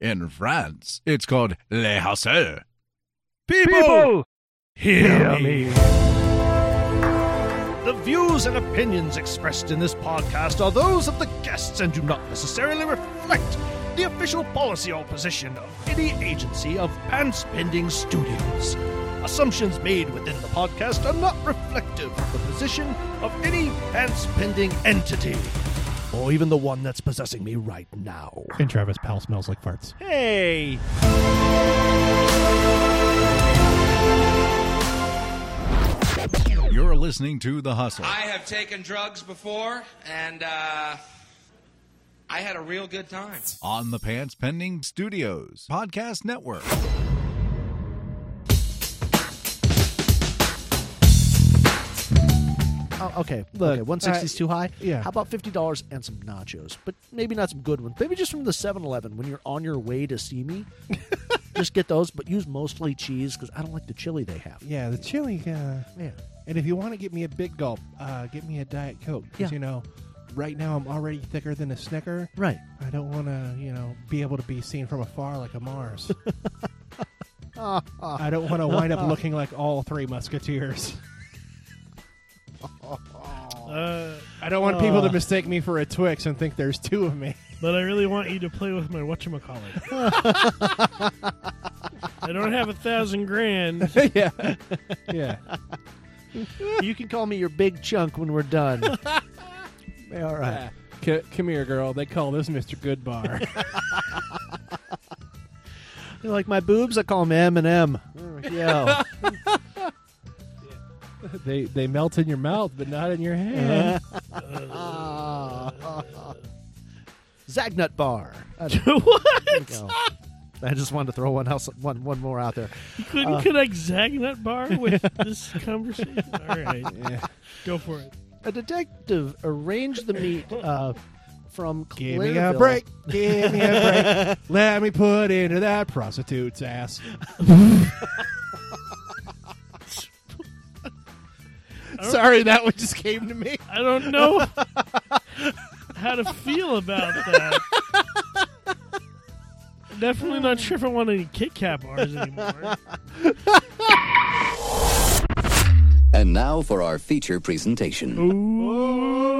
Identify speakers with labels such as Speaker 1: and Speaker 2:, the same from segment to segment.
Speaker 1: In France, it's called Les Hasseurs. People,
Speaker 2: People,
Speaker 1: hear me.
Speaker 2: The views and opinions expressed in this podcast are those of the guests and do not necessarily reflect the official policy or position of any agency of Pants Bending Studios. Assumptions made within the podcast are not reflective of the position of any Pants Bending entity, or even the one that's possessing me right now.
Speaker 3: And Travis Powell smells like farts.
Speaker 2: Hey!
Speaker 1: You're listening to The Hustle.
Speaker 4: I have taken drugs before, and uh, I had a real good time.
Speaker 1: on the Pants Pending Studios Podcast Network.
Speaker 5: Oh, okay.
Speaker 3: Look,
Speaker 5: okay, 160 is
Speaker 3: I-
Speaker 5: too high.
Speaker 3: uh, yeah.
Speaker 5: How about $50 and some nachos? But maybe not some good ones. Maybe just from the 7-Eleven when you're on your way to see me. just get those, but use mostly cheese because I don't like the chili they have.
Speaker 3: Yeah, the chili. Uh,
Speaker 5: Yeah.
Speaker 3: and if you want to get me a big gulp, uh, get me a diet coke. 'cause,
Speaker 5: Yeah.
Speaker 3: you know, right now I'm already thicker than a Snicker.
Speaker 5: Right.
Speaker 3: I don't want to, you know, be able to be seen from afar like a Mars. I don't want to wind up looking like all three Musketeers.
Speaker 6: Uh,
Speaker 3: I don't want people to mistake me for a Twix and think there's two of me.
Speaker 6: but I really want you to play with my whatchamacallit. I don't have a thousand grand.
Speaker 3: yeah, yeah.
Speaker 5: you can call me your big chunk when we're done. All right.
Speaker 3: C- come here, girl. They call this Mr. Goodbar.
Speaker 5: You like my boobs? I call them M&M. There we go.
Speaker 3: they they melt in your mouth, but not in your hand.
Speaker 5: Zagnut bar. I don't
Speaker 1: Uh,
Speaker 6: what?
Speaker 5: know. I just wanted to throw one else, one, one more out there.
Speaker 6: You couldn't connect Zagnut Bar with this conversation? All right. Go for it.
Speaker 5: A detective arranged the meet uh, from
Speaker 3: Give me a
Speaker 5: Clairville-
Speaker 3: break. Give me a break. Let me put into that prostitute's ass. Sorry, that one just came to me.
Speaker 6: I don't know how to feel about that. Definitely not sure if I want any Kit Kat bars anymore.
Speaker 7: And now for our feature presentation.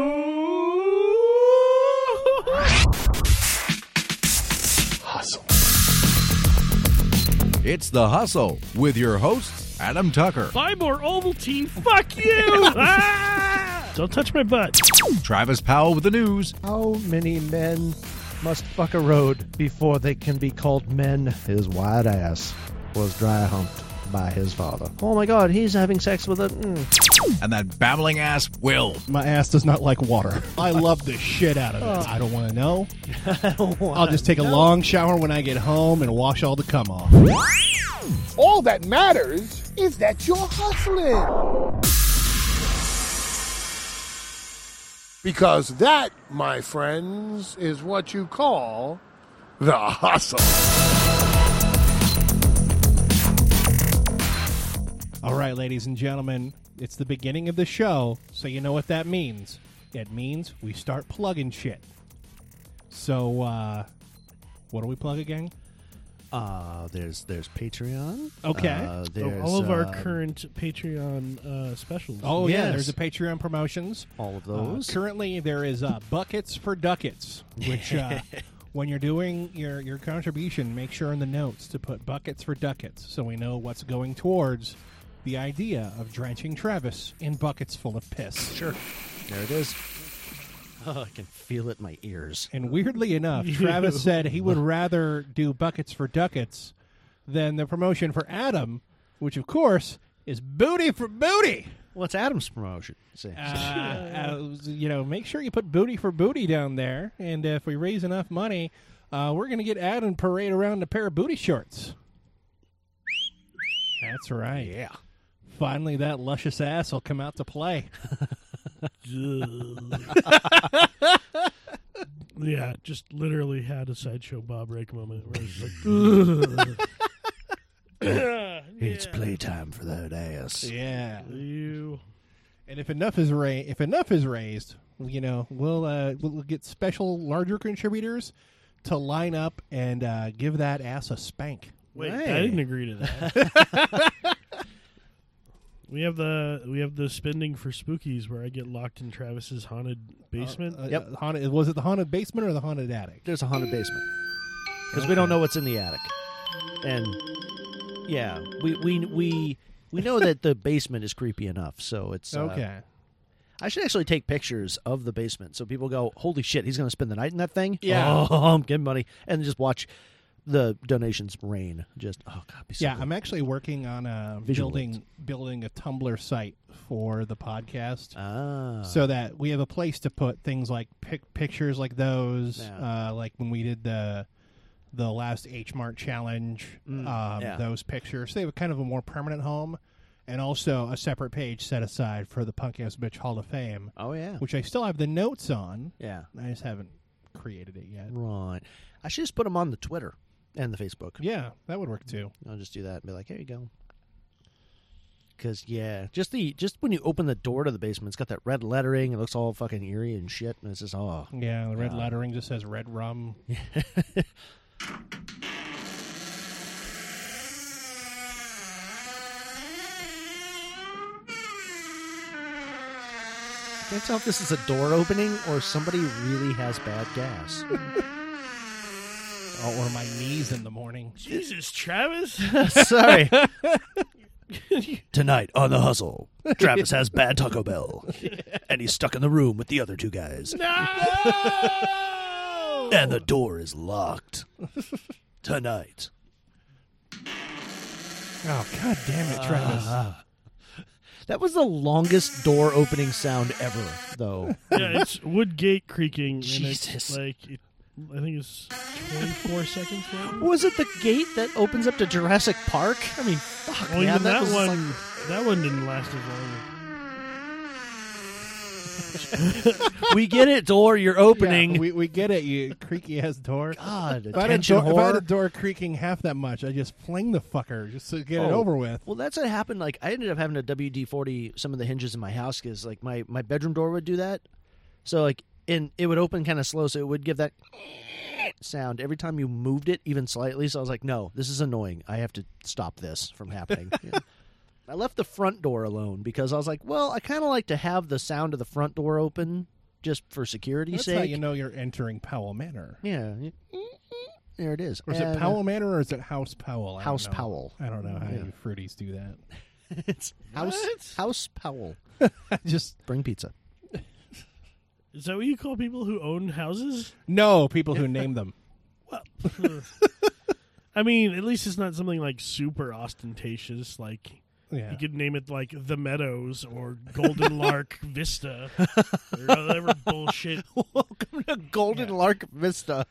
Speaker 1: It's The Hustle with your hosts, Adam Tucker,
Speaker 6: Buy more Ovaltine. Fuck you! Ah! Don't touch my butt.
Speaker 1: Travis Powell with the news,
Speaker 5: How many men must fuck a road before they can be called men? His wide ass was dry humped by his father. Oh my god, he's having sex with a. Mm.
Speaker 1: and that babbling ass Will.
Speaker 3: My ass does not like water. I love the shit out of it. I don't want to know. I'll just take a long shower when I get home and wash all the cum off.
Speaker 8: All that matters is that you're hustling. Because that, my friends, is what you call the hustle.
Speaker 3: All right, ladies and gentlemen, it's the beginning of the show, so you know what that means. It means we start plugging shit. So, uh, what do we plug again?
Speaker 5: Uh, there's there's Patreon.
Speaker 3: Okay.
Speaker 5: Uh, there's,
Speaker 6: All of our
Speaker 5: uh,
Speaker 6: current Patreon uh, specials.
Speaker 3: Oh yeah,
Speaker 5: Yes.
Speaker 3: there's a Patreon promotions.
Speaker 5: All of
Speaker 3: Uh,
Speaker 5: those.
Speaker 3: currently, there is uh, buckets for ducats, which uh, when you're doing your your contribution, make sure in the notes to put buckets for ducats, so we know what's going towards the idea of drenching Travis in buckets full of piss. Sure.
Speaker 5: there it is. Oh, I can feel it in my ears.
Speaker 3: And weirdly enough, Travis said he would rather do buckets for ducats than the promotion for Adam, which of course is booty for booty.
Speaker 5: What's Adam's promotion? Say-
Speaker 3: uh, uh, you know, make sure you put booty for booty down there. And if we raise enough money, uh, we're going to get Adam to parade around a pair of booty shorts. That's right. Yeah. Finally, that luscious ass will come out to play.
Speaker 6: Yeah, just literally had a sideshow Bob Rake moment where it's like,
Speaker 5: It's playtime for that ass.
Speaker 3: Yeah.
Speaker 6: you.
Speaker 3: And if enough is ra- if enough is raised, you know, we'll uh, we'll get special larger contributors to line up and uh, give that ass a spank.
Speaker 6: Wait, I
Speaker 5: Hey.
Speaker 6: didn't agree to that. we have the we have the spending for spookies where I get locked in Travis's haunted basement.
Speaker 3: Uh,
Speaker 5: Yep.
Speaker 3: uh, haunted, was it the haunted basement or the haunted attic?
Speaker 5: There's a haunted basement because we don't know what's in the attic, and yeah, we we we we know that the basement is creepy enough. So it's uh,
Speaker 3: Okay.
Speaker 5: I should actually take pictures of the basement so people go, "Holy shit, he's going to spend the night in that thing."
Speaker 3: Yeah.
Speaker 5: oh, I'm getting money, and just watch the donations rain. Just oh god, be so
Speaker 3: yeah,
Speaker 5: cool.
Speaker 3: I'm actually working on uh,
Speaker 5: Visual
Speaker 3: building building a Tumblr site for the podcast.
Speaker 5: ah,
Speaker 3: so that we have a place to put things like pic- pictures like those,
Speaker 5: Yeah.
Speaker 3: uh, like when we did the the last H Mart challenge, um,
Speaker 5: Mm, yeah.
Speaker 3: those pictures. So they have kind of a more permanent home, and also a separate page set aside for the Punk Ass Bitch Hall of Fame,
Speaker 5: oh yeah,
Speaker 3: which I still have the notes on.
Speaker 5: yeah,
Speaker 3: I just haven't created it yet.
Speaker 5: right. I should just put them on the Twitter and the Facebook.
Speaker 3: Yeah, that would work too.
Speaker 5: I'll just do that and be like, here you go. Because yeah, just the just when you open the door to the basement, it's got that red lettering. It looks all fucking eerie and shit, and it's just oh
Speaker 3: Yeah, the red lettering just says red rum.
Speaker 5: Can't tell if this is a door opening or somebody really has bad gas.
Speaker 3: Oh, or my knees in the morning.
Speaker 6: Jesus, Travis.
Speaker 5: Sorry. Tonight on the hustle, Travis has bad Taco Bell, and he's stuck in the room with the other two guys,
Speaker 6: no.
Speaker 5: and the door is locked. Tonight.
Speaker 3: Oh, god damn it, Travis.
Speaker 5: That was the longest door opening sound ever, though.
Speaker 6: yeah, it's wood gate creaking. And
Speaker 5: Jesus.
Speaker 6: it's like it, I think it's twenty four seconds. Long.
Speaker 5: was it the gate that opens up to Jurassic Park? I mean, fuck,
Speaker 6: Well,
Speaker 5: man,
Speaker 6: even that,
Speaker 5: was
Speaker 6: one,
Speaker 5: like-
Speaker 6: that one didn't last as long.
Speaker 5: we get it, door. You're opening.
Speaker 3: Yeah, we, we get it, you creaky ass door.
Speaker 5: God,
Speaker 3: If I, had a
Speaker 5: attention
Speaker 3: door, if I had a
Speaker 5: whore.
Speaker 3: door creaking half that much, I just fling the fucker just to get it
Speaker 5: Oh.
Speaker 3: over with.
Speaker 5: Well, that's what happened. Like, I ended up having to WD forty some of the hinges in my house because, like, my my bedroom door would do that. So, like, and it would open kind of slow, so it would give that sound every time you moved it even slightly. So I was like, no, this is annoying. I have to stop this from happening. Yeah. I left the front door alone because I was like, well, I kind of like to have the sound of the front door open just for security's
Speaker 3: That's
Speaker 5: sake.
Speaker 3: how you know you're entering Powell Manor.
Speaker 5: Yeah. There it is.
Speaker 3: Or is it
Speaker 5: And, uh,
Speaker 3: Powell Manor or is it House Powell? I don't
Speaker 5: House
Speaker 3: know.
Speaker 5: Powell.
Speaker 3: I don't know how
Speaker 5: Yeah.
Speaker 3: you fruities do that.
Speaker 5: It's House House Powell.
Speaker 3: just
Speaker 5: Bring pizza.
Speaker 6: Is that what you call people who own houses?
Speaker 3: no people who name them.
Speaker 6: I mean, at least it's not something like super ostentatious. Like
Speaker 3: Yeah.
Speaker 6: you could name it like the Meadows or Golden Lark Vista or whatever bullshit.
Speaker 5: Welcome to Golden Lark Vista.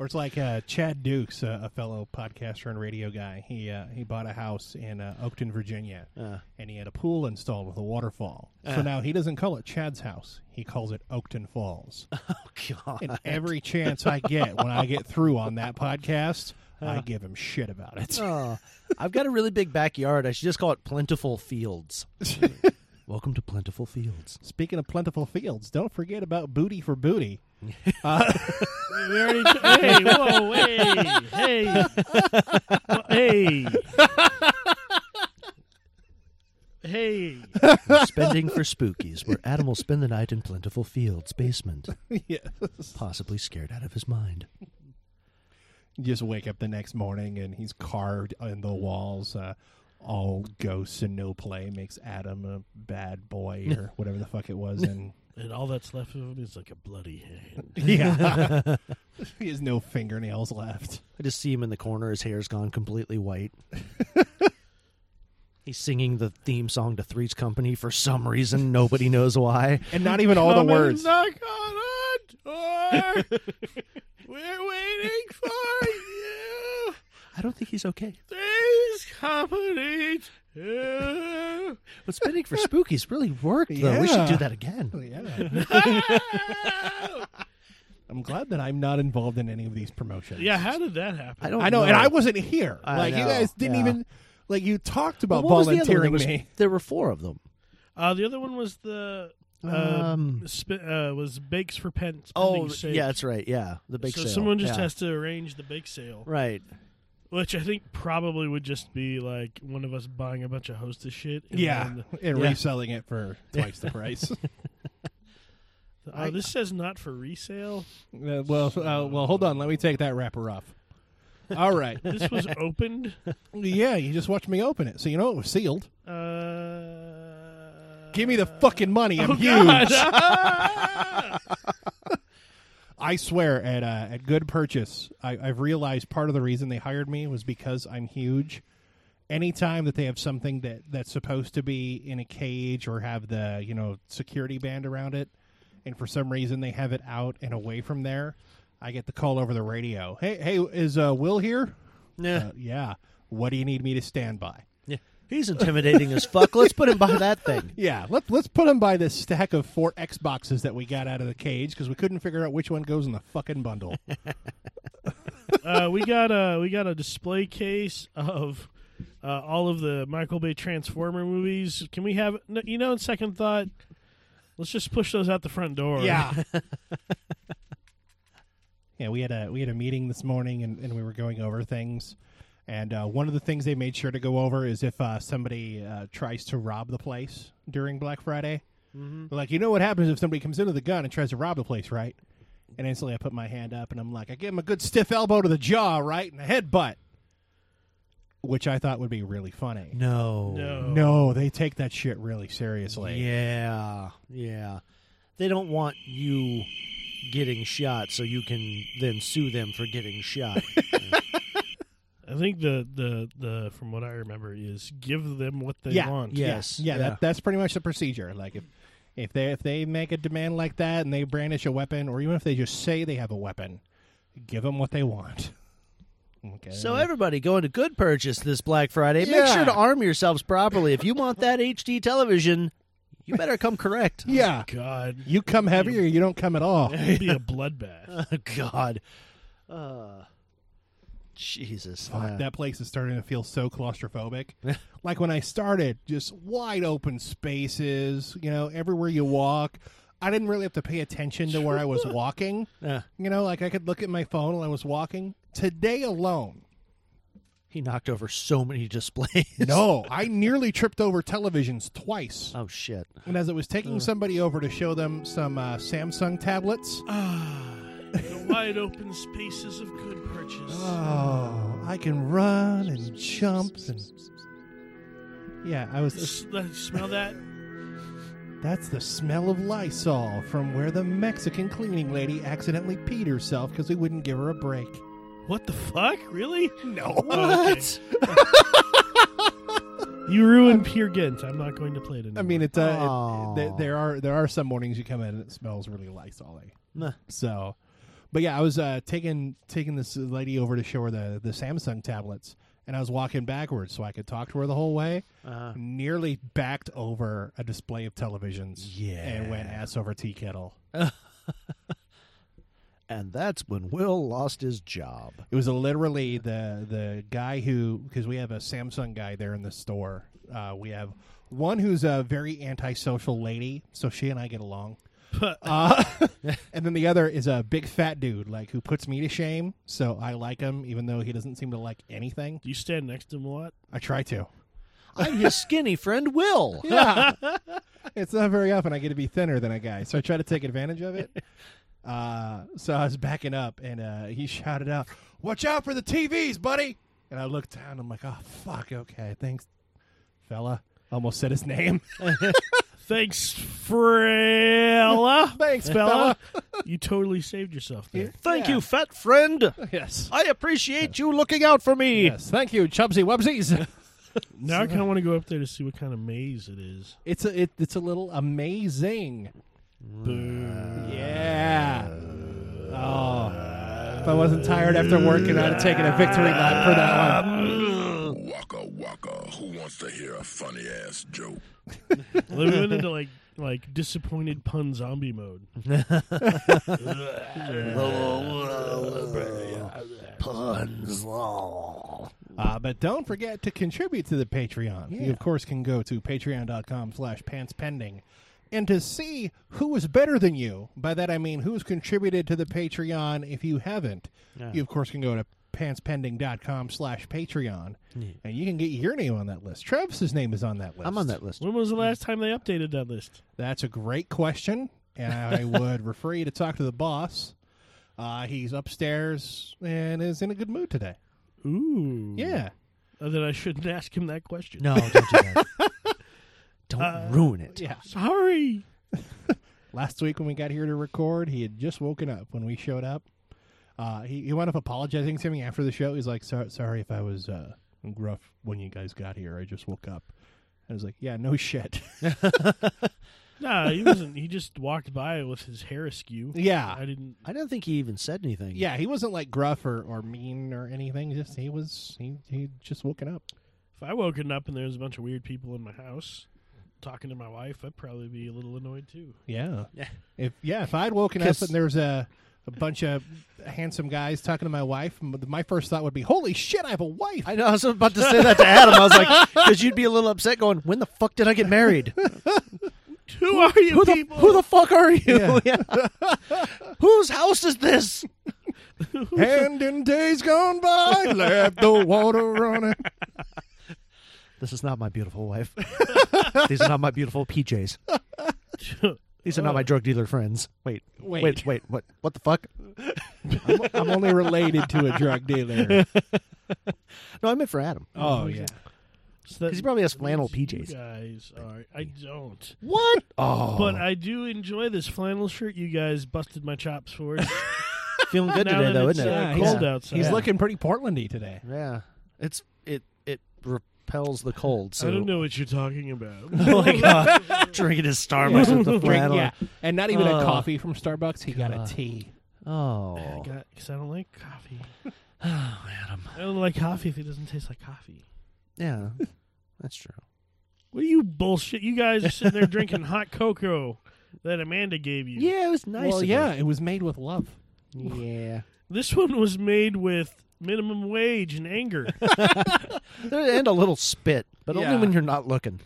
Speaker 3: Or it's like uh, Chad Dukes, uh, a fellow podcaster and radio guy. He uh, he bought a house in uh, Oakton, Virginia, and he had a pool installed with a waterfall. so now he doesn't call it Chad's house; he calls it Oakton Falls.
Speaker 5: Oh, God.
Speaker 3: And every chance I get when I get through on that podcast, I give him shit about it.
Speaker 5: Oh, I've got a really big backyard. I should just call it Plentiful Fields. Welcome to Plentiful Fields.
Speaker 3: Speaking of plentiful fields, don't forget about booty for booty.
Speaker 6: We already t- hey, whoa, hey, hey, hey, hey.
Speaker 5: We're spending for spookies, where Adam will spend the night in Plentiful Fields' basement,
Speaker 3: yeah.
Speaker 5: possibly scared out of his mind.
Speaker 3: Just wake up the next morning and he's carved in the walls. Uh, all ghosts and no play makes Adam a bad boy or whatever the fuck it was. And
Speaker 6: And all that's left of him is like a bloody hand.
Speaker 3: yeah, he has no fingernails left.
Speaker 5: I just see him in the corner. His hair's gone completely white. He's singing the theme song to Three's Company for some reason. Nobody knows why.
Speaker 3: And not even all the
Speaker 6: Come and
Speaker 3: words.
Speaker 6: Knock on our door. We're waiting for you.
Speaker 5: I don't think he's okay.
Speaker 6: Three's company. too.
Speaker 5: But spending for spookies really worked, though. We should
Speaker 3: Yeah.
Speaker 5: do that again.
Speaker 3: Yeah. I'm glad that I'm not involved in any of these promotions.
Speaker 6: Yeah, how did that happen?
Speaker 5: I don't.
Speaker 3: I know, and I wasn't here.
Speaker 5: I
Speaker 3: like you
Speaker 5: know,
Speaker 3: guys didn't
Speaker 5: yeah.
Speaker 3: even like you talked
Speaker 5: Well,
Speaker 3: about
Speaker 5: what was the other one? There
Speaker 3: volunteering
Speaker 5: was-
Speaker 3: me.
Speaker 5: There were four of them.
Speaker 6: Uh, the other one was the
Speaker 5: Um,
Speaker 6: sp- uh, was bakes for pens.
Speaker 5: oh, yeah, that's right. Yeah, the bake
Speaker 6: so
Speaker 5: sale.
Speaker 6: someone just
Speaker 5: yeah.
Speaker 6: has to arrange the bake sale,
Speaker 5: right.
Speaker 6: which I think probably would just be like one of us buying a bunch of hostess shit. And
Speaker 3: Yeah,
Speaker 6: then-
Speaker 3: and
Speaker 5: Yeah.
Speaker 3: reselling it for twice the price.
Speaker 6: Oh, this says not for resale.
Speaker 3: Uh, well, uh, well, hold on. Let me take that wrapper off. All right.
Speaker 6: This was opened.
Speaker 3: yeah, you just watched me open it, so you know it was sealed.
Speaker 6: Uh,
Speaker 3: Give me the fucking money. I'm huge. I swear, at uh, at good purchase, I, I've realized part of the reason they hired me was because I'm huge. Anytime that they have something that that's supposed to be in a cage or have the you know security band around it, and for some reason they have it out and away from there, I get the call over the radio. Hey, hey, is uh, Will here?
Speaker 5: Yeah,
Speaker 3: Uh, yeah. What do you need me to stand by?
Speaker 5: yeah. He's intimidating as fuck. Let's put him by that thing.
Speaker 3: Yeah, let, let's put him by this stack of four Xboxes that we got out of the cage because we couldn't figure out which one goes in the fucking bundle.
Speaker 6: uh, we got a we got a display case of uh, all of the Michael Bay Transformer movies. Can we have no, you know? In second thought, let's just push those out the front door.
Speaker 3: yeah. yeah, we had a we had a meeting this morning and, and we were going over things. And uh, one of the things they made sure to go over is if uh, somebody uh, tries to rob the place during Black Friday. Like, you know what happens if somebody comes in with a gun and tries to rob the place, right? And instantly I put my hand up and I'm like, I give him a good stiff elbow to the jaw, right? And a headbutt. Which I thought would be really funny.
Speaker 5: No.
Speaker 6: No.
Speaker 3: No, they take that shit really seriously.
Speaker 5: Yeah. Yeah. They don't want you getting shot so you can then sue them for getting shot.
Speaker 6: I think the, the the from what I remember is give them what they
Speaker 3: Yeah,
Speaker 6: want.
Speaker 5: yes.
Speaker 3: Yeah, That, that's pretty much the procedure. Like if if they if they make a demand like that and they brandish a weapon, or even if they just say they have a weapon, give them what they want. Okay.
Speaker 5: So everybody going to good purchase this Black Friday. Make
Speaker 3: Yeah.
Speaker 5: sure to arm yourselves properly. If you want that HD television, you better come correct.
Speaker 3: yeah,
Speaker 6: God,
Speaker 3: you come heavier, you don't come at all.
Speaker 6: it'd be a bloodbath.
Speaker 5: Oh, God. Uh, Jesus.
Speaker 3: Fuck,
Speaker 5: Uh,
Speaker 3: that place is starting to feel so claustrophobic. like when I started, just wide open spaces, you know, everywhere you walk. I didn't really have to pay attention to where I was walking.
Speaker 5: uh,
Speaker 3: You know, like I could look at my phone while I was walking. Today alone,
Speaker 5: he knocked over so many displays.
Speaker 3: No, I nearly tripped over televisions twice.
Speaker 5: Oh shit.
Speaker 3: And as I was taking somebody over to show them some uh, Samsung tablets,
Speaker 6: the wide open spaces of good purchase.
Speaker 3: oh, I can run and jump and yeah, I was.
Speaker 6: S- that- smell that?
Speaker 3: That's the smell of Lysol from where the Mexican cleaning lady accidentally peed herself because we wouldn't give her a break.
Speaker 6: What the fuck? Really?
Speaker 3: No,
Speaker 6: What? you ruined Peer Gynt. I'm not going to play it anymore.
Speaker 3: I mean it's uh,
Speaker 5: Aw.
Speaker 3: it, th- there are there are some mornings you come in and it smells really Lysol.
Speaker 5: Nah.
Speaker 3: So, but yeah, I was uh, taking taking this lady over to show her the the Samsung tablets, and I was walking backwards so I could talk to her the whole way.
Speaker 5: Uh,
Speaker 3: Nearly backed over a display of televisions.
Speaker 5: Yeah.
Speaker 3: and went ass over tea kettle.
Speaker 5: and that's when Will lost his job.
Speaker 3: It was literally the the guy who because we have a Samsung guy there in the store. Uh, we have one who's a very antisocial lady, so she and I get along. uh, and then the other is a big fat dude, like who puts me to shame. So I like him, even though he doesn't seem to like anything.
Speaker 6: Do you stand next to him a lot?
Speaker 3: I try to.
Speaker 5: I'm his skinny friend Will.
Speaker 3: Yeah, it's not very often I get to be thinner than a guy, so I try to take advantage of it. Uh, so I was backing up, and uh, he shouted out, "Watch out for the TVs, buddy!" And I looked down. I'm like, "Oh fuck, okay, thanks, fella." Almost said his name.
Speaker 6: Thanks, Frella.
Speaker 3: thanks,
Speaker 6: Fella, you totally saved yourself there.
Speaker 5: Thank
Speaker 3: Yeah.
Speaker 5: you, fat friend.
Speaker 3: Yes.
Speaker 5: I appreciate you looking out for me.
Speaker 3: Yes. Thank you, Chubsy Wubsies.
Speaker 6: Now I kind of want to go up there to see what kind of maze it is.
Speaker 3: it's a it, it's a little amazing. Yeah. Oh. If I wasn't tired after working, I'd have taken a victory lap for that one.
Speaker 8: Waka waka, who wants to hear a funny ass joke?
Speaker 6: Well, we went into like like disappointed pun zombie mode.
Speaker 3: Uh, but don't forget to contribute to the Patreon. You, of course, can go to patreon.com slash pantspending and to see who is better than you. By that I mean who's contributed to the Patreon. If you haven't, you of course can go to pantspending.com slash Patreon and you can get your name on that list. Travis's name is on that list.
Speaker 5: I'm on that list.
Speaker 6: When was the last time they updated that list?
Speaker 3: That's a great question, and I would refer you to talk to the boss. Uh, he's upstairs and is in a good mood today.
Speaker 6: Ooh.
Speaker 3: Yeah.
Speaker 6: Uh, Then I shouldn't ask him that question.
Speaker 5: No, don't do that. don't ruin it.
Speaker 3: Yeah.
Speaker 6: Sorry.
Speaker 3: Last week when we got here to record, he had just woken up when we showed up. Uh, he, he wound up apologizing to me after the show. He's like, "Sor- sorry if I was uh, gruff when you guys got here. I just woke up. I was like, yeah, no shit.
Speaker 6: Nah, he wasn't. he just walked by with his hair askew.
Speaker 3: yeah.
Speaker 6: I didn't.
Speaker 5: I don't think he even said anything.
Speaker 3: yeah, he wasn't like gruff or, or mean or anything. Just he was he he just woken up.
Speaker 6: If I woken up and there was a bunch of weird people in my house talking to my wife, I'd probably be a little annoyed too.
Speaker 3: Yeah. Yeah. If yeah, if I'd woken up
Speaker 5: Kiss.
Speaker 3: and there was a, a bunch of handsome guys talking to my wife, m- my first thought would be, "Holy shit, I have a wife."
Speaker 5: I know. I was about to say that to Adam. I was like, because you'd be a little upset, going, "When the fuck did I get married?
Speaker 6: Who are you
Speaker 5: Who the
Speaker 6: people?
Speaker 5: who the fuck are you?
Speaker 3: Yeah.
Speaker 5: Yeah. Whose house is this?
Speaker 3: and in days gone by, left the water running.
Speaker 5: This is not my beautiful wife. These are not my beautiful PJs. These are not my drug dealer friends. Wait,
Speaker 3: Wait.
Speaker 5: wait, wait. What? What the fuck?
Speaker 3: I'm, I'm only related to a drug dealer.
Speaker 5: No, I meant for Adam.
Speaker 3: Oh yeah.
Speaker 6: So that-
Speaker 5: 'Cause he probably has flannel
Speaker 6: these
Speaker 5: PJs.
Speaker 6: Guys, are, I don't.
Speaker 5: What? Oh,
Speaker 6: But I do enjoy this flannel shirt you guys busted my chops for.
Speaker 5: feeling good
Speaker 6: now
Speaker 5: today
Speaker 6: that
Speaker 5: though,
Speaker 6: it's,
Speaker 5: isn't it?
Speaker 6: uh,
Speaker 5: yeah.
Speaker 6: cold outside.
Speaker 3: He's looking pretty Portlandy today.
Speaker 5: Yeah. it's it it repels the cold. So
Speaker 6: I don't know what you're talking about.
Speaker 5: like uh, drinking his Starbucks with the
Speaker 3: Drink,
Speaker 5: flannel.
Speaker 3: yeah, Uh, and not even a
Speaker 5: Oh.
Speaker 3: coffee from Starbucks. He got a tea.
Speaker 5: Oh,
Speaker 6: Because I don't like coffee. oh, Adam. I don't like coffee if it doesn't taste like coffee.
Speaker 5: yeah, that's true.
Speaker 6: What are you bullshit? You guys are sitting there drinking hot cocoa that Amanda gave you.
Speaker 5: it was nice.
Speaker 3: well,
Speaker 5: of
Speaker 3: yeah, it was made with love.
Speaker 5: him. yeah.
Speaker 6: This one was made with minimum wage and anger.
Speaker 5: and a little spit, but
Speaker 3: Yeah.
Speaker 5: only when you're not looking.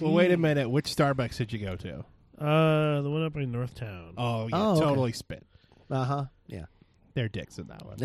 Speaker 3: Well, wait a minute. Which Starbucks did you go to?
Speaker 6: uh, the one up in Northtown.
Speaker 3: Oh, yeah,
Speaker 5: Oh, okay.
Speaker 3: totally spit.
Speaker 5: Uh huh. Yeah.
Speaker 3: They're dicks in that one.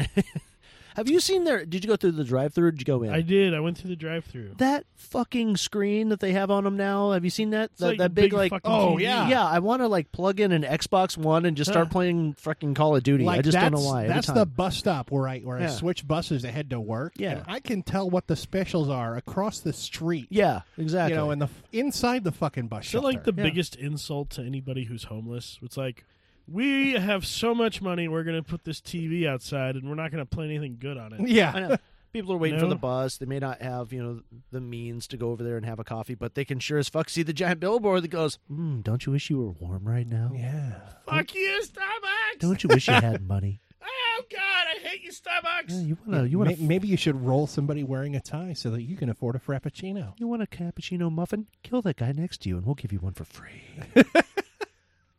Speaker 5: Have you seen their? Did you go through the drive-through? Did you go in?
Speaker 6: I did. I went through the drive-through.
Speaker 5: that fucking screen that they have on them now. Have you seen that? That,
Speaker 6: like a
Speaker 5: that big,
Speaker 6: big
Speaker 5: like
Speaker 6: fucking
Speaker 3: Oh,
Speaker 6: TV.
Speaker 3: yeah.
Speaker 5: yeah. I want to like plug in an Xbox One and just start playing fucking Call of Duty.
Speaker 3: Like
Speaker 5: I just
Speaker 3: that's,
Speaker 5: don't know why. every
Speaker 3: That's
Speaker 5: time.
Speaker 3: the bus stop where I where I
Speaker 5: Yeah.
Speaker 3: switch buses to head to work.
Speaker 5: Yeah.
Speaker 3: and I can tell what the specials are across the street.
Speaker 5: yeah, exactly.
Speaker 3: you know, in the f- inside the fucking bus
Speaker 6: So
Speaker 3: shelter.
Speaker 6: like the
Speaker 5: Yeah.
Speaker 6: biggest insult to anybody who's homeless. It's like we have so much money, we're gonna put this TV outside, and we're not gonna play anything good on it.
Speaker 5: I
Speaker 3: yeah,
Speaker 5: know. People are waiting for
Speaker 6: No.
Speaker 5: the bus. They may not have, you know, the means to go over there and have a coffee, but they can sure as fuck see the giant billboard that goes, mm, "Don't you wish you were warm right now?
Speaker 3: yeah.
Speaker 6: Fuck you, Starbucks!
Speaker 5: Don't you wish you had money?
Speaker 6: Oh God, I hate you, Starbucks!
Speaker 5: Yeah, you wanna, you
Speaker 3: You
Speaker 5: wanna,
Speaker 3: May- maybe you should roll somebody wearing a tie so that you can afford a frappuccino.
Speaker 5: you want a cappuccino muffin? Kill that guy next to you, and we'll give you one for free."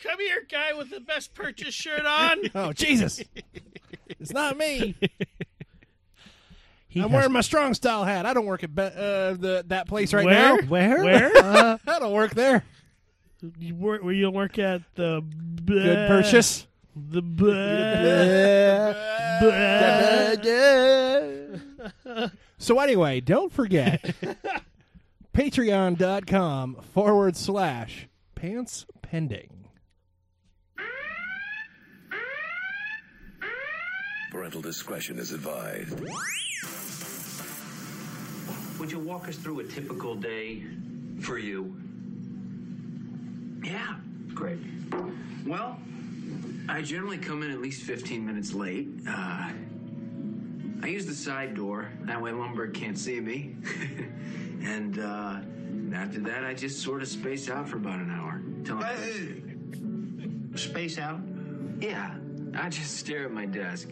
Speaker 6: Come here, guy with the best purchase shirt on.
Speaker 3: Oh Jesus! it's not me.
Speaker 5: He
Speaker 3: I'm
Speaker 5: has-
Speaker 3: wearing my strong style hat. I don't work at be- uh, the, that place right
Speaker 6: Where?
Speaker 3: now.
Speaker 5: where?
Speaker 6: Where?
Speaker 5: Uh,
Speaker 3: I don't work there.
Speaker 6: you work where you work at the b-
Speaker 3: Good purchase.
Speaker 6: The b- b-
Speaker 3: So anyway, don't forget patreon.com forward slash pants pending.
Speaker 9: Parental discretion is advised.
Speaker 10: Would you walk us through a typical day for you? Yeah, great. Well, I generally come in at least 15 minutes late. Uh, I use the side door, that way Lumberg can't see me. and uh, after that, I just sort of space out for about an hour. Till I'm space out? Yeah, I just stare at my desk,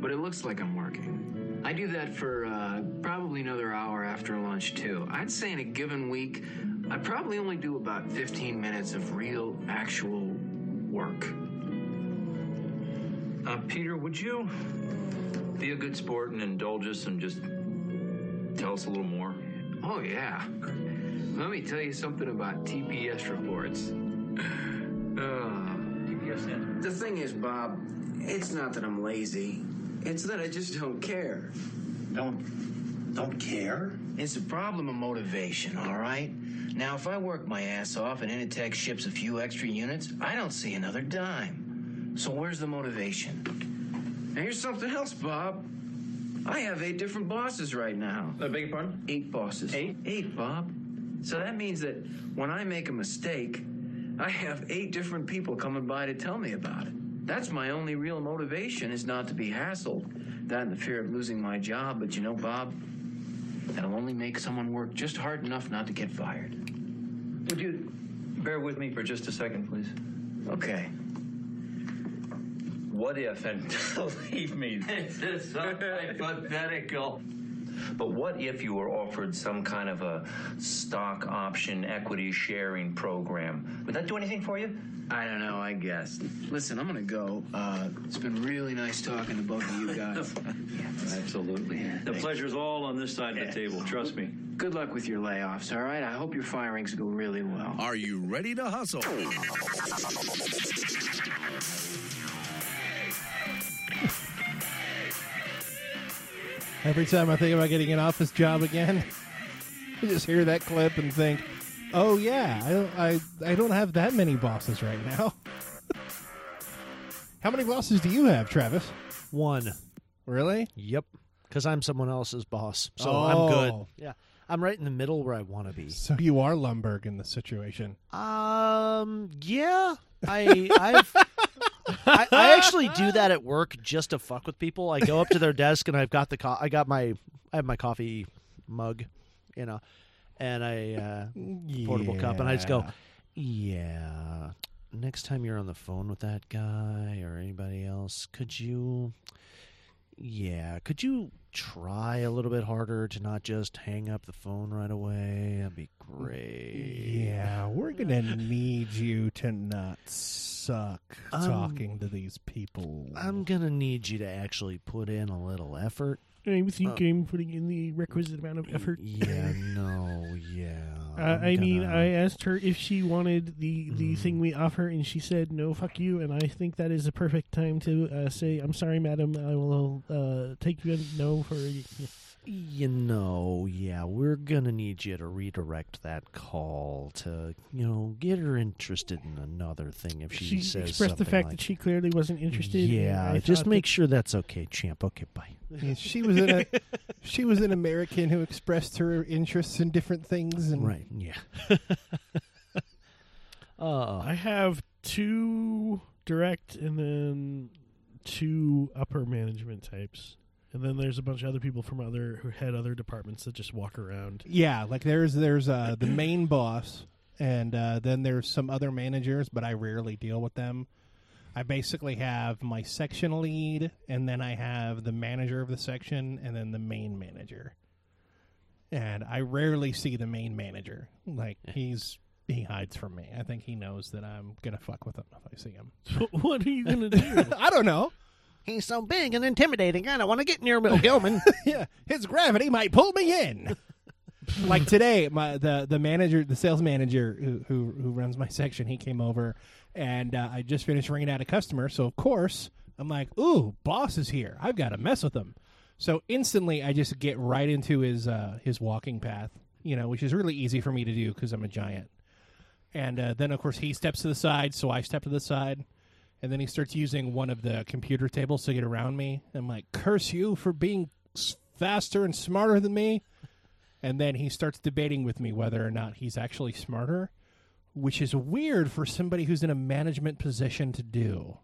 Speaker 10: but it looks like I'm working. I do that for uh, probably another hour after lunch, too. I'd say in a given week, I probably only do about 15 minutes of real, actual work. Uh, Peter, would you be a good sport and indulge us and just tell us a little more? Oh, yeah. Let me tell you something about TPS reports. Uh, the thing is, Bob, it's not that I'm lazy. It's that I just don't care. Don't don't care? It's a problem of motivation, all right? Now, if I work my ass off and Initech ships a few extra units, I don't see another dime. So where's the motivation? And here's something else, Bob. I have eight different bosses right now. I beg your pardon? Eight bosses. Eight? Eight, Bob. So that means that when I make a mistake, I have eight different people coming by to tell me about it. That's my only real motivation is not to be hassled. That and the fear of losing my job, but you know, Bob, that'll only make someone work just hard enough not to get fired. Would you bear with me for just a second, please? Okay.
Speaker 11: What if, and believe me, this is so hypothetical. But what if you were offered some kind of a stock option equity sharing program? Would that do anything for you?
Speaker 10: I don't know, I guess. Listen, I'm gonna go. Uh, it's been really nice talking to both of you guys.
Speaker 11: Absolutely.
Speaker 10: The pleasure's
Speaker 11: all on this side of the table, trust me.
Speaker 10: Good luck with your layoffs, all right? I hope your firings go really well.
Speaker 1: Are you ready to hustle?
Speaker 3: Every time I think about getting an office job again, I just hear that clip and think, "Oh yeah, I don't, I, I don't have that many bosses right now." How many bosses do you have, Travis?
Speaker 5: One.
Speaker 3: Really?
Speaker 5: Yep. Because I'm someone else's boss, so
Speaker 3: Oh.
Speaker 5: I'm good. Yeah, I'm right in the middle where I want to be.
Speaker 3: So you are Lumberg in this situation.
Speaker 5: Um. Yeah. I. I've. I, I actually do that at work just to fuck with people. I go up to their desk and I've got the co- I got my I have my coffee mug, you know, and I uh, portable cup, and I just go, yeah. Next time you're on the phone with that guy or anybody else, could you? Yeah, could you try a little bit harder to not just hang up the phone right away? That'd be great.
Speaker 3: Yeah, we're gonna need you to not suck
Speaker 5: Um,
Speaker 3: talking to these people.
Speaker 5: I'm gonna need you to actually put in a little effort.
Speaker 6: I think I'm putting in the requisite amount of effort.
Speaker 5: Oh. Yeah, no, yeah.
Speaker 6: Uh,
Speaker 5: I'm
Speaker 6: I mean,
Speaker 5: gonna- Mm.
Speaker 6: I asked her if she wanted the, the thing we offer, and she said, no, fuck you. And I think that is the perfect time to uh, say, I'm sorry, madam. I will uh, take you a no for.
Speaker 5: you know, yeah, we're gonna need you to redirect that call to, you know, get her interested in another thing if she,
Speaker 6: She
Speaker 5: says
Speaker 6: expressed the
Speaker 5: something
Speaker 6: fact
Speaker 5: like,
Speaker 6: that she clearly wasn't interested. and
Speaker 5: Yeah,
Speaker 6: I
Speaker 5: just
Speaker 6: thought
Speaker 5: make sure that's okay, champ. Okay, bye.
Speaker 3: Yeah, she was an she was an American who expressed her interests in different things
Speaker 6: Mm.
Speaker 3: and
Speaker 5: Right. Yeah. Uh,
Speaker 6: I have two direct and then two upper management types. And then there's a bunch of other people from other who head other departments that just walk around.
Speaker 3: Yeah, like there's there's uh, the main boss, and uh, then there's some other managers, but I rarely deal with them. I basically have my section lead, and then I have the manager of the section, and then the main manager. And I rarely see the main manager. Like he's he hides from me. I think he knows that I'm gonna fuck with him if I see him.
Speaker 6: what are you gonna do?
Speaker 3: I don't know.
Speaker 5: He's so big and intimidating. I don't want to get near Bill Gilman.
Speaker 3: yeah, his gravity might pull me in. like today, my the the manager, the sales manager who who, who runs my section, he came over, and uh, I just finished ringing out a customer. So of course, I'm like, "Ooh, boss is here. I've got to mess with him." So instantly, I just get right into his uh, his walking path, you know, which is really easy for me to do because I'm a giant. And uh, then, of course, he steps to the side, so I step to the side. And then he starts using one of the computer tables to get around me. I'm like, curse you for being s- faster and smarter than me. And then he starts debating with me whether or not he's actually smarter, which is weird for somebody who's in a management position to do.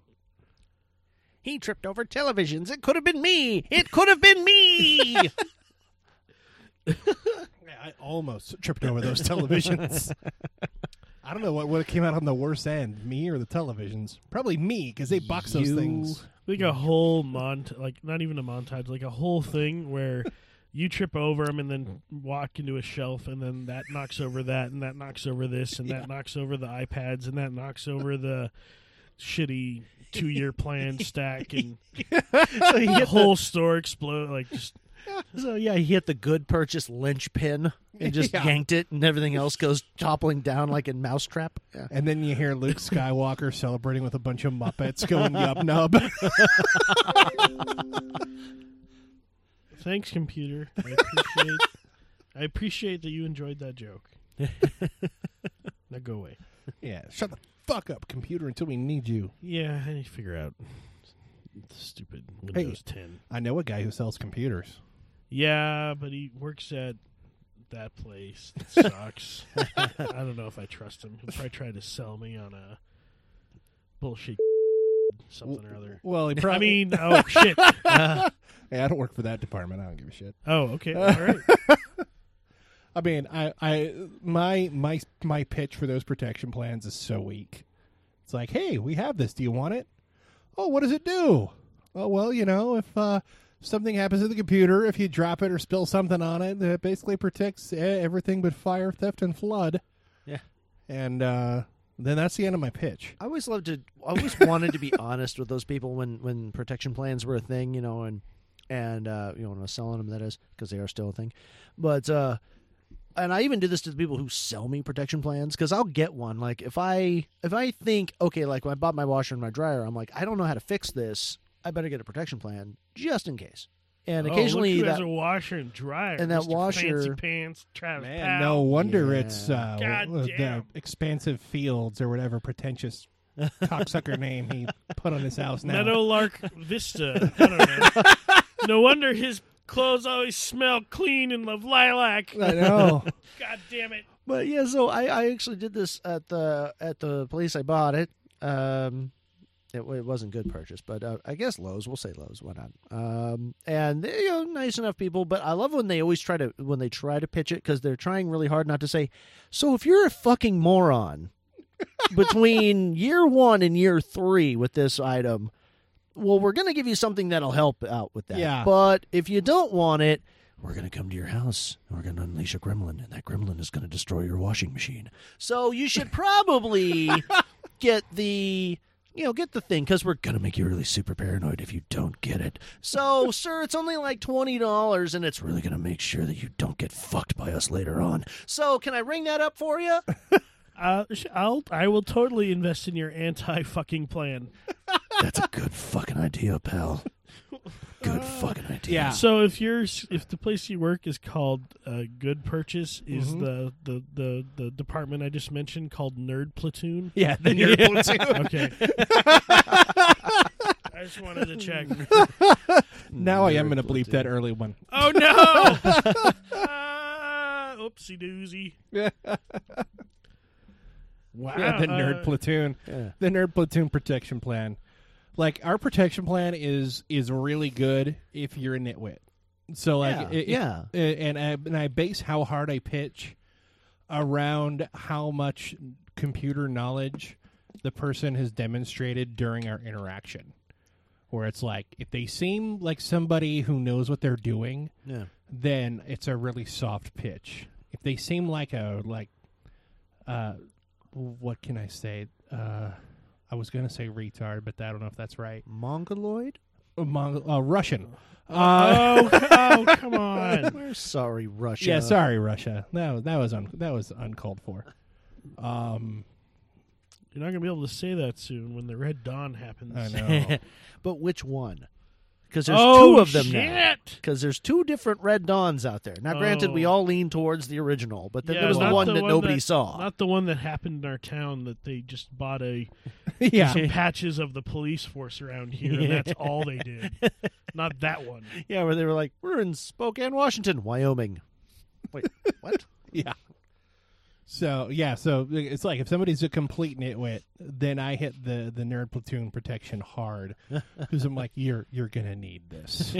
Speaker 5: He tripped over televisions. It could have been me. It could have been me.
Speaker 3: I almost tripped over those televisions. I don't know what, what came out on the worst end, me or the televisions. Probably me, because they box those
Speaker 6: You-
Speaker 3: things.
Speaker 6: Like a whole mont, like not even a montage, like a whole thing where you trip over him and then walk into a shelf, and then that knocks over that, and that knocks over this, and that knocks over the iPads, and that knocks over the shitty two-year plan stack, and the whole store explode. Like just
Speaker 5: so yeah, he hit the good purchase linchpin. and just
Speaker 3: Yeah.
Speaker 5: yanked it, and everything else goes toppling down like in Mousetrap. Yeah.
Speaker 3: And then you hear Luke Skywalker celebrating with a bunch of Muppets going yub nub.
Speaker 6: Thanks, computer. I appreciate, I appreciate that you enjoyed that joke. now go away.
Speaker 3: yeah, shut the fuck up, computer, until we need you.
Speaker 6: Yeah, I need to figure out stupid
Speaker 3: Hey,
Speaker 6: Windows 10.
Speaker 3: I know a guy who sells computers.
Speaker 6: Yeah, but he works at that place. That sucks. I don't know if I trust him. He'll probably try to sell me on a bullshit something or other.
Speaker 3: Well, he
Speaker 6: I
Speaker 3: probably-
Speaker 6: mean, oh shit.
Speaker 3: yeah, I don't work for that department. I don't give a shit.
Speaker 6: Oh, okay. All right.
Speaker 3: I mean, I, I, my, my, my pitch for those protection plans is so weak. It's like, hey, we have this. Do you want it? Oh, what does it do? Oh, well, you know, if uh, something happens to the computer, if you drop it or spill something on it, it basically protects eh, everything but fire, theft, and flood.
Speaker 5: Yeah.
Speaker 3: And uh, then that's the end of my pitch.
Speaker 5: I always loved to. I always wanted to be honest with those people when when protection plans were a thing, you know, and and uh, you know when I was selling them, that is because they are still a thing. But uh, and I even do this to the people who sell me protection plans because I'll get one. Like if I if I think okay, like when I bought my washer and my dryer, I'm like I don't know how to fix this. I better get a protection plan just in case. And
Speaker 6: Oh,
Speaker 5: occasionally
Speaker 6: look who
Speaker 5: that
Speaker 6: has a washer and dryer
Speaker 5: and that
Speaker 6: Mr. fancy
Speaker 5: washer-
Speaker 6: pants Travis
Speaker 3: Man,
Speaker 6: Powell.
Speaker 3: no wonder it's uh,
Speaker 6: Yeah. God
Speaker 3: w- the
Speaker 6: damn.
Speaker 3: expansive fields or whatever pretentious cocksucker name he put on his house now.
Speaker 6: Meadowlark Vista. I don't know. no wonder his clothes always smell clean and of lilac.
Speaker 3: I know.
Speaker 6: God damn it.
Speaker 5: But yeah, so I, I actually did this at the at the place I bought it. Um, it, it wasn't good purchase, but uh, I guess Lowe's. We'll say Lowe's. Why not? Um, and they, you know, nice enough people. But I love when they always try to when they try to pitch it because they're trying really hard not to say. So if you're a fucking moron between year one and year three with this item, well, we're gonna give you something that'll help out with that.
Speaker 3: Yeah.
Speaker 5: But if you don't want it, we're going to come to your house and we're going to unleash a gremlin, and that gremlin is going to destroy your washing machine. So you should probably get the. You know, get the thing because we're gonna make you really super paranoid if you don't get it. So, sir, it's only like twenty dollars, and it's really gonna make sure that you don't get fucked by us later on. So, can I ring that up for you?
Speaker 6: Uh, sh- I'll I will totally invest in your anti fucking plan.
Speaker 5: That's a good fucking idea, pal. Good fucking idea.
Speaker 3: Yeah.
Speaker 6: So if yours if the place you work is called uh, Good Purchase, is
Speaker 3: Mhm.
Speaker 6: the, the the the department I just mentioned called Nerd Platoon?
Speaker 3: Yeah, the Nerd Platoon.
Speaker 6: okay. I just wanted to check.
Speaker 3: now I am going to bleep that early one.
Speaker 6: Oh no! Ah, oopsie doozy. wow.
Speaker 3: Yeah, the nerd
Speaker 6: Uh,
Speaker 3: platoon.
Speaker 5: Yeah.
Speaker 3: The nerd platoon protection plan. Like our protection plan is is really good if you're a nitwit. So like
Speaker 5: Yeah,
Speaker 3: it- it-
Speaker 5: yeah.
Speaker 3: it- and I, and I base how hard I pitch around how much computer knowledge the person has demonstrated during our interaction. Where it's like if they seem like somebody who knows what they're doing,
Speaker 5: Yeah.
Speaker 3: then it's a really soft pitch. If they seem like a like uh what can I say? Uh I was gonna say retard, but I don't know if that's right.
Speaker 5: Mongoloid?
Speaker 3: Uh, Mong- uh, Russian.
Speaker 6: Oh,
Speaker 3: Uh,
Speaker 6: oh, come on.
Speaker 5: We're sorry, Russia.
Speaker 3: yeah, sorry, Russia. That that was un- that was uncalled for. Um,
Speaker 6: You're not gonna be able to say that soon when the Red Dawn happens.
Speaker 3: I know.
Speaker 5: But which one? Because there's
Speaker 6: Oh,
Speaker 5: two of them now.
Speaker 6: shit!
Speaker 5: Because there's two different Red Dawns out there. Now, granted, we
Speaker 6: Oh.
Speaker 5: all lean towards the original, but then
Speaker 6: Yeah,
Speaker 5: there was the
Speaker 6: not
Speaker 5: one that nobody
Speaker 6: that-
Speaker 5: saw.
Speaker 6: Not the one that happened in our town that they just bought a some
Speaker 3: yeah,
Speaker 6: patches of the police force around here, and that's all they did. Not that one.
Speaker 5: yeah, where they were like, we're in Spokane, Washington, Wyoming. Wait, what?
Speaker 3: yeah. So yeah, so it's like if somebody's a complete nitwit, then I hit the the nerd platoon protection hard because I'm like, you're you're gonna need this.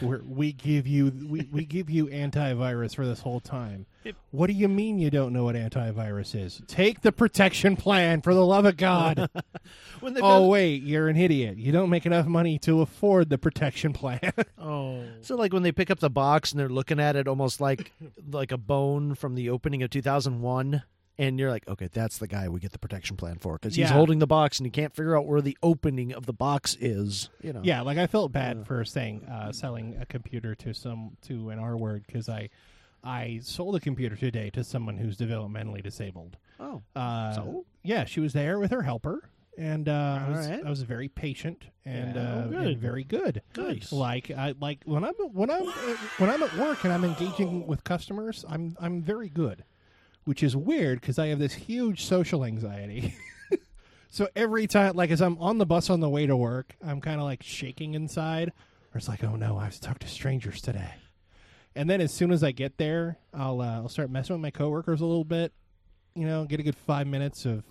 Speaker 3: We're, we give you we, we give you antivirus for this whole time. What do you mean you don't know what antivirus is? Take the protection plan for the love of God.
Speaker 5: When they
Speaker 3: oh
Speaker 5: found-
Speaker 3: wait, you're an idiot. You don't make enough money to afford the protection plan.
Speaker 6: Oh,
Speaker 5: So like when they pick up the box and they're looking at it almost like like a bone from the opening of 2001 and you're like, okay, that's the guy we get the protection plan for because he's
Speaker 3: Yeah.
Speaker 5: holding the box and he can't figure out where the opening of the box is. You know,
Speaker 3: yeah, like I felt bad for saying uh, selling a computer to some to an R word because I I sold a computer today to someone who's developmentally disabled.
Speaker 5: Oh,
Speaker 3: uh,
Speaker 5: so?
Speaker 3: yeah, she was there with her helper, and uh, I was
Speaker 5: Alright.
Speaker 3: I was very patient and,
Speaker 5: Yeah.
Speaker 3: uh,
Speaker 5: Oh,
Speaker 3: and
Speaker 5: good.
Speaker 3: very good.
Speaker 5: Nice.
Speaker 3: Like I like when I'm when I'm uh, when I'm at work and I'm engaging with customers, I'm I'm very good, which is weird because I have this huge social anxiety. So every time, like as I'm on the bus on the way to work, I'm kind of like shaking inside. Or it's like, oh no, I've talked to strangers today. And then as soon as I get there, I'll uh, I'll start messing with my coworkers a little bit. You know, get a good five minutes of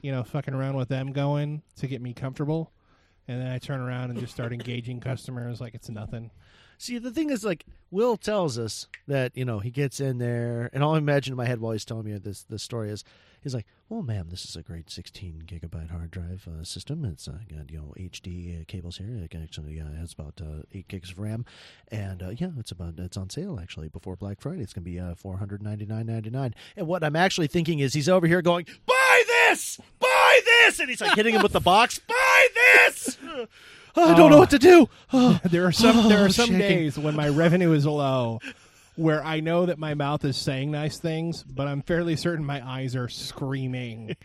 Speaker 3: you know fucking around with them going to get me comfortable. And then I turn around and just start engaging customers like it's nothing.
Speaker 5: See, the thing is, like, Will tells us that, you know, he gets in there, and all I imagine in my head while he's telling me this, this story is he's like, well, ma'am, this is a great 16 gigabyte hard drive uh, system. It's uh, got, you know, HD uh, cables here. It can actually uh, has about uh, 8 gigs of RAM. And, uh, yeah, it's about it's on sale, actually, before Black Friday. It's going to be uh, 499.99. And what I'm actually thinking is he's over here going, buy this! Buy this! And he's like hitting him with the box, buy this! I don't know what to do.
Speaker 3: there are some there
Speaker 5: Oh,
Speaker 3: are some
Speaker 5: shaking.
Speaker 3: days when my revenue is low where I know that my mouth is saying nice things, but I'm fairly certain my eyes are screaming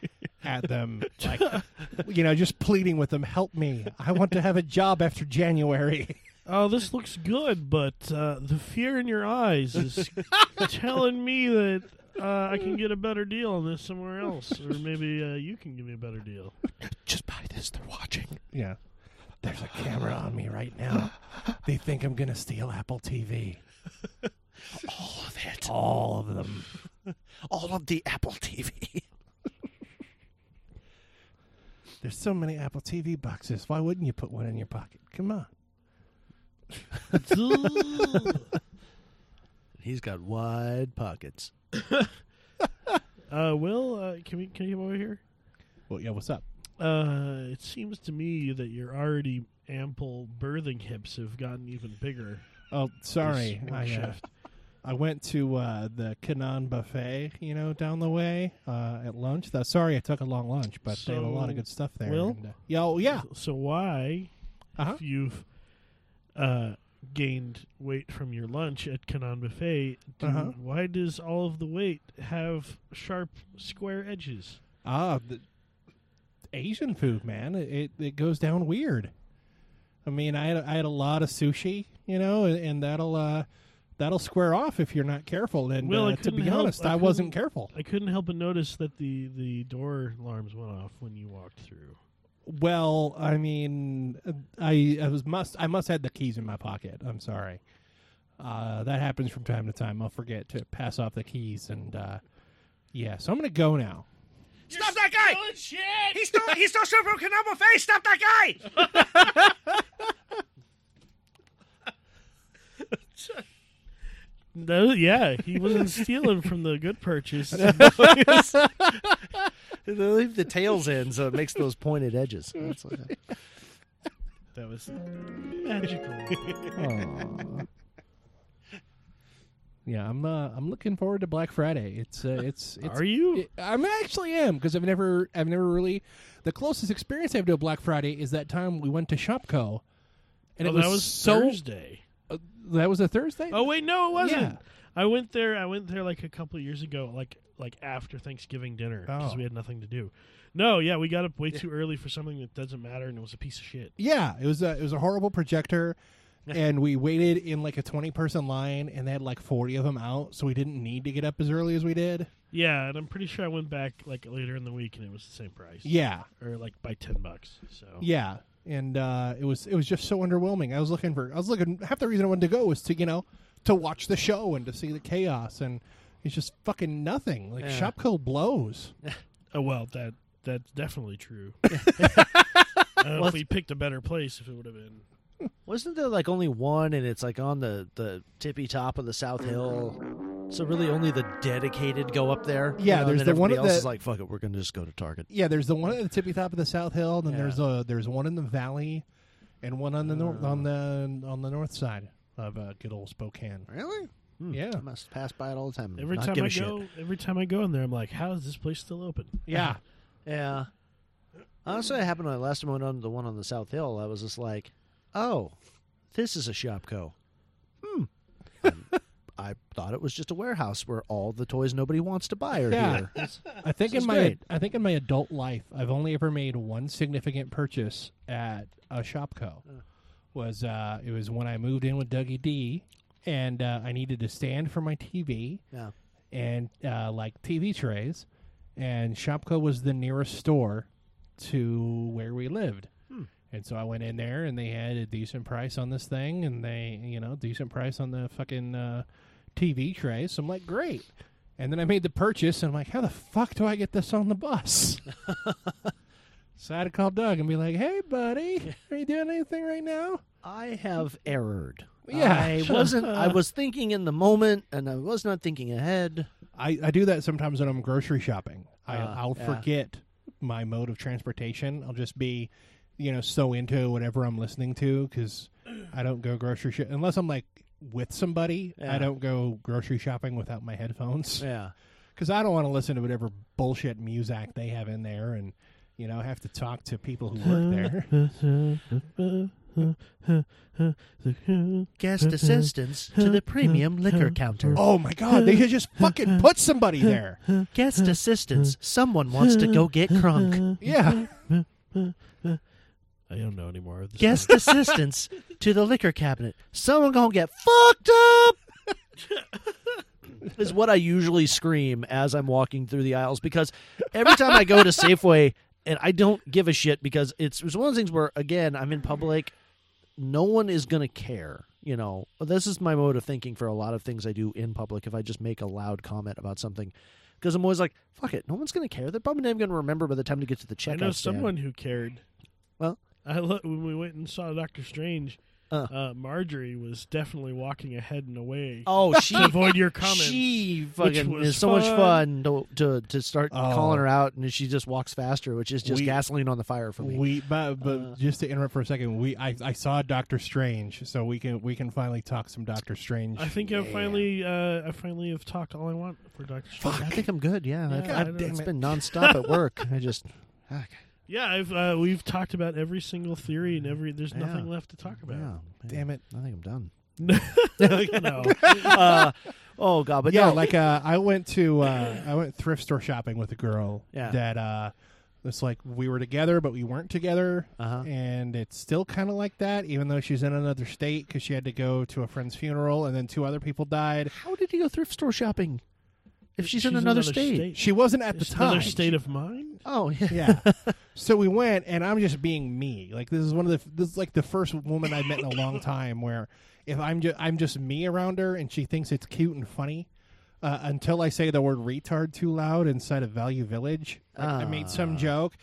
Speaker 3: at them like you know, just pleading with them, help me. I want to have a job after January.
Speaker 6: Oh, this looks good, but uh, the fear in your eyes is telling me that uh, I can get a better deal on this somewhere else, or maybe uh, you can give me a better deal.
Speaker 3: Just buy this, they're watching. Yeah. There's a camera on me right now. They think I'm gonna steal Apple TV.
Speaker 5: All of it.
Speaker 3: All of them.
Speaker 5: All of the Apple TV.
Speaker 3: There's so many Apple TV boxes. Why wouldn't you put one in your pocket? Come on.
Speaker 5: He's got wide pockets.
Speaker 6: Uh, Will, uh, can we can you come over here?
Speaker 3: Well, yeah, what's up?
Speaker 6: Uh, it seems to me that your already ample birthing hips have gotten even bigger.
Speaker 3: Oh, sorry.
Speaker 6: This
Speaker 3: I, uh,
Speaker 6: shift.
Speaker 3: I went to uh, the Canaan buffet, you know, down the way uh, at lunch. Though, sorry, I took a long lunch, but they have a lot of
Speaker 6: So,
Speaker 3: good stuff there.
Speaker 6: Will?
Speaker 3: and, uh, yeah, oh, yeah.
Speaker 6: So why,
Speaker 3: Uh-huh.
Speaker 6: if you've uh, gained weight from your lunch at Canon Buffet, do,
Speaker 3: Uh-huh.
Speaker 6: why does all of the weight have sharp, square edges?
Speaker 3: Ah, the Asian food, man. It, it it goes down weird. I mean, I had I had a lot of sushi, you know, and, and that'll uh, that'll square off if you're not careful. And
Speaker 6: Will, I
Speaker 3: uh, to
Speaker 6: couldn't
Speaker 3: be
Speaker 6: help-
Speaker 3: honest,
Speaker 6: I
Speaker 3: I, wasn't
Speaker 6: couldn't-
Speaker 3: careful.
Speaker 6: I couldn't help but notice that the the door alarms went off when you walked through.
Speaker 3: Well, I mean, I, I was must I must had the keys in my pocket. I'm sorry. Uh, that happens from time to time. I'll forget to pass off the keys, and uh, yeah. So I'm gonna go now.
Speaker 12: Stop that guy! He stole he stole stuff from Canal Buffet! Stop that guy!
Speaker 6: No, yeah, he wasn't stealing from the good purchase.
Speaker 5: They leave the tails in, so it makes those pointed edges. That's what
Speaker 6: That was magical.
Speaker 3: Aw. Yeah, I'm uh, I'm looking forward to Black Friday. It's uh, it's, it's
Speaker 6: Are you?
Speaker 3: it- I'm actually am because I've never I've never really the closest experience I have to a Black Friday is that time we went to Shopko, and
Speaker 6: Oh,
Speaker 3: it was,
Speaker 6: that was
Speaker 3: so
Speaker 6: Thursday.
Speaker 3: Uh, that was a Thursday.
Speaker 6: Oh wait, no, it wasn't.
Speaker 3: Yeah.
Speaker 6: I went there. I went there like a couple of years ago, like like after Thanksgiving dinner because
Speaker 3: Oh.
Speaker 6: we had nothing to do. No, yeah, we got up way too early for something that doesn't matter, and it was a piece of shit.
Speaker 3: Yeah, it was a it was a horrible projector, and we waited in like a twenty person line, and they had like forty of them out, so we didn't need to get up as early as we did.
Speaker 6: Yeah, and I'm pretty sure I went back like later in the week, and it was the same price.
Speaker 3: Yeah.
Speaker 6: or like by ten bucks. So
Speaker 3: Yeah, and uh, it was it was just so underwhelming. I was looking for I was looking half the reason I wanted to go was to you know to watch the show and to see the chaos, and it's just fucking nothing. Like
Speaker 6: Yeah.
Speaker 3: Shopko blows.
Speaker 6: Oh well, that that's definitely true. I don't know if we picked a better place, if it would have been.
Speaker 5: Wasn't there like only one, and it's like on the the tippy top of the South Hill? So really, only the dedicated go up there.
Speaker 3: Yeah,
Speaker 5: and
Speaker 3: there's
Speaker 5: then
Speaker 3: the one
Speaker 5: everybody
Speaker 3: at
Speaker 5: else
Speaker 3: the-
Speaker 5: is like, fuck it, we're gonna just go to Target.
Speaker 3: Yeah, there's the one at the tippy top of the South Hill, and then
Speaker 5: Yeah.
Speaker 3: there's a there's one in the valley, and one on the north on the on the north side of uh, good old Spokane.
Speaker 5: Really?
Speaker 3: Yeah,
Speaker 5: Hmm. I must pass by it all the time. and
Speaker 6: Every
Speaker 5: not
Speaker 6: time
Speaker 5: give
Speaker 6: I
Speaker 5: a shit.
Speaker 6: go, every time I go in there, I'm like, how is this place still open?
Speaker 3: Yeah.
Speaker 5: Yeah. Honestly, it happened when I last time I went on the one on the South Hill. I was just like, oh, this is a Shopco. Hmm. I'm- I thought it was just a warehouse where all the toys nobody wants to buy are
Speaker 3: yeah.
Speaker 5: here.
Speaker 3: I think
Speaker 5: This
Speaker 3: in
Speaker 5: is
Speaker 3: my
Speaker 5: great.
Speaker 3: I think in my adult life, I've only ever made one significant purchase at a Shopco. Was uh, it was when I moved in with Dougie D, and uh, I needed a stand for my TV.
Speaker 5: Yeah.
Speaker 3: And uh, like TV trays, and Shopco was the nearest store to where we lived.
Speaker 5: Hmm.
Speaker 3: And so I went in there, and they had a decent price on this thing, and they, you know, decent price on the fucking uh, TV tray. So I'm like, great. And then I made the purchase, and I'm like, how the fuck do I get this on the bus? so I had to call Doug and be like, hey, buddy, are you doing anything right now?
Speaker 5: I have errored.
Speaker 3: Yeah.
Speaker 5: I wasn't. I was thinking in the moment, and I was not thinking ahead.
Speaker 3: I, I do that sometimes when I'm grocery shopping. I,
Speaker 5: Ah,
Speaker 3: I'll
Speaker 5: yeah.
Speaker 3: forget my mode of transportation. I'll just be, you know, so into whatever I'm listening to because I don't go grocery shop unless I'm like with somebody.
Speaker 5: Yeah.
Speaker 3: I don't go grocery shopping without my headphones.
Speaker 5: Yeah.
Speaker 3: because I don't want to listen to whatever bullshit music they have in there, and you know, have to talk to people who work there.
Speaker 5: Guest assistance to the premium liquor counter.
Speaker 3: Oh my god, they should just fucking put somebody there.
Speaker 5: Guest assistance. Someone wants to go get crunk.
Speaker 3: Yeah.
Speaker 6: I don't know anymore. of this
Speaker 5: Guest
Speaker 6: stuff.
Speaker 5: assistance to the liquor cabinet. Someone gonna get fucked up. is what I usually scream as I'm walking through the aisles because every time I go to Safeway and I don't give a shit because it's it's one of those things where again I'm in public, no one is gonna care. You know, this is my mode of thinking for a lot of things I do in public. If I just make a loud comment about something, because I'm always like, "Fuck it, no one's gonna care. They're probably not even gonna remember by the time they get to the checkout."
Speaker 6: I know
Speaker 5: stand."
Speaker 6: someone who cared.
Speaker 5: Well,
Speaker 6: I lo- when we went and saw Doctor Strange,
Speaker 5: Uh.
Speaker 6: uh, Marjorie was definitely walking ahead and away.
Speaker 5: Oh, she
Speaker 6: to avoid your comments.
Speaker 5: She
Speaker 6: which
Speaker 5: fucking
Speaker 6: was
Speaker 5: is so much fun to to, to start
Speaker 3: Oh.
Speaker 5: calling her out, and she just walks faster, which is just
Speaker 3: We-
Speaker 5: gasoline on the fire for me.
Speaker 3: We, but, but just to interrupt for a second, we I, I saw Doctor Strange, so we can we can finally talk some Doctor Strange.
Speaker 6: I think I finally, uh, I finally have talked all I want for Doctor Strange.
Speaker 5: I think I'm good. Yeah, I've,
Speaker 6: Yeah, I
Speaker 5: I've,
Speaker 6: know.
Speaker 5: it's been nonstop at work. I just
Speaker 6: Yeah, I've uh, we've talked about every single theory and every. There's nothing left to talk about.
Speaker 3: Damn it.
Speaker 5: I think I'm done.
Speaker 6: no.
Speaker 5: Uh, oh god, but
Speaker 3: yeah,
Speaker 5: no.
Speaker 3: like uh, I went to uh, I went thrift store shopping with a girl
Speaker 5: Yeah.
Speaker 3: that uh, it's like we were together but we weren't together, and it's still kind of like that, even though she's in another state because she had to go to a friend's funeral and then two other people died.
Speaker 5: How did you go thrift store shopping? If she's,
Speaker 6: in
Speaker 5: in
Speaker 6: She's in
Speaker 5: another,
Speaker 6: another another
Speaker 5: state.
Speaker 6: state. state.
Speaker 3: She wasn't at the
Speaker 6: Just
Speaker 3: time.
Speaker 6: another state of mind.
Speaker 5: Oh yeah.
Speaker 3: yeah. So we went, and I'm just being me. Like this is one of the this is like the first woman I've met in a long time where if I'm just I'm just me around her, and she thinks it's cute and funny. Uh, until I say the word retard too loud inside of Value Village, Like, I made
Speaker 6: Ah.
Speaker 3: some joke,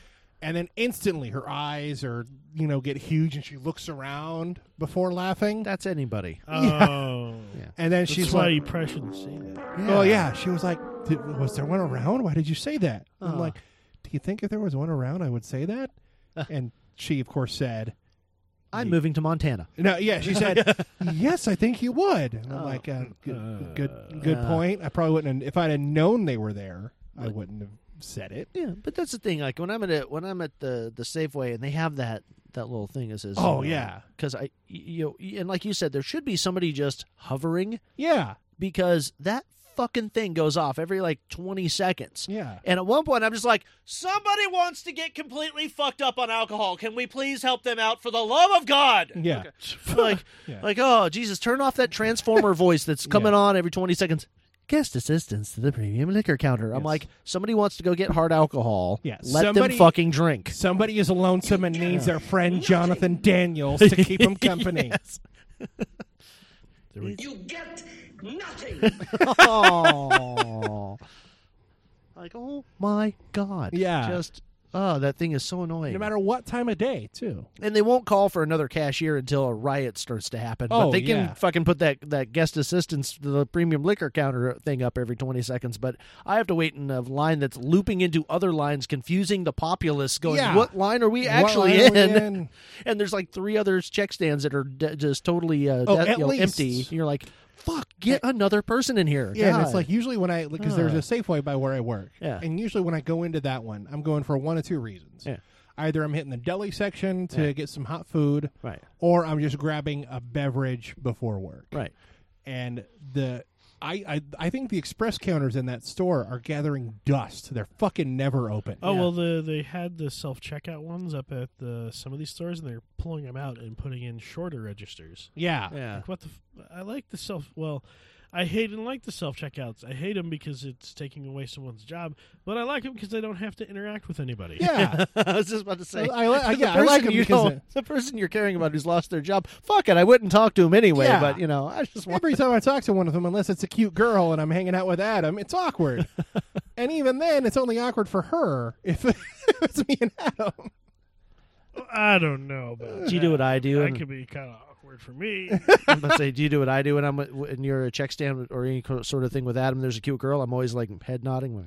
Speaker 3: and then instantly her eyes are you know get huge, and she looks around before laughing.
Speaker 5: That's anybody.
Speaker 6: Oh,
Speaker 3: And then
Speaker 6: That's
Speaker 3: she's
Speaker 6: why
Speaker 3: like,
Speaker 6: you probably shouldn't say that.
Speaker 3: Oh yeah, she was like, "Did- "Was there one around? Why did you say that?" I'm like, "Do you think if there was one around, I would say that?" and she, of course, said,
Speaker 5: I'm moving to Montana.
Speaker 3: "No, yeah." She said, "Yes, I think you would." And I'm like, uh, good, "Good, good
Speaker 5: Uh.
Speaker 3: point. I probably wouldn't. Have, if I'd have known they were there, I wouldn't have said it."
Speaker 5: Yeah, but that's the thing. Like when I'm at a, when I'm at the the Safeway and they have that that little thing that says,
Speaker 3: Oh, yeah.
Speaker 5: because I you know, and like you said, there should be somebody just hovering
Speaker 3: Yeah,
Speaker 5: because that fucking thing goes off every like 20 seconds.
Speaker 3: yeah.
Speaker 5: And at one point, I'm just like, somebody wants to get completely fucked up on alcohol. Can we please help them out for the love of God?
Speaker 3: Yeah.
Speaker 5: like,
Speaker 3: Yeah.
Speaker 5: like, oh Jesus, turn off that transformer voice that's coming on every twenty seconds. Guest assistance to the premium liquor counter. I'm like, somebody wants to go get hard alcohol.
Speaker 3: Yeah,
Speaker 5: let
Speaker 3: somebody-
Speaker 5: them fucking drink.
Speaker 3: Somebody is lonesome and needs their friend Jonathan Daniels to keep him company.
Speaker 12: You get nothing.
Speaker 5: oh, like oh my god.
Speaker 3: Yeah.
Speaker 5: just oh that thing is so annoying.
Speaker 3: No matter what time of day, too.
Speaker 5: and they won't call for another cashier until a riot starts to happen. but
Speaker 3: Oh,
Speaker 5: they can
Speaker 3: yeah.
Speaker 5: fucking put that, that guest assistance to the premium liquor counter thing up every 20 seconds. But I have to wait in a line that's looping into other lines, confusing the populace, going,
Speaker 3: Yeah.
Speaker 5: what line are we
Speaker 3: What
Speaker 5: actually
Speaker 3: line are
Speaker 5: in?
Speaker 3: we in?
Speaker 5: And there's like three other check stands that are de- just totally uh,
Speaker 3: Oh,
Speaker 5: de- you
Speaker 3: at
Speaker 5: know, empty.
Speaker 3: least.
Speaker 5: You're like, fuck, get another person in here.
Speaker 3: Yeah, and it's
Speaker 5: God.
Speaker 3: like usually when I because there's a Safeway by where I work.
Speaker 5: Yeah.
Speaker 3: And usually when I go into that one, I'm going for one of two reasons.
Speaker 5: Yeah.
Speaker 3: Either I'm hitting the deli section to get some hot food,
Speaker 5: Right.
Speaker 3: or I'm just grabbing a beverage before work.
Speaker 5: Right.
Speaker 3: And the I, I I think the express counters in that store are gathering dust. They're fucking never open.
Speaker 6: Oh well, the they had the self checkout ones up at the some of these stores, and they're pulling them out and putting in shorter registers.
Speaker 3: Yeah.
Speaker 5: Yeah.
Speaker 6: Like, what the? F- I like the self. Well, I hate and like the self checkouts. I hate them because it's taking away someone's job, but I like them because they don't have to interact with anybody.
Speaker 3: Yeah.
Speaker 5: I was just about to say.
Speaker 3: I- I-
Speaker 5: the
Speaker 3: yeah, I like
Speaker 5: person
Speaker 3: 'em
Speaker 5: you
Speaker 3: because
Speaker 5: know-
Speaker 3: they-
Speaker 5: the person you're caring about who's lost their job. Fuck it, I wouldn't talk to him anyway.
Speaker 3: Yeah.
Speaker 5: But you know, I just want
Speaker 3: Every time I talk to one of them, unless it's a cute girl and I'm hanging out with Adam, it's awkward. and even then, it's only awkward for her if it's me and Adam.
Speaker 6: I don't know. About
Speaker 5: Do you do what I do?
Speaker 6: That
Speaker 5: And-
Speaker 6: could be kind of awkward for me.
Speaker 5: I'm about to say, do you do what I do when I'm when you're a check stand or any co- sort of thing with Adam? There's a cute girl. I'm always like head nodding. Like,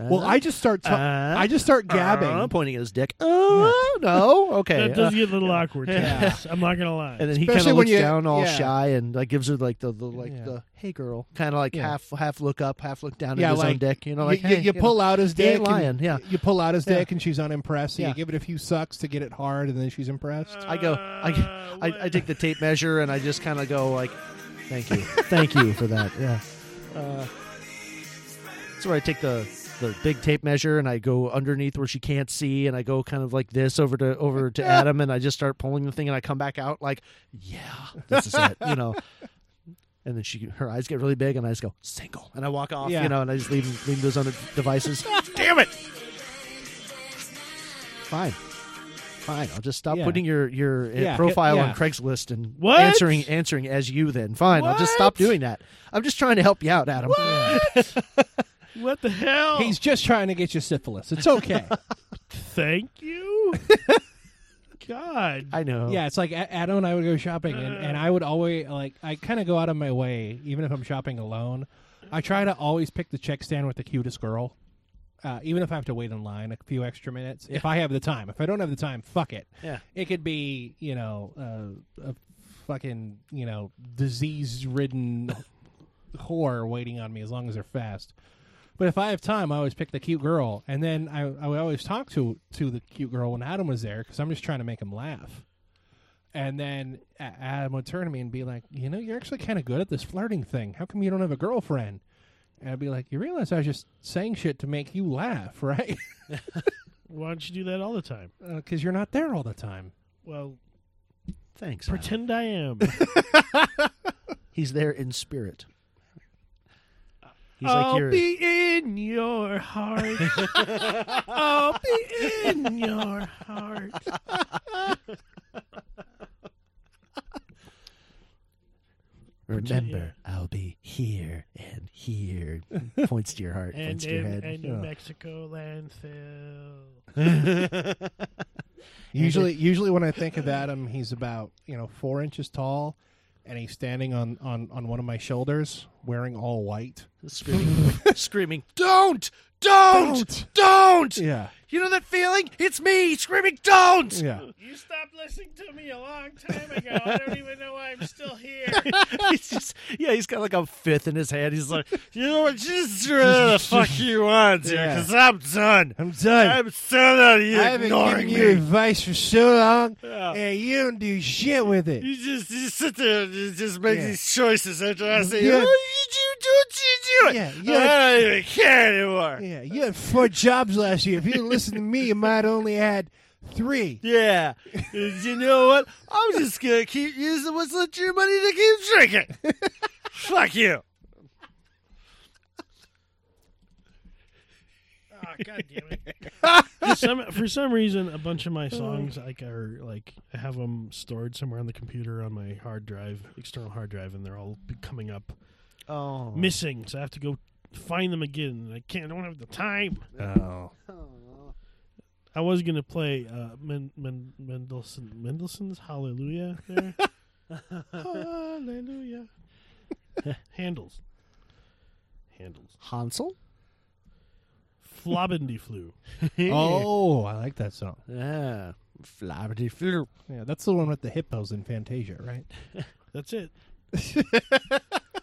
Speaker 5: uh,
Speaker 3: Well,
Speaker 5: uh,
Speaker 3: I just start ta-
Speaker 5: uh,
Speaker 3: I just start gabbing.
Speaker 5: uh, pointing at his dick. Oh no, okay.
Speaker 6: that does
Speaker 5: uh,
Speaker 6: get a little awkward. yes, I'm not gonna lie.
Speaker 5: and then he kind of
Speaker 3: Especially when
Speaker 5: looks
Speaker 3: you-
Speaker 5: down all
Speaker 3: yeah.
Speaker 5: shy and like gives her like the, the like the hey girl kind of like
Speaker 3: Yeah.
Speaker 5: half half look up half look down
Speaker 3: Yeah,
Speaker 5: at his own
Speaker 3: like,
Speaker 5: dick you know
Speaker 3: you-
Speaker 5: like
Speaker 3: you,
Speaker 5: hey,
Speaker 3: you
Speaker 5: know,
Speaker 3: pull out his
Speaker 5: he
Speaker 3: dick,
Speaker 5: ain't lying
Speaker 3: and
Speaker 5: yeah
Speaker 3: You pull out his
Speaker 5: Yeah.
Speaker 3: dick, and she's unimpressed. So
Speaker 5: Yeah. Uh,
Speaker 3: you give it a few sucks to get it hard, and then she's impressed.
Speaker 5: I go, I, I, I take the tape measure and I just kind of go like, thank you, thank you for that. Yeah. Uh, that's where I take the the big tape measure and I go underneath where she can't see and I go kind of like this over to over to Adam and I just start pulling the thing and I come back out like, yeah, this is it, you know. And then she, her eyes get really big, and I just go single, and I walk off,
Speaker 3: Yeah.
Speaker 5: you know, and I just leave leave those other devices.
Speaker 12: Damn it!
Speaker 5: Fine, fine. I'll just stop
Speaker 3: Yeah.
Speaker 5: putting your your uh,
Speaker 3: Yeah,
Speaker 5: profile
Speaker 3: yeah.
Speaker 5: on Craigslist and
Speaker 6: What?
Speaker 5: answering answering as you. Then fine, I'll just stop
Speaker 6: What?
Speaker 5: doing that. I'm just trying to help you out, Adam.
Speaker 6: What the hell?
Speaker 3: He's just trying to get you syphilis. It's okay.
Speaker 5: Oh.
Speaker 6: Thank you. God.
Speaker 5: I know.
Speaker 3: yeah, it's like A- Adam and I would go shopping, and, and I would always like I kind of go out of my way, even if I'm shopping alone. I try to always pick the check stand with the cutest girl, uh, even if I have to wait in line a few extra minutes. If I have the time, if I don't have the time, fuck it.
Speaker 5: Yeah.
Speaker 3: It could be, you know, uh, a fucking, you know, disease ridden whore waiting on me as long as they're fast. But if I have time, I always pick the cute girl, and then I, I would always talk to to the cute girl when Adam was there because I'm just trying to make him laugh. And then A- Adam would turn to me and be like, "You know, you're actually kind of good at this flirting thing. How come you don't have a girlfriend?" And I'd be like, "You realize I was just saying shit to make you laugh, right?
Speaker 6: Why don't you do that all the time?
Speaker 3: Because you're not there all the time."
Speaker 6: Well,
Speaker 5: Thanks. Adam.
Speaker 6: pretend I am.
Speaker 5: He's there in spirit. He's
Speaker 6: I'll
Speaker 5: like your
Speaker 6: be in your heart. I'll be in your heart.
Speaker 5: remember. I'll be here and here. Points to your heart.
Speaker 6: And
Speaker 5: points to your
Speaker 6: in
Speaker 5: head. Oh.
Speaker 6: a New
Speaker 5: Yeah.
Speaker 6: Mexico landfill.
Speaker 3: Usually, usually when I think of Adam, he's about you know four inches tall, and he's standing on on on one of my shoulders, wearing all white.
Speaker 5: Screaming, screaming.
Speaker 12: Don't! Don't! Don't!
Speaker 3: Yeah,
Speaker 12: You know that feeling? It's me screaming, don't!
Speaker 3: yeah.
Speaker 6: You stopped listening to me a long time ago. I don't even know why I'm still here.
Speaker 5: he's just, yeah, he's got like a fifth in his hand. He's like,
Speaker 12: You know what? Just throw the fuck you on, dude,
Speaker 3: Yeah.
Speaker 12: because I'm done.
Speaker 3: I'm done.
Speaker 12: I'm so done of you
Speaker 3: I haven't
Speaker 12: ignoring
Speaker 3: given
Speaker 12: me.
Speaker 3: you advice for so long,
Speaker 12: Yeah.
Speaker 3: and you don't do shit with it.
Speaker 12: You just you sit there and you just make
Speaker 3: Yeah.
Speaker 12: these choices after I say,
Speaker 3: Yeah.
Speaker 12: "What did you do? What did you do?"
Speaker 3: Yeah,
Speaker 12: it.
Speaker 3: yeah.
Speaker 12: I don't even care anymore.
Speaker 3: Yeah, you had four jobs last year. If you listened to me, you might only had three.
Speaker 12: Yeah. you know what? I'm just going to keep using what's left of your money to keep drinking. Fuck you.
Speaker 6: Oh, God damn it. for, some, for some reason, a bunch of my songs like are like I have them stored somewhere on the computer on my hard drive, external hard drive, and they're all be- coming up
Speaker 5: oh,
Speaker 6: missing. So I have to go find them again. and I can't. I don't have the time.
Speaker 3: Oh.
Speaker 6: I was gonna play uh, Men- Men- Mendelssohn Mendelssohn's Hallelujah there. Hallelujah. Handles. Handles.
Speaker 5: Hansel.
Speaker 6: Flobendiflu.
Speaker 3: Oh, I like that song.
Speaker 5: Yeah. Flabberdy floo.
Speaker 3: Yeah, that's the one with the hippos in Fantasia, right?
Speaker 6: That's it.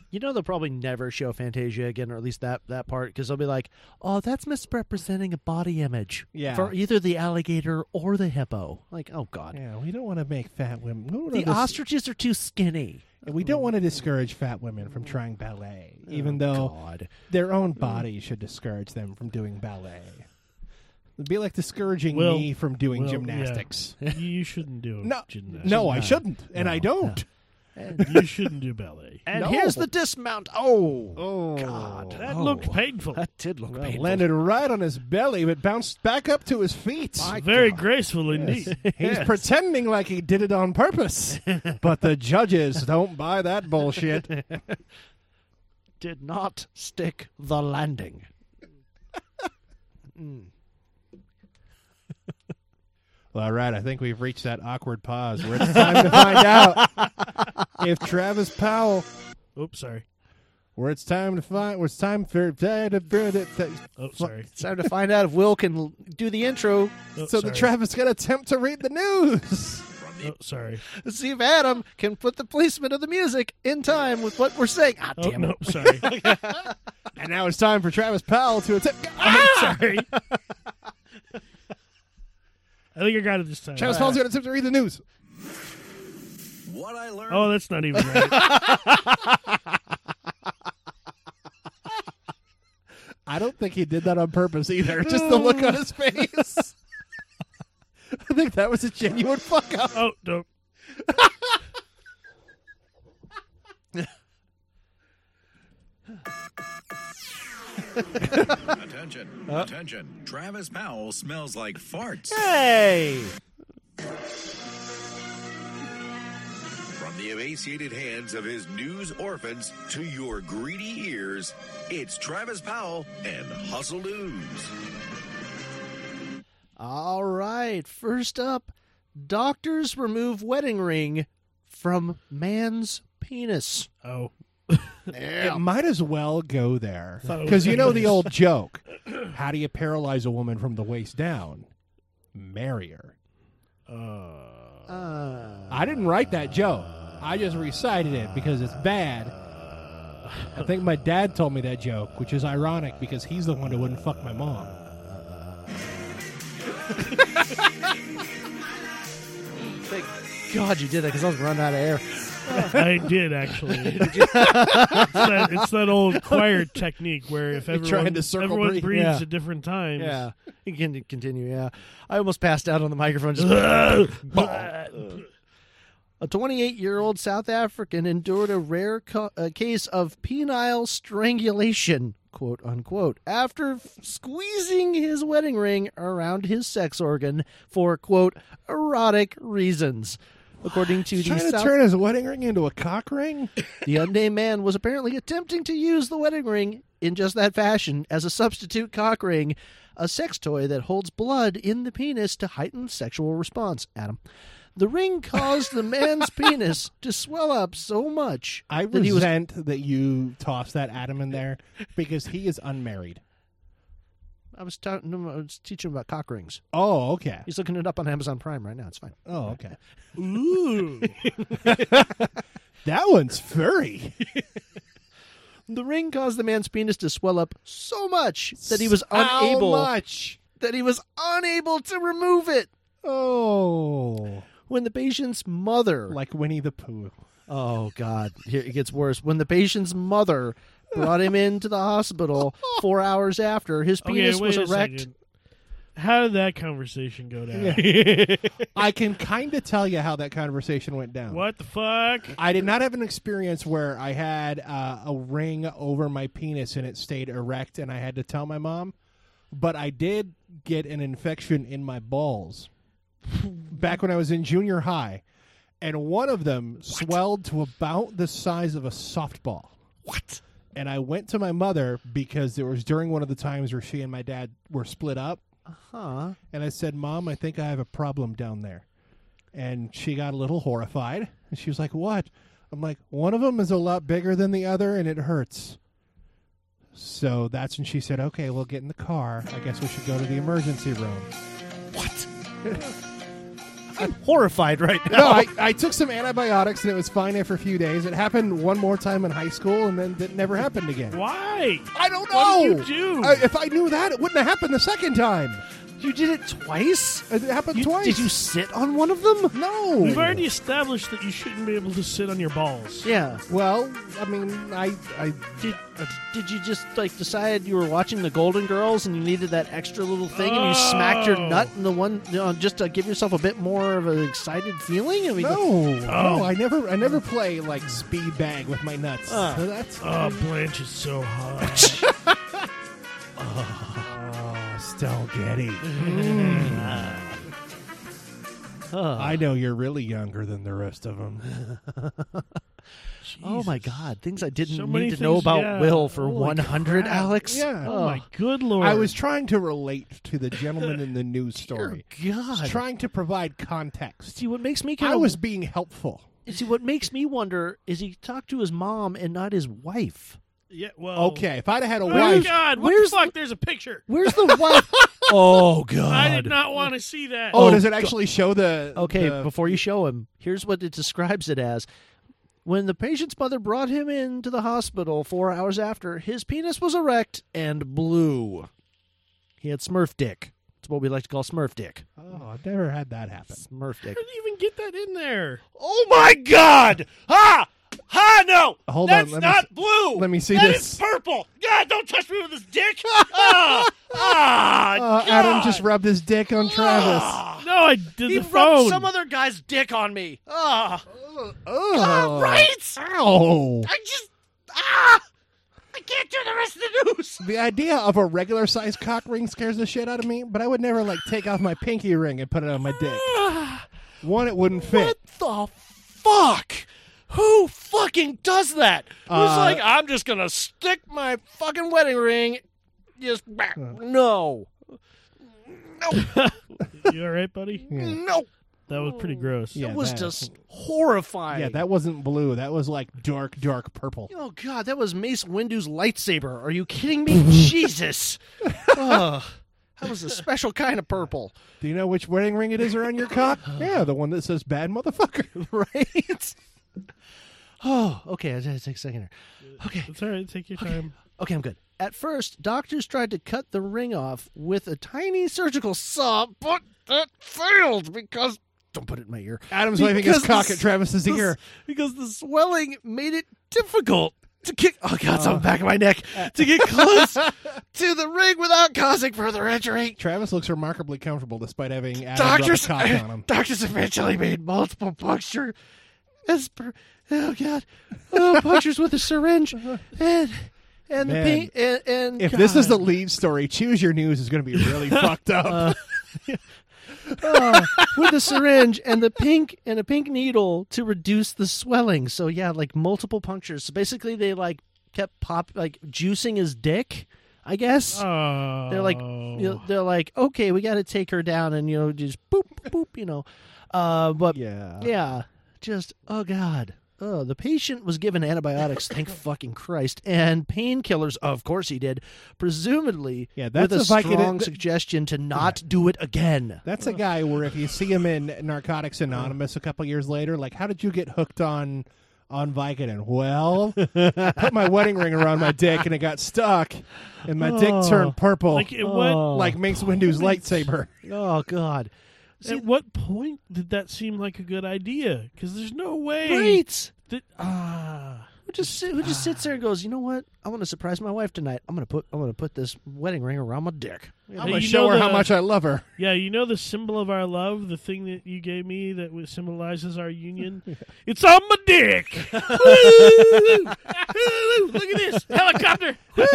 Speaker 5: You know they'll probably never show Fantasia again, or at least that that part, because they'll be like, "Oh, that's misrepresenting a body image
Speaker 3: Yeah.
Speaker 5: for either the alligator or the hippo." Like, oh god,
Speaker 3: Yeah, we don't want to make fat women. we don't
Speaker 5: the
Speaker 3: wanna dis-
Speaker 5: ostriches are too skinny.
Speaker 3: and we don't want to discourage fat women from trying ballet, even
Speaker 5: Oh,
Speaker 3: though
Speaker 5: God.
Speaker 3: their own body should discourage them from doing ballet. It'd be like discouraging
Speaker 6: Will-
Speaker 3: me from doing
Speaker 6: Will, yeah.
Speaker 3: gymnastics.
Speaker 6: You shouldn't do
Speaker 3: No,
Speaker 6: gymnastics.
Speaker 3: no, I shouldn't, and I don't.
Speaker 6: you shouldn't do ballet.
Speaker 5: And
Speaker 3: No.
Speaker 5: here's the dismount. Oh,
Speaker 3: Oh,
Speaker 5: God,
Speaker 6: That looked painful.
Speaker 5: that did look painful.
Speaker 3: landed right on his belly, but bounced back up to his feet.
Speaker 6: Very graceful indeed.
Speaker 3: He's
Speaker 6: Yes.
Speaker 3: pretending like he did it on purpose, but the judges don't buy that bullshit.
Speaker 5: did not stick the landing.
Speaker 3: Well, all right, I think we've reached that awkward pause where it's time to find out if Travis Powell.
Speaker 6: Oops, sorry.
Speaker 3: Where it's time to find. Where it's time for.
Speaker 6: Oh, sorry.
Speaker 5: It's time to find out if Will can l- do the intro.
Speaker 6: Oh,
Speaker 3: So the
Speaker 6: sorry.
Speaker 3: Travis gonna attempt to read the news.
Speaker 6: Oh, sorry.
Speaker 5: See if Adam can put the placement of the music in time with what we're saying. Ah,
Speaker 6: Oh,
Speaker 5: damn
Speaker 6: no,
Speaker 5: it.
Speaker 6: sorry.
Speaker 3: And now it's time for Travis Powell to attempt.
Speaker 6: sorry. I think I got it this time. Uh,
Speaker 3: Travis Powell's gonna attempt to read the news.
Speaker 9: What I learned.
Speaker 6: Oh, that's not even right.
Speaker 3: I don't think he did that on purpose either. Just the look on his face. I think that was a genuine fuck up.
Speaker 6: oh, no.
Speaker 9: Attention.
Speaker 1: Uh.
Speaker 9: Attention. Travis Powell smells like farts.
Speaker 5: Hey!
Speaker 9: From the emaciated hands of his news orphans to your greedy ears, it's Travis Powell and Hustle News.
Speaker 5: All right. First up, doctors remove wedding ring from man's penis.
Speaker 6: Oh.
Speaker 3: It might as well go there
Speaker 6: Thought it was
Speaker 3: because you know the
Speaker 6: genius.
Speaker 3: old joke: how do you paralyze a woman from the waist down? Marry her.
Speaker 5: Uh,
Speaker 3: I didn't write that joke. I just recited it because it's bad. I think my dad told me that joke, which is ironic because he's the one who wouldn't fuck my mom.
Speaker 5: thank God you did that because I was running out of air.
Speaker 6: I did, actually. it's, that, it's that old choir technique where if
Speaker 3: You're trying
Speaker 6: everyone,
Speaker 3: to circle
Speaker 6: everyone
Speaker 3: breathe.
Speaker 6: breathes
Speaker 5: Yeah.
Speaker 6: at different times.
Speaker 5: Yeah. You can continue. Yeah. I almost passed out on the microphone. Just A 28 year old South African endured a rare co- uh, case of penile strangulation, quote unquote, after f- squeezing his wedding ring around his sex organ for, quote, erotic reasons. According to the,
Speaker 3: Trying to
Speaker 5: South-
Speaker 3: turn his wedding ring into a cock ring?
Speaker 5: the unnamed man was apparently attempting to use the wedding ring in just that fashion as a substitute cock ring, a sex toy that holds blood in the penis to heighten sexual response. Adam. The ring caused the man's penis to swell up so much
Speaker 3: I
Speaker 5: that he was
Speaker 3: resent that you tossed that Adam in there because he is unmarried.
Speaker 5: I was talking. I was teaching him about cock rings.
Speaker 3: Oh, okay.
Speaker 5: He's looking it up on Amazon Prime right now. It's fine.
Speaker 3: Oh, okay.
Speaker 6: Ooh.
Speaker 3: That one's furry.
Speaker 5: The ring caused the man's penis to swell up so much that he was unable
Speaker 3: How much?
Speaker 5: that he was unable to remove it.
Speaker 3: Oh,
Speaker 5: When the patient's mother,
Speaker 3: like Winnie the Pooh.
Speaker 5: oh god, here it gets worse. When the patient's mother brought him into the hospital four hours after, his
Speaker 6: Okay,
Speaker 5: penis
Speaker 6: wait
Speaker 5: was
Speaker 6: a
Speaker 5: erect.
Speaker 6: second. How did that conversation go down?
Speaker 3: I can kind of tell you how that conversation went down.
Speaker 6: What the fuck?
Speaker 3: I did not have an experience where I had uh, a ring over my penis and it stayed erect, and I had to tell my mom. But I did get an infection in my balls back when I was in junior high, and one of them swelled to about the size of a softball.
Speaker 5: What?
Speaker 3: And I went to my mother because it was during one of the times where she and my dad were split up.
Speaker 5: Huh?
Speaker 3: And I said, Mom, I think I have a problem down there. And she got a little horrified. And she was like, What? I'm like, One of them is a lot bigger than the other and it hurts. So that's when she said, Okay, we'll get in the car. I guess we should go to the emergency room.
Speaker 5: What?
Speaker 2: I'm horrified right now.
Speaker 3: No, I, I took some antibiotics and it was fine after a few days. It happened one more time in high school and then it never happened again.
Speaker 6: Why?
Speaker 3: I don't know.
Speaker 6: What did you do?
Speaker 3: I- if I knew that, it wouldn't have happened the second time.
Speaker 2: You did it twice?
Speaker 3: It happened
Speaker 2: You-
Speaker 3: twice.
Speaker 2: did you
Speaker 5: sit on one of them?
Speaker 3: No.
Speaker 6: We've already established that you shouldn't be able to sit on your balls.
Speaker 5: Yeah.
Speaker 3: Well, I mean, I, I
Speaker 5: did. uh, Did you just like decide you were watching the Golden Girls and you needed that extra little thing, and you smacked your
Speaker 3: Oh.
Speaker 5: nut in the one you know, just to give yourself a bit more of an excited feeling? I mean,
Speaker 3: No, no, I never, I never play like speed bag with my nuts.
Speaker 5: Oh.
Speaker 3: So that's
Speaker 6: Oh, Blanche is so hot.
Speaker 3: oh, Stell Getty. Hmm. Ah.
Speaker 6: Mm.
Speaker 3: I know you're really younger than the rest of them.
Speaker 5: oh my God, things I didn't
Speaker 6: So many
Speaker 5: need to know
Speaker 6: things-
Speaker 5: about
Speaker 6: yeah.
Speaker 5: Will for
Speaker 6: Holy
Speaker 5: one hundred,
Speaker 6: crap.
Speaker 5: Alex.
Speaker 3: Yeah.
Speaker 6: Oh, my good lord.
Speaker 3: I was trying to relate to the gentleman in the news story.
Speaker 5: God.
Speaker 3: Trying to provide context.
Speaker 5: See what makes me kind
Speaker 3: I
Speaker 5: of
Speaker 3: was being helpful.
Speaker 5: see what makes me wonder is he talked to his mom and not his wife.
Speaker 6: yeah, well.
Speaker 3: Okay, if I'd have had a
Speaker 6: Oh,
Speaker 3: wife,
Speaker 6: God. What
Speaker 5: Where's
Speaker 6: the fuck? There's a picture.
Speaker 5: Where's the wife? oh God!
Speaker 6: I did not want to see that.
Speaker 3: Oh, does it actually show the?
Speaker 5: Okay,
Speaker 3: the-
Speaker 5: before you show him, here's what it describes it as. When the patient's mother brought him into the hospital four hours after, his penis was erect and blue. He had Smurf dick. It's what we like to call Smurf dick.
Speaker 3: oh, I've never had that happen.
Speaker 5: Smurf dick.
Speaker 6: I didn't even get that in there.
Speaker 12: Oh my God! Ha! Ha! No,
Speaker 3: Hold
Speaker 12: that's
Speaker 3: on, let me
Speaker 12: not
Speaker 3: s-
Speaker 12: blue.
Speaker 3: let me see
Speaker 12: That
Speaker 3: this.
Speaker 12: is purple. God, don't touch me with this dick. ah! Ah!
Speaker 3: Uh,
Speaker 12: God. Ah,
Speaker 3: Adam just rubbed his dick on Travis.
Speaker 6: No, I did
Speaker 12: He
Speaker 6: the
Speaker 12: rubbed
Speaker 6: phone.
Speaker 12: some other guy's dick on me. Ah!
Speaker 5: Uh.
Speaker 3: Oh,
Speaker 12: right?
Speaker 3: Ow!
Speaker 12: I just ah! I can't do the rest of the news.
Speaker 3: The idea of a regular sized cock ring scares the shit out of me, but I would never like take off my pinky ring and put it on my dick.
Speaker 6: Ah.
Speaker 3: One, it wouldn't fit.
Speaker 12: What the fuck? Who fucking does that? Who's
Speaker 3: Uh,
Speaker 12: like, I'm just gonna stick my fucking wedding ring? Just bah,
Speaker 5: Uh,
Speaker 12: no,
Speaker 6: you all right, buddy?
Speaker 3: Yeah.
Speaker 12: no.
Speaker 6: That was pretty gross.
Speaker 3: Yeah,
Speaker 12: It was
Speaker 3: that-
Speaker 12: just horrifying.
Speaker 3: Yeah, that wasn't blue. That was like dark, dark purple.
Speaker 5: Oh God, that was Mace Windu's lightsaber. Are you kidding me? Jesus. Ugh. that was a special kind of purple.
Speaker 3: Do you know which wedding ring it is around your cock? Yeah, the one that says "bad motherfucker."
Speaker 5: right? Oh, okay. I gotta take a second here. Okay,
Speaker 6: It's all right. Take your time.
Speaker 5: okay, I'm good. At first, doctors tried to cut the ring off with a tiny surgical saw, but that failed because don't put it in my ear.
Speaker 3: Adam's waving his
Speaker 5: Because the
Speaker 3: cock at
Speaker 5: s-
Speaker 3: Travis's
Speaker 5: the s-
Speaker 3: ear.
Speaker 5: because the swelling made it difficult to kick. Oh God,
Speaker 3: Uh.
Speaker 5: it's on the back of my neck to get close to the ring without causing further injury.
Speaker 3: Travis looks remarkably comfortable despite having Adam
Speaker 5: Doctors,
Speaker 3: rub a cock on him.
Speaker 5: doctors eventually made multiple puncture. As per, oh God, oh, punctures with a syringe, and and
Speaker 3: Man.
Speaker 5: the pain, and, and
Speaker 3: If this is
Speaker 5: God.
Speaker 3: the lead story, choose your news is going to be really fucked up.
Speaker 5: Uh, with a syringe and the pink and a pink needle to reduce the swelling. So yeah, like multiple punctures. So basically, they like kept pop like juicing his dick. I guess
Speaker 6: Oh.
Speaker 5: they're like you know, they're like okay, we got to take her down and you know just boop boop you know, uh, but
Speaker 3: yeah.
Speaker 5: yeah, just oh god. Oh, the patient was given antibiotics, thank fucking Christ, and painkillers. Of course, he did, presumably
Speaker 3: Yeah, that's
Speaker 5: with a
Speaker 3: if I could-
Speaker 5: strong suggestion to not do it again.
Speaker 3: That's a guy where if you see him in Narcotics Anonymous a couple years later, like, how did you get hooked on on Vicodin? Well, I put my wedding ring around my dick and it got stuck, and my dick turned purple,
Speaker 6: Like,
Speaker 3: like,
Speaker 6: it
Speaker 3: Oh.
Speaker 6: went.
Speaker 3: Mace Windu's lightsaber.
Speaker 5: Oh God! See,
Speaker 6: At what point did that seem like a good idea? Because there's no way.
Speaker 5: Great.
Speaker 6: That, ah,
Speaker 5: Who just sit, who just sits there and goes, you know what? I want to surprise my wife tonight. I'm gonna put I'm gonna put this wedding ring around my dick.
Speaker 3: I'm
Speaker 6: Hey,
Speaker 3: gonna
Speaker 6: you
Speaker 3: show
Speaker 6: know
Speaker 3: her how
Speaker 6: the-
Speaker 3: much I love her.
Speaker 6: yeah, you know the symbol of our love, the thing that you gave me that w- symbolizes our union. It's on my dick. Woo! Woo! Look at this helicopter. Woo!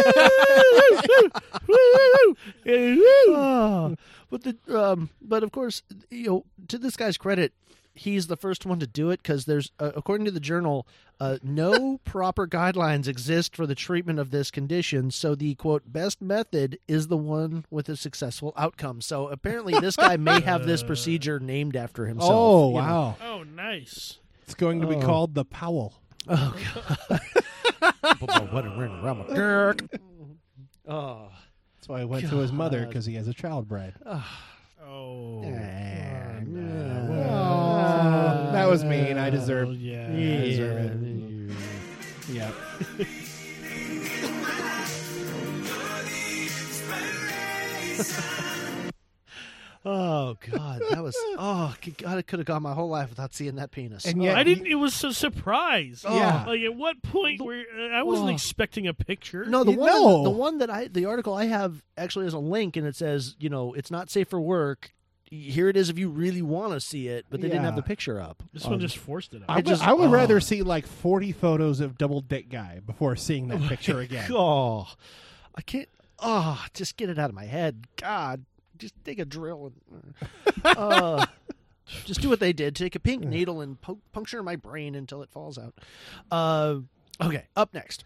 Speaker 6: Woo! Woo! Woo! Woo!
Speaker 5: Ah, but the um, but of course, you know, to this guy's credit, he's the first one to do it because there's, uh, according to the journal, uh, no proper guidelines exist for the treatment of this condition. So the quote best method is the one with a successful outcome. So apparently, this guy may have this procedure named after himself.
Speaker 3: oh,
Speaker 5: you know.
Speaker 3: wow.
Speaker 6: Oh, nice.
Speaker 3: It's going to be
Speaker 5: Oh.
Speaker 3: called the Powell.
Speaker 5: Oh god! what a ring around my Oh,
Speaker 3: That's why I went to his mother
Speaker 5: God.
Speaker 3: because he has a child bride.
Speaker 6: Oh.
Speaker 5: Eh,
Speaker 6: God.
Speaker 5: no.
Speaker 3: well, that was mean. I deserve.
Speaker 6: Oh, yeah.
Speaker 3: I deserve it. Yeah.
Speaker 5: Oh God, that was oh good God! I could have gone my whole life without seeing that penis.
Speaker 6: And I didn't. It was a surprise. Oh.
Speaker 5: Yeah.
Speaker 6: Like at what point where I wasn't
Speaker 5: Oh.
Speaker 6: expecting a picture.
Speaker 5: No, the one the one that I the article I have actually has a link and it says you know it's not safe for work. Here it is if you really want to see it, but they didn't have
Speaker 3: Yeah.
Speaker 5: the picture up.
Speaker 6: This one just forced it.
Speaker 3: I would, I would rather see like 40 photos of double dick guy before seeing that picture again.
Speaker 5: Oh, I can't. Oh, just get it out of my head. God, just take a drill and uh, just do what they did. Take a pink needle and poke, puncture my brain until it falls out. Uh, okay, up next.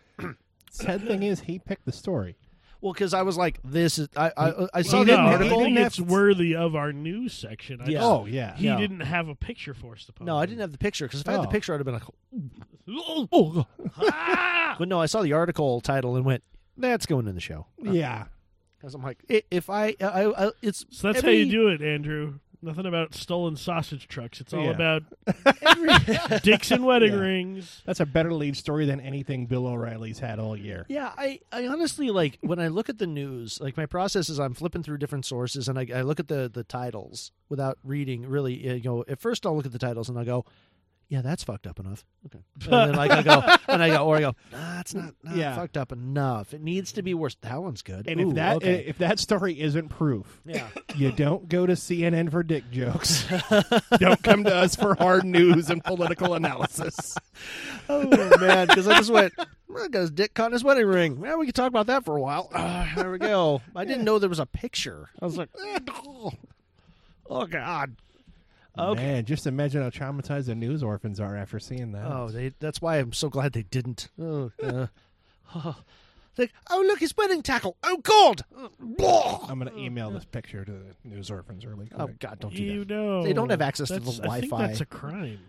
Speaker 3: Sad thing is, he picked the story.
Speaker 5: Well, because I was like, this is I I, I saw
Speaker 6: Well,
Speaker 5: that
Speaker 6: no, I
Speaker 5: article.
Speaker 6: think it's worthy of our news section. I
Speaker 5: Yeah.
Speaker 6: just-
Speaker 5: Oh, yeah.
Speaker 6: He
Speaker 5: Yeah.
Speaker 6: didn't have a picture forced upon.
Speaker 5: No, I didn't have the picture because if I had the
Speaker 6: Oh.
Speaker 5: picture, I'd have been like,
Speaker 6: Oh,
Speaker 5: but no, I saw the article title and went, that's going in the show.
Speaker 3: Yeah.
Speaker 5: Because I'm like, i- if I, I, I it's
Speaker 6: So that's how you do it, Andrew. Nothing about stolen sausage trucks. It's all
Speaker 3: Yeah.
Speaker 6: about dicks and wedding rings.
Speaker 3: That's a better lead story than anything Bill O'Reilly's had all year.
Speaker 5: Yeah, I, I honestly like when I look at the news, like my process is I'm flipping through different sources and I, I look at the, the titles without reading really. uh, You know, at first I'll look at the titles and I go, yeah, that's fucked up enough. Okay. And then like I go, and I go, or I go, nah, it's not, not
Speaker 3: Yeah.
Speaker 5: fucked up enough. It needs to be worse. That one's good.
Speaker 3: And
Speaker 5: Ooh,
Speaker 3: if that
Speaker 5: okay.
Speaker 3: if that story isn't proof,
Speaker 5: Yeah.
Speaker 3: you don't go to CNN for dick jokes. don't come to us for hard news and political analysis.
Speaker 5: oh man, because I just went. Look, got his dick caught in his wedding ring. Well, we could talk about that for a while. Ah, there we go. I didn't know there was a picture. I was like, eh, oh, oh, god. Okay.
Speaker 3: Man, just imagine how traumatized the news orphans are after seeing that.
Speaker 5: Oh, they, that's why I'm so glad they didn't. Oh, uh, oh. Like, oh look, his wedding tackle. Oh god. Oh, blah.
Speaker 3: I'm gonna email this picture to the news orphans really quick.
Speaker 5: Oh god, don't do
Speaker 6: You
Speaker 5: that.
Speaker 6: know
Speaker 5: They don't have access to the
Speaker 6: that's- I think
Speaker 5: Wi-Fi.
Speaker 6: that's a crime.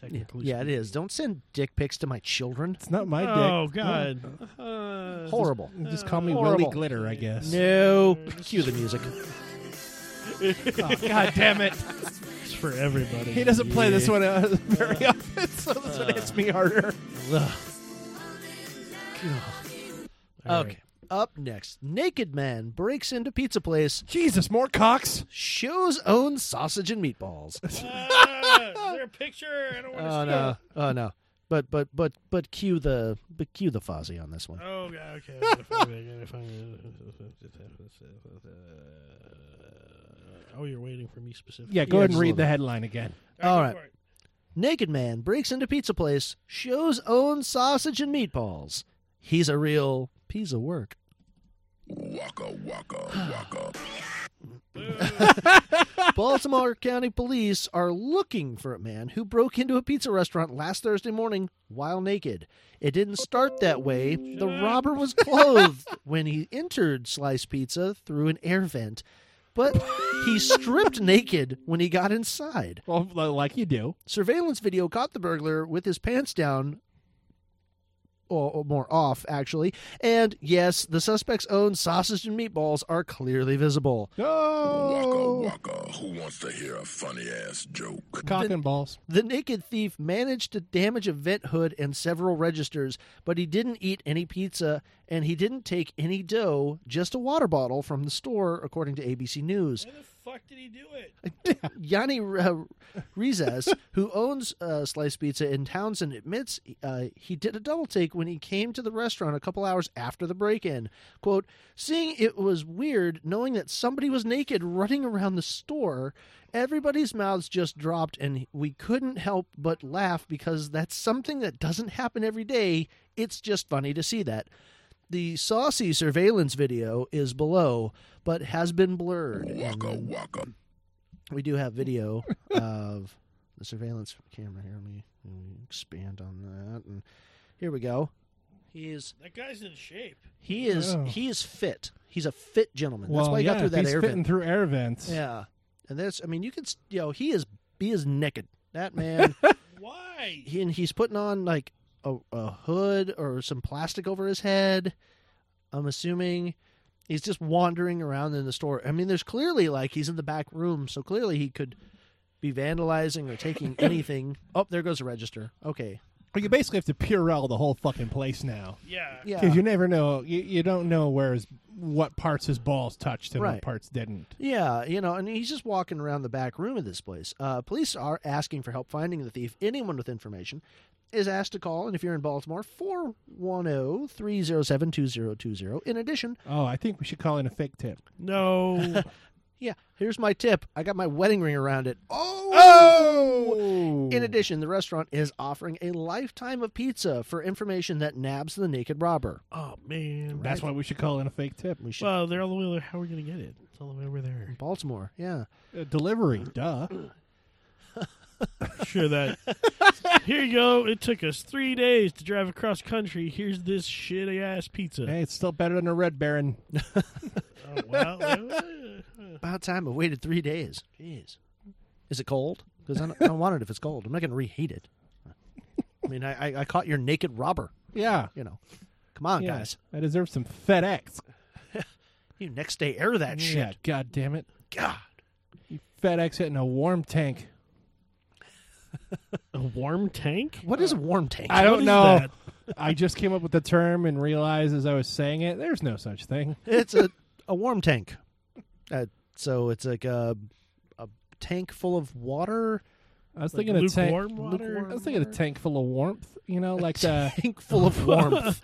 Speaker 6: Technically,
Speaker 5: Yeah, it
Speaker 6: speaking.
Speaker 5: is. Don't send dick pics to my children.
Speaker 3: It's not my dick.
Speaker 6: Oh
Speaker 3: No.
Speaker 6: god, Uh,
Speaker 5: Horrible.
Speaker 3: Just call me Willie
Speaker 5: Uh, Horrible.
Speaker 3: Glitter, I guess.
Speaker 5: No. Cue the music.
Speaker 3: Oh, god damn it.
Speaker 6: It's for everybody.
Speaker 3: He doesn't play this
Speaker 6: Yeah.
Speaker 3: one uh, very often, so this one hits me harder.
Speaker 5: Ugh.
Speaker 6: All right.
Speaker 5: Okay. Up next, naked man breaks into pizza place,
Speaker 3: Jesus, more cocks.
Speaker 5: shows own sausage and meatballs.
Speaker 6: Ah, Uh, is there a picture? I don't want to
Speaker 5: Oh
Speaker 6: see
Speaker 5: no! Oh no! But but but but cue the but cue the Fozzie on this one.
Speaker 6: it. Oh god, okay. If I- if I- oh, you're waiting for me specifically.
Speaker 3: Yeah, go
Speaker 5: Yeah,
Speaker 3: ahead and
Speaker 5: just a
Speaker 3: read
Speaker 5: little
Speaker 3: the
Speaker 5: bit.
Speaker 3: headline again.
Speaker 5: All right. Naked man breaks into pizza place, shows own sausage and meatballs. He's a real piece of work.
Speaker 9: Waka, waka, waka.
Speaker 5: Baltimore County police are looking for a man who broke into a pizza restaurant last Thursday morning while naked. It didn't start that way. The robber was clothed when he entered Slice Pizza through an air vent, but he stripped naked when he got inside.
Speaker 3: Well, li- like you do.
Speaker 5: Surveillance video caught the burglar with his pants down, or, or more off, actually. And yes, the suspect's own sausage and meatballs are clearly visible.
Speaker 9: Waka,
Speaker 3: Oh,
Speaker 9: waka. Who wants to hear a funny ass joke?
Speaker 3: cock and balls.
Speaker 5: The naked thief managed to damage a vent hood and several registers, but he didn't eat any pizza and he didn't take any dough, just a water bottle from the store, according to ABC News.
Speaker 6: Why the fuck did he do it?
Speaker 5: Yanni uh, Rizas, who owns uh, Slice Pizza in Townsend, admits uh, he did a double take when he came to the restaurant a couple hours after the break in. Quote, seeing it was weird knowing that somebody was naked running around the store. Everybody's mouths just dropped, and we couldn't help but laugh because that's something that doesn't happen every day. It's just funny to see that. The saucy surveillance video is below, but has been blurred. And
Speaker 9: Waka,
Speaker 5: then-
Speaker 9: waka.
Speaker 5: we do have video of the surveillance camera here. Let me, let me expand on that. And here we go. He is
Speaker 6: That guy's in shape.
Speaker 5: he is
Speaker 3: Oh.
Speaker 5: he is fit. He's a fit gentleman.
Speaker 3: well,
Speaker 5: That's why he
Speaker 3: yeah,
Speaker 5: got through
Speaker 3: if
Speaker 5: that
Speaker 3: he's
Speaker 5: air
Speaker 3: fitting
Speaker 5: vent.
Speaker 3: through air vents.
Speaker 5: Yeah, and that's I mean you could s- you know he is he is naked. That man
Speaker 6: Why?
Speaker 5: he, and he's putting on like a, a hood or some plastic over his head. I'm assuming he's just wandering around in the store. I mean, there's clearly like he's in the back room, so clearly he could be vandalizing or taking anything. Oh, there goes the register. Okay.
Speaker 3: Well, you basically have to Purell the whole fucking place now.
Speaker 6: Yeah.
Speaker 5: Yeah.
Speaker 3: Because you never know. You, you don't know where his, what parts his balls touched and
Speaker 5: Right.
Speaker 3: what parts didn't.
Speaker 5: Yeah, you know, and he's just walking around the back room of this place. Uh, police are asking for help finding the thief. Anyone with information is asked to call, and if you're in Baltimore, 410 307 2020. In addition,
Speaker 3: Oh, I think we should call in a fake tip.
Speaker 6: No.
Speaker 5: yeah, here's my tip I got my wedding ring around it. Oh!
Speaker 3: Oh!
Speaker 5: In addition, the restaurant is offering a lifetime of pizza for information that nabs the naked robber.
Speaker 6: Oh man.
Speaker 3: That's why we should call in a fake tip.
Speaker 5: We should.
Speaker 6: Well, they're all the way. How are we gonna get it? It's all the way over there.
Speaker 5: Baltimore, yeah.
Speaker 3: Uh, delivery, duh.
Speaker 6: Sure that. Here you go. It took us three days to drive across country. Here's this shitty ass pizza.
Speaker 3: Hey, it's still better than a Red Baron.
Speaker 6: Oh, well,
Speaker 5: About time I waited three days. Jeez. Is it cold? Because I, don't- I don't want it if it's cold. I'm not going to reheat it. I mean, I, I, I caught your naked robber.
Speaker 3: Yeah.
Speaker 5: You know, come on,
Speaker 3: Yeah,
Speaker 5: guys.
Speaker 3: I deserve some FedEx.
Speaker 5: You next day air that
Speaker 3: yeah,
Speaker 5: shit.
Speaker 3: God damn it.
Speaker 5: God.
Speaker 3: You FedEx it in a warm tank.
Speaker 6: a warm tank?
Speaker 5: What is a warm tank?
Speaker 3: I
Speaker 6: What
Speaker 3: don't
Speaker 6: is
Speaker 3: know.
Speaker 6: that?
Speaker 3: I just came up with the term and realized as I was saying it, there's no such thing.
Speaker 5: It's a, a warm tank. Uh, so it's like a, a tank full of water.
Speaker 3: I was
Speaker 6: Like
Speaker 3: thinking a tank.
Speaker 6: lukewarm water?
Speaker 3: I was thinking a tank full of warmth. You know, like the
Speaker 5: Tank full of warmth.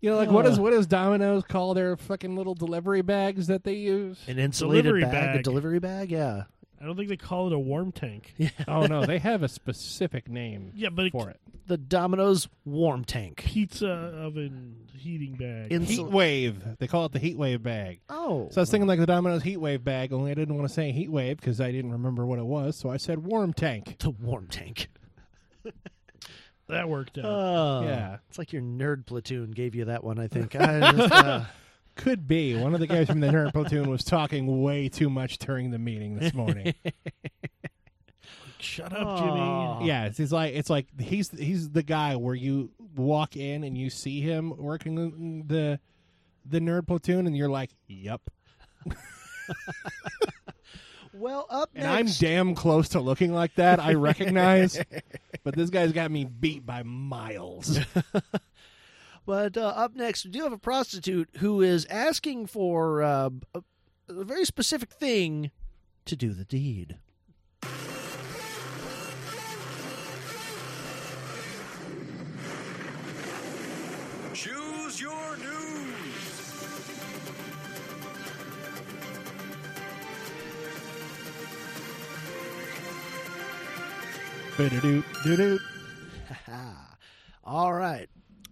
Speaker 3: you know, like what is what does Domino's call their fucking little delivery bags that they use?
Speaker 5: An insulated
Speaker 6: Delivery
Speaker 5: bag, a
Speaker 6: bag.
Speaker 5: delivery bag, yeah.
Speaker 6: I don't think they call it a warm tank.
Speaker 3: oh no, they have a specific name.
Speaker 6: Yeah, but it-
Speaker 3: for it,
Speaker 5: The Domino's warm tank.
Speaker 6: Pizza oven heating bag.
Speaker 5: Insul-
Speaker 3: heat wave. They call it the heat wave bag.
Speaker 5: oh,
Speaker 3: So I was thinking like the Domino's heat wave bag, only I didn't want to say heat wave because I didn't remember what it was, so I said warm tank.
Speaker 5: the warm tank.
Speaker 6: that worked out.
Speaker 5: Oh,
Speaker 3: Yeah.
Speaker 5: It's like your nerd platoon gave you that one, I think. I just, uh,
Speaker 3: Could be one of the guys from the nerd platoon was talking way too much during the meeting this morning.
Speaker 6: Shut up, Jimmy.
Speaker 3: Yeah, it's, it's like it's like he's he's the guy where you walk in and you see him working in the the nerd platoon, and you're like, "Yep."
Speaker 5: well, up
Speaker 3: And
Speaker 5: next.
Speaker 3: I'm damn close to looking like that. I recognize, but this guy's got me beat by miles.
Speaker 5: but uh, up next, we do have a prostitute who is asking for uh, a, a very specific thing to do the deed.
Speaker 9: Choose your news.
Speaker 3: Ba-da-doop, doo-doop.
Speaker 5: Ha. All right.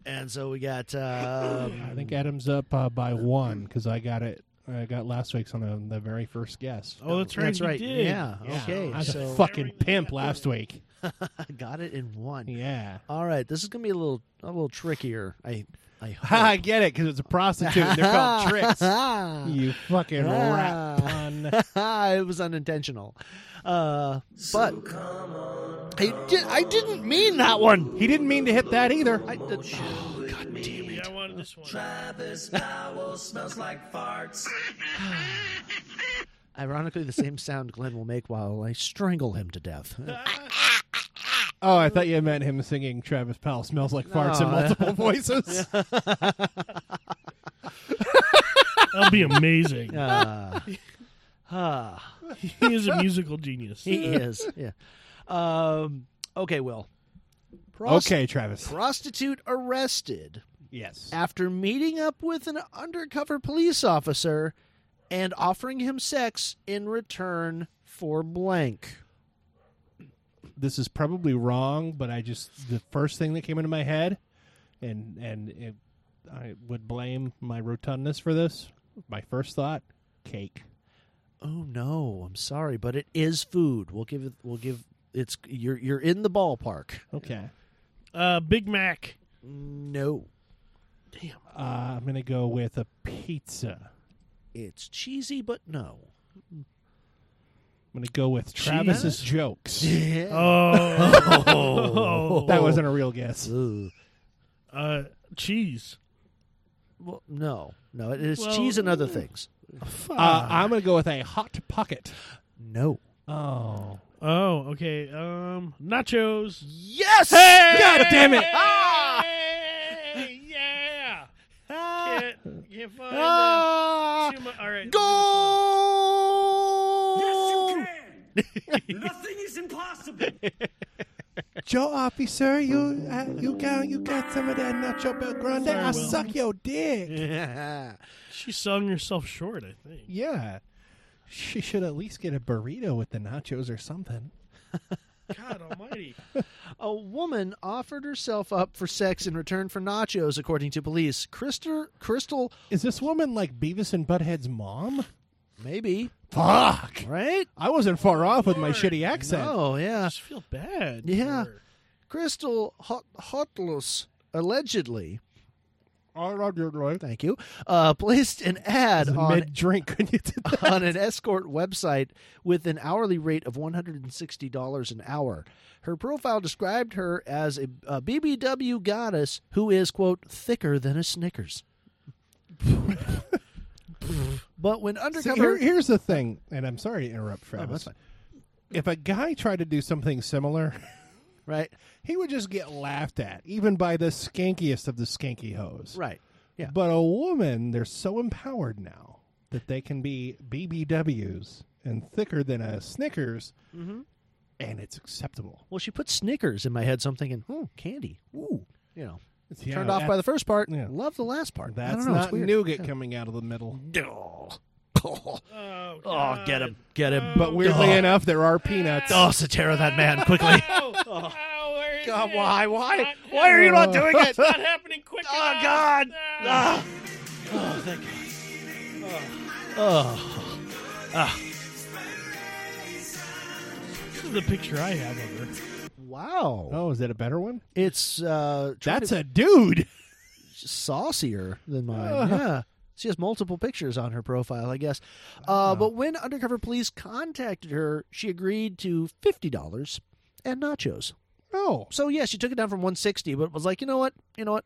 Speaker 5: And so we got. Um,
Speaker 3: I think Adam's up uh, by one because I got it. I got last week's on the, the very first guess.
Speaker 6: Oh, that's right.
Speaker 5: that's
Speaker 6: you
Speaker 5: right.
Speaker 6: did.
Speaker 5: Yeah. Okay.
Speaker 3: I was
Speaker 5: so
Speaker 3: a fucking pimp last week.
Speaker 5: I got it in one.
Speaker 3: Yeah.
Speaker 5: All right. This is gonna be a little a little trickier. I I
Speaker 3: I
Speaker 5: hope.
Speaker 3: get it because it's a prostitute. and They're called tricks. You fucking rat
Speaker 5: Ah.
Speaker 3: pun.
Speaker 5: it was unintentional. Uh, but I, did, I didn't mean that one.
Speaker 3: He didn't mean to hit that either.
Speaker 5: I did, oh, God damn it.
Speaker 6: I wanted this one.
Speaker 5: Ironically, the same sound Glenn will make while I strangle him to death.
Speaker 3: Oh, I thought you meant him singing Travis Powell smells like farts in
Speaker 5: No.
Speaker 3: multiple voices.
Speaker 6: That'll be amazing.
Speaker 5: Uh, ah,
Speaker 6: He is a musical genius.
Speaker 5: he is. Yeah. Um, okay, Will. Prost-
Speaker 3: Okay, Travis.
Speaker 5: Prostitute arrested
Speaker 3: Yes.
Speaker 5: after meeting up with an undercover police officer and offering him sex in return for blank.
Speaker 3: This is probably wrong, but I just the first thing that came into my head, and and it, I would blame my rotundness for this. My first thought, cake.
Speaker 5: Oh no, I'm sorry, but it is food. We'll give it. We'll give. It's you're you're in the ballpark.
Speaker 3: Okay.
Speaker 6: Uh, Big Mac.
Speaker 5: No,
Speaker 3: Uh, I'm gonna go with a pizza.
Speaker 5: it's cheesy, but no.
Speaker 3: I'm gonna go with Travis's jokes.
Speaker 6: Oh.
Speaker 3: That wasn't a real guess.
Speaker 5: Ugh.
Speaker 6: Uh, cheese.
Speaker 5: Well, no, no. it- It's
Speaker 6: Well,
Speaker 5: cheese and other things.
Speaker 3: Uh, I'm gonna go with a hot pocket.
Speaker 5: No.
Speaker 3: Oh,
Speaker 6: Oh, okay. Um, nachos.
Speaker 5: Yes.
Speaker 6: Hey!
Speaker 3: God damn it!
Speaker 6: Hey, yeah. Can't, can't find ah! too much. All right.
Speaker 12: Goal! Yes, you can. Nothing is impossible.
Speaker 13: Joe officer, you uh, you got you got some of that nacho Belgrande.
Speaker 6: Sorry,
Speaker 13: I'll
Speaker 6: Will.
Speaker 13: suck your dick.
Speaker 6: She sung herself short, I think.
Speaker 3: Yeah. She should at least get a burrito with the nachos or something.
Speaker 6: God almighty.
Speaker 5: A woman offered herself up for sex in return for nachos, according to police. Crystal, Crystal,
Speaker 3: Is this woman like Beavis and Butthead's mom?
Speaker 5: maybe.
Speaker 3: Fuck.
Speaker 5: Right?
Speaker 3: I wasn't far off with my shitty accent.
Speaker 5: Oh yeah.
Speaker 6: just feel bad.
Speaker 5: Yeah. Crystal Hot- Hotlos allegedly. Thank you. Uh, placed an ad on
Speaker 3: Mid drink.
Speaker 5: on an escort website with an hourly rate of $160 an hour. Her profile described her as a, a BBW goddess who is, quote, thicker than a Snickers. but when
Speaker 3: See,
Speaker 5: undercover.
Speaker 3: here- here's the thing, and I'm sorry to interrupt, Travis.
Speaker 5: Oh, that's fine.
Speaker 3: If a guy tried to do something similar,
Speaker 5: right,
Speaker 3: he would just get laughed at, even by the skankiest of the skanky hoes.
Speaker 5: Right. Yeah.
Speaker 3: But a woman, they're so empowered now that they can be BBWs and thicker than a Snickers,
Speaker 5: Mm-hmm.
Speaker 3: and it's acceptable.
Speaker 5: Well, she put Snickers in my head, so I'm thinking, hmm, candy. Ooh. You know.
Speaker 3: Yeah,
Speaker 5: turned off
Speaker 3: that-
Speaker 5: by the first part.
Speaker 3: yeah.
Speaker 5: Love the last part. I
Speaker 3: That's
Speaker 5: don't know, it's
Speaker 3: not
Speaker 5: weird.
Speaker 3: nougat
Speaker 5: Yeah.
Speaker 3: coming out of the middle.
Speaker 5: Oh, oh get him. Get him.
Speaker 3: But weirdly
Speaker 5: Oh.
Speaker 3: enough, there are peanuts.
Speaker 5: Oh, Satara, that man, quickly.
Speaker 6: Oh,
Speaker 5: God, why? Why?
Speaker 12: Why are you not doing it?
Speaker 6: It's not happening quick
Speaker 12: Oh,
Speaker 6: enough.
Speaker 12: God.
Speaker 6: Ah.
Speaker 5: Oh, thank God. Oh. Ah.
Speaker 6: This is the picture I have of her.
Speaker 5: Wow.
Speaker 3: Oh, is that a better one?
Speaker 5: It's uh trying
Speaker 3: That's
Speaker 5: to-
Speaker 3: a dude.
Speaker 5: saucier than mine.
Speaker 3: Ugh.
Speaker 5: Yeah. She has multiple pictures on her profile, I guess. Uh, but when undercover police contacted her, she agreed to fifty dollars and nachos.
Speaker 3: Oh,
Speaker 5: So yeah, she took it down from one sixty, but was like, you know what, you know what,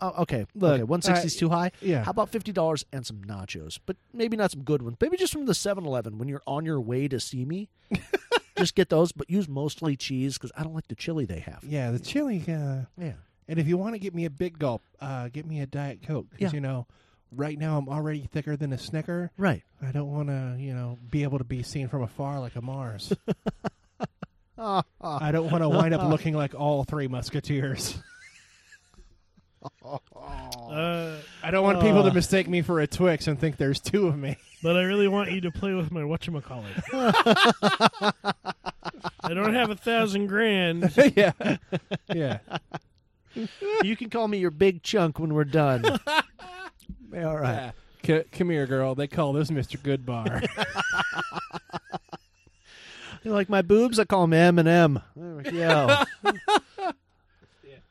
Speaker 5: oh, okay, okay, one sixty is
Speaker 3: I-
Speaker 5: too high.
Speaker 3: yeah.
Speaker 5: how about fifty dollars and some nachos, but maybe not some good ones. Maybe just from the 7-Eleven when you're on your way to see me. just get those, but use mostly cheese because I don't like the chili they have.
Speaker 3: Yeah, the chili. Uh,
Speaker 5: Yeah.
Speaker 3: And if you want to get me a big gulp, uh, get me a diet coke. Because
Speaker 5: Yeah.
Speaker 3: you know, right now I'm already thicker than a Snicker.
Speaker 5: Right.
Speaker 3: I don't want to, you know, be able to be seen from afar like a Mars. I don't want to wind up looking like all three Musketeers.
Speaker 6: Uh,
Speaker 3: I don't want people to
Speaker 6: Uh.
Speaker 5: Oh.
Speaker 3: mistake me for a Twix and think there's two of me.
Speaker 6: But I really want you to play with my whatchamacallit. I don't have a thousand grand.
Speaker 3: yeah. Yeah.
Speaker 5: you can call me your big chunk when we're done. All right.
Speaker 3: C- come here, girl. They call this Mr. Goodbar.
Speaker 5: You like my boobs? I call them M and M. Yeah.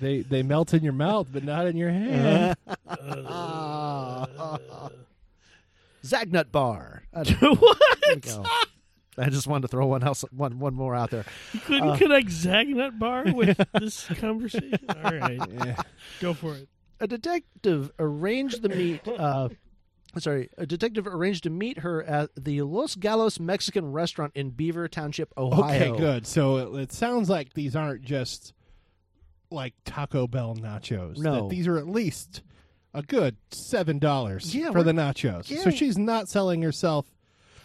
Speaker 3: they they melt in your mouth, but not in your hand.
Speaker 5: Zagnut bar. I don't know. There you go. I just wanted to throw one else, one one more out there.
Speaker 6: You
Speaker 3: Uh.
Speaker 6: couldn't connect Zagnut Bar with this conversation? All right. Go for it.
Speaker 5: A detective arranged the meet. Uh, sorry, a detective arranged to meet her at the Los Galos Mexican restaurant in Beaver Township, Ohio.
Speaker 3: Okay, good. So it, it sounds like these aren't just like Taco Bell nachos.
Speaker 5: No.
Speaker 3: that these are at least a good seven dollars
Speaker 5: Yeah,
Speaker 3: for
Speaker 5: we're-
Speaker 3: the nachos.
Speaker 5: yeah.
Speaker 3: So she's not selling herself.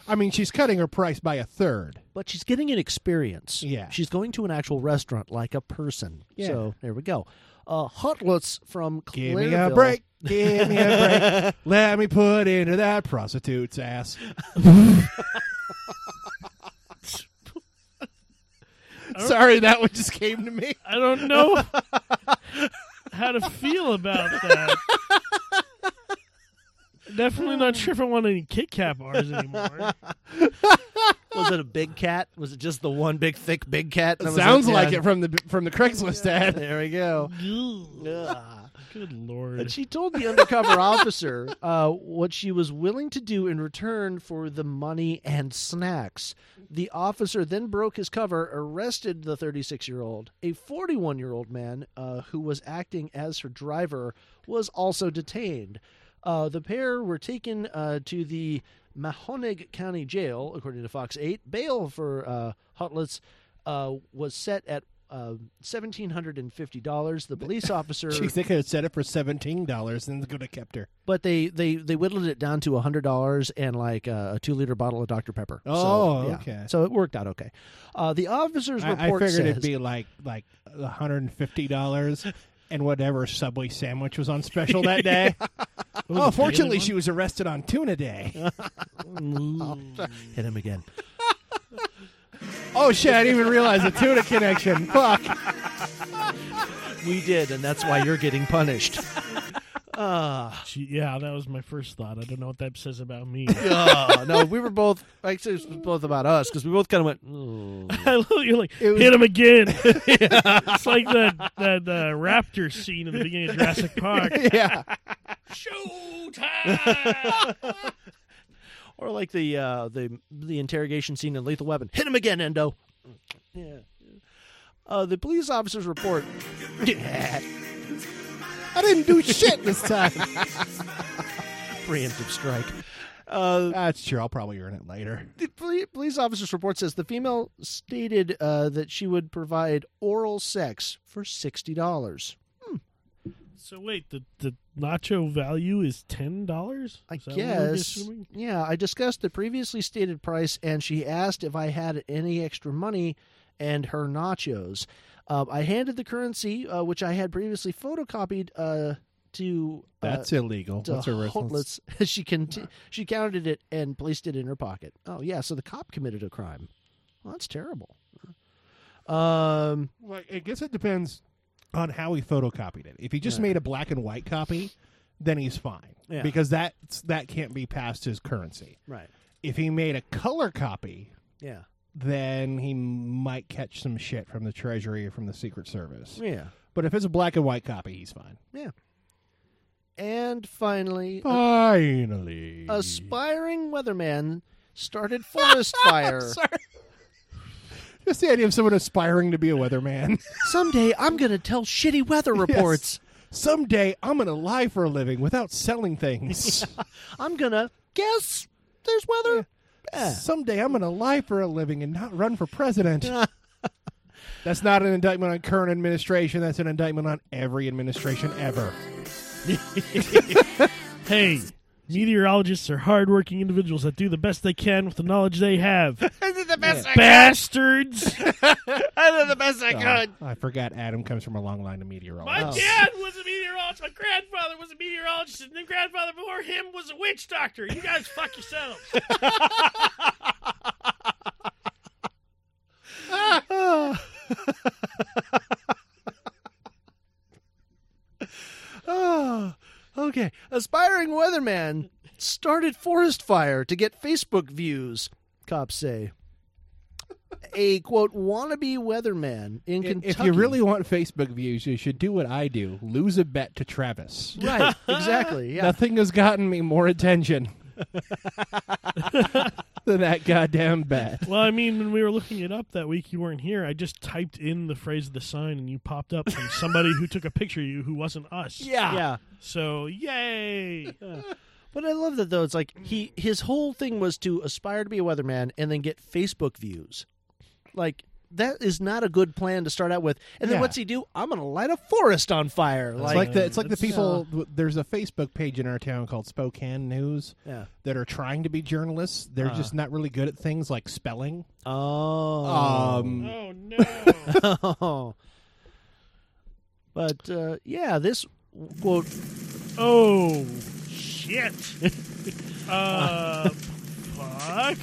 Speaker 3: I mean, she's cutting her price by a third.
Speaker 5: But she's getting an experience.
Speaker 3: Yeah.
Speaker 5: She's going to an actual restaurant like a person.
Speaker 3: Yeah.
Speaker 5: So there we go. Uh, Hotlets from
Speaker 3: Give
Speaker 5: Clairville.
Speaker 3: me a break. Give me a break. Let me put into that prostitute's ass. Sorry, that one just came to me.
Speaker 6: I don't know how to feel about that. Definitely not sure if I want any Kit Kat bars anymore.
Speaker 5: was it a big cat? Was it just the one big, thick, big cat? That was
Speaker 3: Sounds
Speaker 5: yeah.
Speaker 3: like it from the from the Craigslist ad.
Speaker 5: There we go.
Speaker 6: Ugh. Good
Speaker 5: And
Speaker 6: lord.
Speaker 5: she told the undercover officer uh, what she was willing to do in return for the money and snacks. The officer then broke his cover, arrested the 36 year old. A 41 year old man uh, who was acting as her driver was also detained. Uh, the pair were taken uh, to the Mahoning County Jail, according to Fox 8, bail for uh, Hutlitz uh, was set at uh, $1,750. The police officer.
Speaker 3: Jeez, they could have set it for seventeen dollars and they could have kept her.
Speaker 5: But they, they, they whittled it down to hundred dollars and like uh, a two liter bottle of Dr Pepper. So,
Speaker 3: Oh,
Speaker 5: yeah.
Speaker 3: okay.
Speaker 5: So it worked out okay. Uh, the officer's
Speaker 3: I, I
Speaker 5: report
Speaker 3: figured
Speaker 5: says
Speaker 3: it'd be like like one hundred and fifty dollars. And whatever Subway sandwich was on special that day.
Speaker 5: the
Speaker 3: oh, fortunately,
Speaker 5: Bailey
Speaker 3: she was arrested on Tuna Day.
Speaker 5: hit him again.
Speaker 3: oh shit! I didn't even realize the tuna connection. Fuck.
Speaker 5: we did, and that's why you're getting punished.
Speaker 6: Gee, yeah, that was my first thought. I don't know what that says about me.
Speaker 5: oh, no, we were both actually it was both about us because we both kind of went. "Ooh."
Speaker 6: I love you're like hit him again. it's like that that uh, raptor scene in the beginning of Jurassic Park.
Speaker 5: Yeah.
Speaker 6: Showtime.
Speaker 5: or like the uh, the the interrogation scene in Lethal Weapon. Hit him again, Endo. Yeah. Uh, the police officer's report.
Speaker 3: I didn't do shit this time.
Speaker 5: Preemptive strike. Uh,
Speaker 3: That's true. I'll probably earn it later.
Speaker 5: the poli- police officer's report says the female stated uh, that she would provide oral sex for sixty dollars.
Speaker 6: so wait, the the nacho value is ten dollars. I
Speaker 5: Yes. Yeah, I discussed the previously stated price, and she asked if I had any extra money and her nachos. Uh, I handed the currency, uh, which I had previously photocopied, uh, to. uh,
Speaker 3: That's illegal.
Speaker 5: to
Speaker 3: What's her worth?
Speaker 5: Holtz. she, conti- she counted it and placed it in her pocket. Oh, yeah, so the cop committed a crime. Well, that's terrible. Um,
Speaker 3: Well, I guess it depends on how he photocopied it. If he just made a black and white copy, then he's fine
Speaker 5: Yeah.
Speaker 3: because that's that can't be passed as currency.
Speaker 5: Right.
Speaker 3: If he made a color copy,
Speaker 5: Yeah.
Speaker 3: then he might catch some shit from the Treasury or from the Secret Service.
Speaker 5: Yeah.
Speaker 3: But if it's a black and white copy, he's fine.
Speaker 5: Yeah. And finally, a-
Speaker 3: Finally.
Speaker 5: Uh, aspiring weatherman started forest fire.
Speaker 3: Just the idea of someone aspiring to be a weatherman.
Speaker 5: Someday I'm going to tell shitty weather reports.
Speaker 3: Someday I'm going to lie for a living without selling things.
Speaker 5: I'm going to guess there's weather. Yeah.
Speaker 3: Someday I'm going to lie for a living and not run for president. That's not an indictment on current administration. That's an indictment on every administration ever.
Speaker 6: Hey, meteorologists are hardworking individuals that do the best they can with the knowledge they have.
Speaker 12: the best I
Speaker 6: Bastards!
Speaker 12: I did the best I
Speaker 3: Oh,
Speaker 12: could.
Speaker 3: I forgot Adam comes from a long line of
Speaker 6: My
Speaker 5: Oh,
Speaker 3: meteorologists.
Speaker 6: dad was a meteorologist. My grandfather was a meteorologist, and then grandfather before him was a witch doctor. You guys fuck yourselves.
Speaker 5: Oh, okay. Aspiring weatherman started forest fire to get Facebook views, cops say. A quote wannabe weatherman in
Speaker 3: If-
Speaker 5: Kentucky.
Speaker 3: If you really want Facebook views, you should do what I do lose a bet to Travis.
Speaker 5: Right, exactly. Yeah.
Speaker 3: Nothing has gotten me more attention than that goddamn bet.
Speaker 6: well, I mean, when we were looking it up that week, you weren't here. I just typed in the phrase of the sign, and you popped up from somebody who took a picture of you who wasn't us.
Speaker 5: Yeah. Yeah.
Speaker 6: So yay!
Speaker 5: But I love that though. It's like he his whole thing was to aspire to be a weatherman and then get Facebook views. Like that is not a good plan to start out with. And then
Speaker 3: Yeah.
Speaker 5: what's he do? I'm gonna light a forest on fire.
Speaker 3: It's like the it's like the
Speaker 5: uh,
Speaker 3: people. There's a Facebook page in our town called Spokane News
Speaker 5: Yeah.
Speaker 3: that are trying to be journalists. They're
Speaker 5: Uh-huh.
Speaker 3: just not really good at things like spelling.
Speaker 5: Oh.
Speaker 3: Um,
Speaker 6: Oh no!
Speaker 5: but uh, yeah, this quote.
Speaker 6: Oh shit! uh, fuck.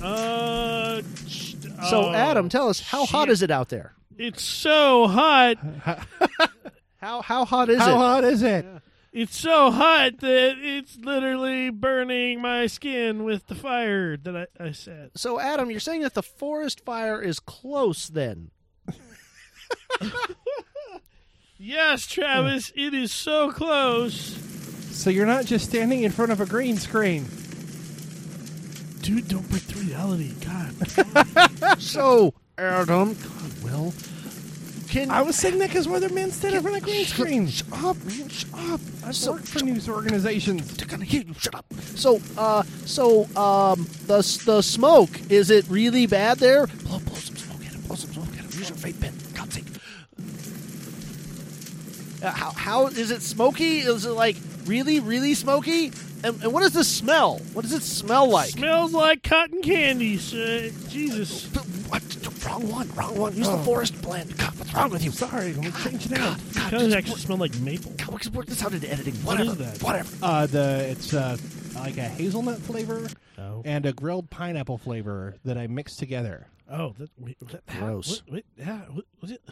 Speaker 6: Uh. sh-
Speaker 5: So
Speaker 6: oh,
Speaker 5: Adam, tell us how hot
Speaker 6: shit.
Speaker 5: is it out there?
Speaker 6: It's so hot.
Speaker 5: How how hot is
Speaker 3: how
Speaker 5: it?
Speaker 3: hot is it?
Speaker 6: It's so hot that it's literally burning my skin with the fire that I, I set.
Speaker 5: So Adam, you're saying that the forest fire is close then?
Speaker 6: Yes, Travis,
Speaker 5: Hmm.
Speaker 6: it is so close.
Speaker 3: So you're not just standing in front of a green screen.
Speaker 6: Dude, don't break the reality. God.
Speaker 5: so Adam, God, Will,
Speaker 6: can.
Speaker 13: I was saying that because we're the men standing in front of a green screen.
Speaker 5: up, shut up.
Speaker 13: I've worked for news organizations.
Speaker 5: They're gonna hear you. Shut up. So, uh, so, um, the the smoke is it really bad there? Blow, blow some smoke at him. Blow some smoke at him. Use your vape pen. God's sake. Uh, how how is it smoky? Is it like really really smoky? And, and what does this smell? What does it smell like?
Speaker 6: Smells like cotton candy. Uh, Jesus.
Speaker 5: What? Wrong one. Wrong one. Use the
Speaker 6: Oh.
Speaker 5: forest blend. God, what's wrong with you?
Speaker 13: Sorry, let me change it out.
Speaker 6: It does actually smell like maple.
Speaker 5: God, we could work this out into editing.
Speaker 6: What
Speaker 5: Whatever.
Speaker 6: is that?
Speaker 5: Whatever.
Speaker 3: Uh, the it's uh, like a hazelnut flavor
Speaker 6: Oh.
Speaker 3: and a grilled pineapple flavor that I mixed together.
Speaker 6: Oh, that, wait, that,
Speaker 3: Gross.
Speaker 6: Wait, wait, yeah, what- was it?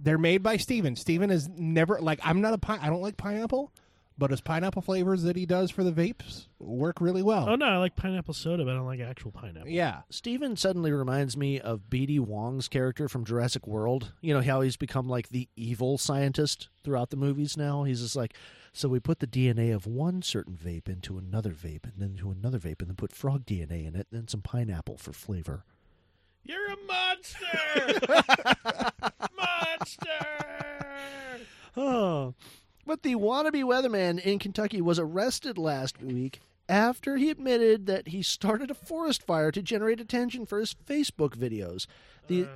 Speaker 3: They're made by Steven. Steven is never like I'm not a pine. I don't like pineapple, but his pineapple flavors that he does for the vapes work really well.
Speaker 6: Oh no, I like pineapple soda, but I don't like actual pineapple.
Speaker 3: Yeah.
Speaker 5: Steven suddenly reminds me of B.D. Wong's character from Jurassic World. You know how he's become like the evil scientist throughout the movies now? He's just like, so we put the DNA of one certain vape into another vape and then into another vape and then put frog DNA in it and then some pineapple for flavor.
Speaker 6: You're a monster. monster.
Speaker 5: Oh. But the wannabe weatherman in Kentucky was arrested last week after he admitted that he started a forest fire to generate attention for his Facebook videos. The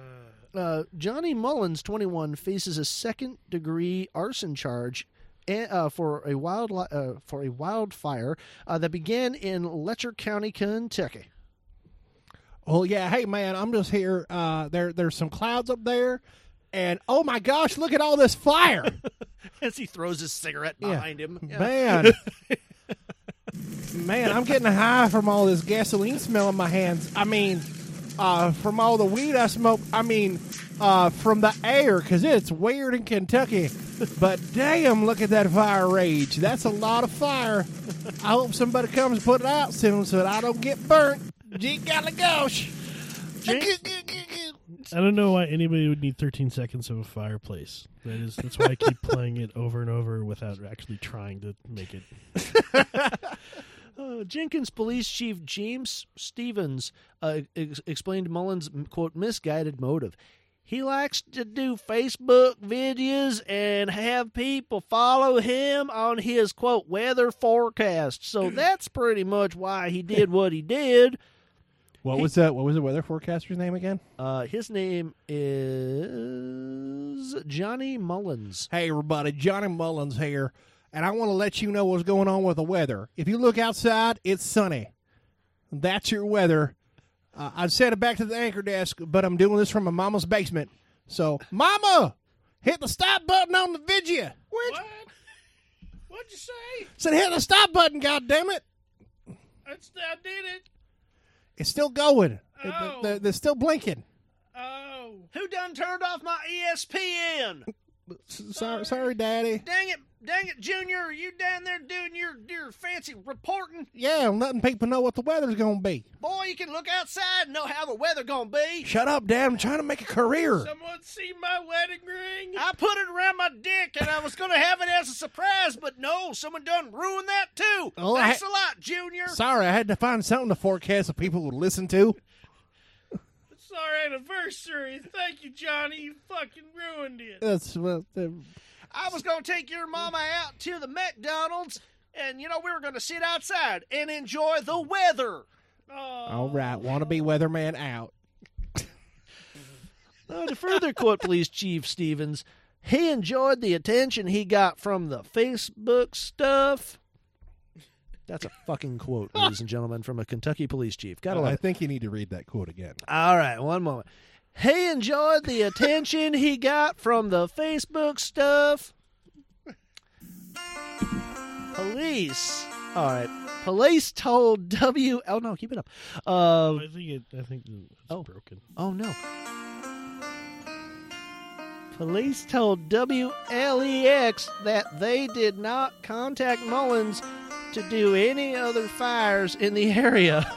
Speaker 5: uh, Johnny Mullins, 21, faces a second-degree arson charge eh, uh, for a wild uh, for a wildfire uh, that began in Letcher County, Kentucky.
Speaker 3: Well, yeah. Hey, man, I'm just here. Uh, there, there's some clouds up there, and oh my gosh, look at all this fire,
Speaker 5: As he throws his cigarette
Speaker 3: Yeah.
Speaker 5: behind him, Yeah.
Speaker 3: man. man, I'm getting high from all this gasoline smell in my hands. I mean, uh, from all the weed I smoke. I mean, uh, from the air because it's weird in Kentucky. But damn, look at that fire rage. That's a lot of fire. I hope somebody comes and put it out soon so that I don't get burnt. Gee, golly gosh.
Speaker 6: I don't know why anybody would need 13 seconds of a fireplace. That is, that's why I keep playing it over and over without actually trying to make it.
Speaker 5: Uh, Jenkins Police Chief James Stevens uh, ex- explained Mullins' quote misguided motive. He likes to do Facebook videos and have people follow him on his quote weather forecast. So that's pretty much why he did what he did.
Speaker 3: What was that? What was the weather forecaster's name again?
Speaker 5: Uh, his name is Johnny Mullins.
Speaker 3: Hey, everybody, Johnny Mullins here, and I want to let you know what's going on with the weather. If you look outside, it's sunny. That's your weather. Uh, I've said it back to the anchor desk, but I'm doing this from my mama's basement. So, Mama, hit the stop button on the video. What?
Speaker 6: What'd you say?
Speaker 3: Said hit the stop button. God damn it!
Speaker 6: That's, I did it.
Speaker 3: It's still going. It- they're, they're still blinking.
Speaker 6: Oh.
Speaker 5: Who done turned off my
Speaker 6: E
Speaker 5: ESPN?
Speaker 3: S- Sorry, sorry, Daddy.
Speaker 5: Dang it, dang it, Junior, are you down there doing your, your fancy reporting?
Speaker 3: Yeah, I'm letting people know what the weather's gonna be.
Speaker 5: Boy, you can look outside and know how the weather gonna be.
Speaker 3: Shut up, Dad. I'm trying to make a career.
Speaker 5: Someone see my wedding ring? I put it around my dick and I was gonna have it as a surprise, but no, someone done ruined that too.
Speaker 3: Oh, I-
Speaker 5: Thanks a lot, Junior.
Speaker 3: Sorry, I had to find something to forecast that people would listen to.
Speaker 6: It's our anniversary. Thank you, Johnny. You fucking ruined it.
Speaker 3: That's well, uh,
Speaker 5: I was gonna take your mama out to the McDonald's and you know we were gonna sit outside and enjoy the weather.
Speaker 3: all right. Wannabe weatherman out.
Speaker 5: Uh, to further quote Police Chief Stevens, he enjoyed the attention he got from the Facebook stuff. That's a fucking quote, ladies and gentlemen, from a Kentucky police chief. Gotta love
Speaker 3: I
Speaker 5: it.
Speaker 3: think you need to read that quote again.
Speaker 5: All right, one moment. He enjoyed the attention he got from the Facebook stuff. Police. All right. Police told W. Oh no, keep it up. Uh,
Speaker 6: I think it. I think it's broken.
Speaker 5: Oh no. Police told WLEX that they did not contact Mullins to do any other fires in the area.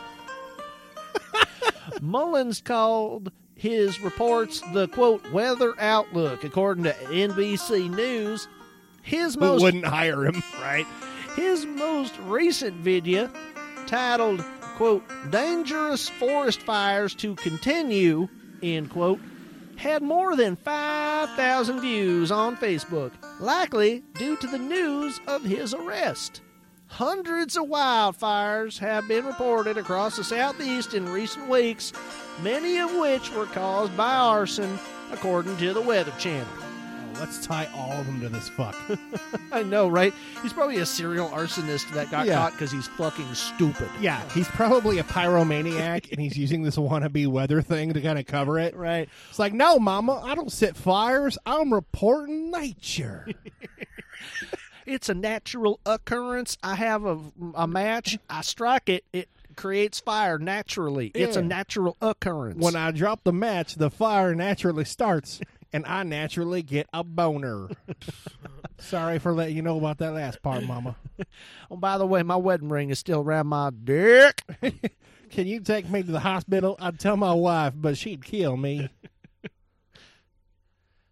Speaker 5: Mullins called his reports the quote weather outlook according to NBC News. His
Speaker 3: Who
Speaker 5: most
Speaker 3: wouldn't hire him?
Speaker 5: right? His most recent video, titled, quote, Dangerous Forest Fires to Continue, end quote, had more than 5,000 views on Facebook, likely due to the news of his arrest. Hundreds of wildfires have been reported across the southeast in recent weeks, many of which were caused by arson, according to the Weather Channel.
Speaker 3: Let's tie all of them to this fuck.
Speaker 5: I know, right? He's probably a serial arsonist that got
Speaker 3: Yeah.
Speaker 5: caught because he's fucking stupid.
Speaker 3: yeah, he's probably a pyromaniac, and he's using this wannabe weather thing to kind of cover it.
Speaker 5: Right.
Speaker 3: It's like, no, mama, I don't set fires. I'm reporting nature.
Speaker 5: It's a natural occurrence. I have a, a match. I strike it. It creates fire naturally. It's a
Speaker 3: Yeah.
Speaker 5: natural occurrence.
Speaker 3: when I drop the match, the fire naturally starts, and I naturally get a boner. Sorry for letting you know about that last part, mama.
Speaker 5: oh, by the way, my wedding ring is still around my dick.
Speaker 3: Can you take me to the hospital? I'd tell my wife, but she'd kill me.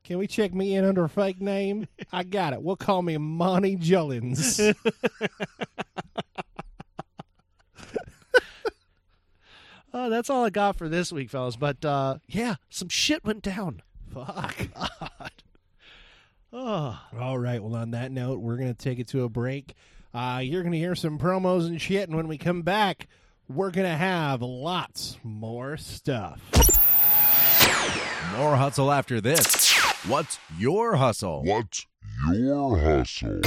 Speaker 3: Can we check me in under a fake name? I got it. We'll call me Monty Jullins.
Speaker 5: Oh, that's all I got for this week, fellas. But uh, yeah, some shit went down.
Speaker 3: Fuck.
Speaker 5: God. Oh.
Speaker 3: All right. Well, on that note, we're going to take it to a break. Uh, you're going to hear some promos and shit. And when we come back, we're going to have lots more stuff.
Speaker 1: More hustle after this. What's your hustle? What's your hustle?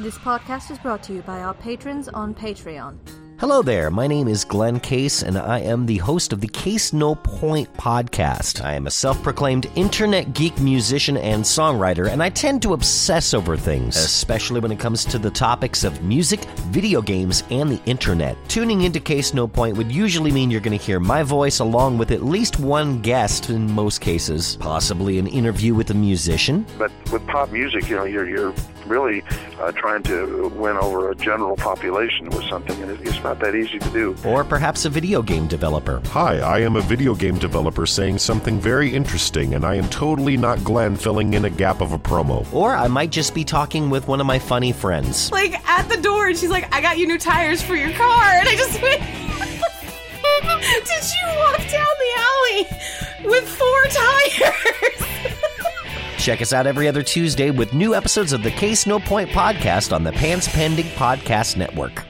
Speaker 14: This podcast is brought to you by our patrons on Patreon.
Speaker 15: Hello there. My name is Glenn Case, and I am the host of the Case No Point podcast. I am a self proclaimed internet geek musician and songwriter, and I tend to obsess over things, especially when it comes to the topics of music, video games, and the internet. Tuning into Case No Point would usually mean you're going to hear my voice along with at least one guest in most cases, possibly an interview with a musician.
Speaker 16: But with pop music, you know, you're, you're really uh, trying to win over a general population with something, and it, it's not that easy to do.
Speaker 15: Or perhaps a video game developer.
Speaker 17: Hi, I am a video game developer saying something very interesting, and I am totally not Glenn filling in a gap of a promo.
Speaker 15: Or I might just be talking with one of my funny friends.
Speaker 18: like at the door and she's like, I got you new tires for your car. And I just went, Did she walk down the alley with four tires?
Speaker 15: Check us out every other Tuesday with new episodes of the Case No Point podcast on the Pants Pending Podcast Network.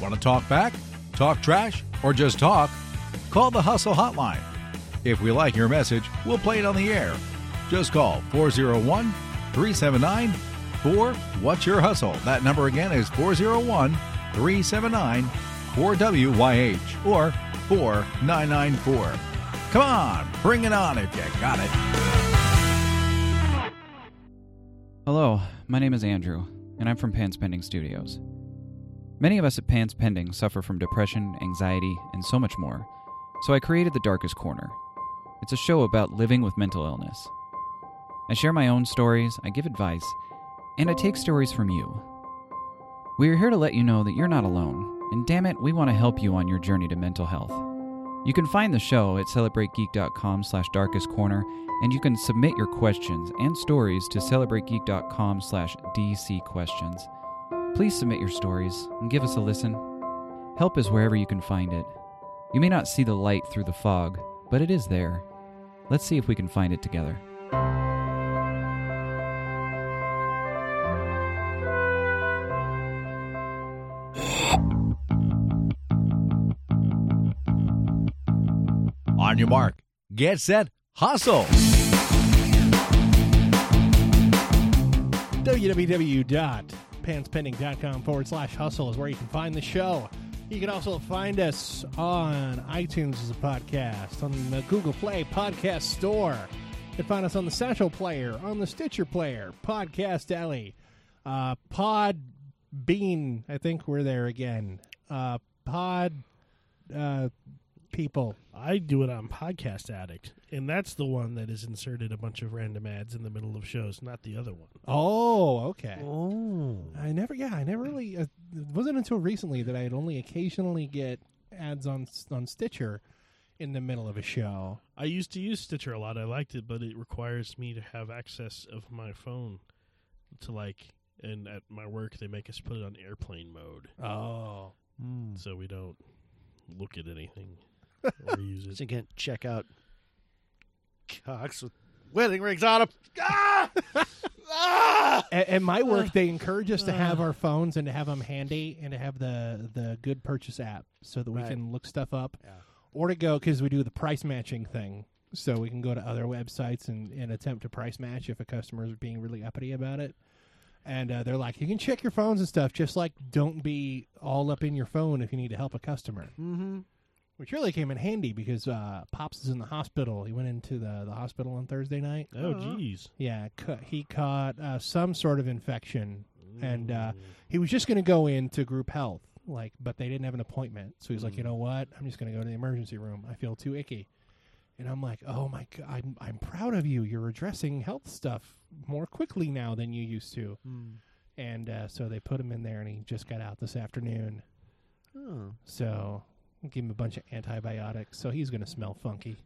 Speaker 1: Want to talk back, talk trash, or just talk? Call the Hustle Hotline. If we like your message, we'll play it on the air. Just call 401 379 4 What's Your Hustle. That number again is 401 379 4WYH or 4994. Come on, bring it on if you got it.
Speaker 19: Hello, my name is Andrew, and I'm from Pants Pending Studios. Many of us at Pants Pending suffer from depression, anxiety, and so much more, so I created The Darkest Corner. It's a show about living with mental illness. I share my own stories, I give advice, and I take stories from you. We are here to let you know that you're not alone, and damn it, we want to help you on your journey to mental health. You can find the show at celebrategeek.com slash darkest corner, and you can submit your questions and stories to celebrategeek.com slash DC questions. Please submit your stories and give us a listen. Help is wherever you can find it. You may not see the light through the fog, but it is there. Let's see if we can find it together.
Speaker 1: On your mark, get set, hustle.
Speaker 3: www.pantspending.com forward slash hustle is where you can find the show. You can also find us on iTunes as a podcast, on the Google Play Podcast Store. You can find us on the Satchel Player, on the Stitcher Player, Podcast Alley, uh, Pod Bean. I think we're there again. Uh, pod uh, People.
Speaker 6: I do it on Podcast Addict, and that's the one that has inserted a bunch of random ads in the middle of shows, not the other one.
Speaker 3: Oh, okay. Oh, I never. Yeah, I never really. Uh, it wasn't until recently that I would only occasionally get ads on on Stitcher in the middle of a show.
Speaker 6: I used to use Stitcher a lot. I liked it, but it requires me to have access of my phone to like. And at my work, they make us put it on airplane mode.
Speaker 3: Oh,
Speaker 6: so we don't look at anything or use it.
Speaker 5: So you can check out
Speaker 12: Cox with wedding rings on him. Ah!
Speaker 3: A- At, my work, they encourage us to have our phones and to have them handy and to have the the good purchase app so that we
Speaker 5: Right.
Speaker 3: can look stuff up, or to go because we do the price matching thing, so we can go to other websites and, and attempt to price match if a customer is being really uppity about it. And uh, they're like, you can check your phones and stuff, just like don't be all up in your phone if you need to help a customer.
Speaker 5: Mm-hmm.
Speaker 3: Which really came in handy because uh, Pops is in the hospital. He went into the, the hospital on Thursday night.
Speaker 6: Oh, jeez.
Speaker 3: Yeah, cu- he caught uh, some sort of infection, and uh, he was just going to go into group health, like, but they didn't have an appointment. So he's like, you know what? I'm just going to go to the emergency room. I feel too icky, and I'm like, oh my god, I'm I'm proud of you. You're addressing health stuff more quickly now than you used to. And uh, so they put him in there, and he just got out this afternoon.
Speaker 5: Oh.
Speaker 3: So give him a bunch of antibiotics. So he's going to smell funky.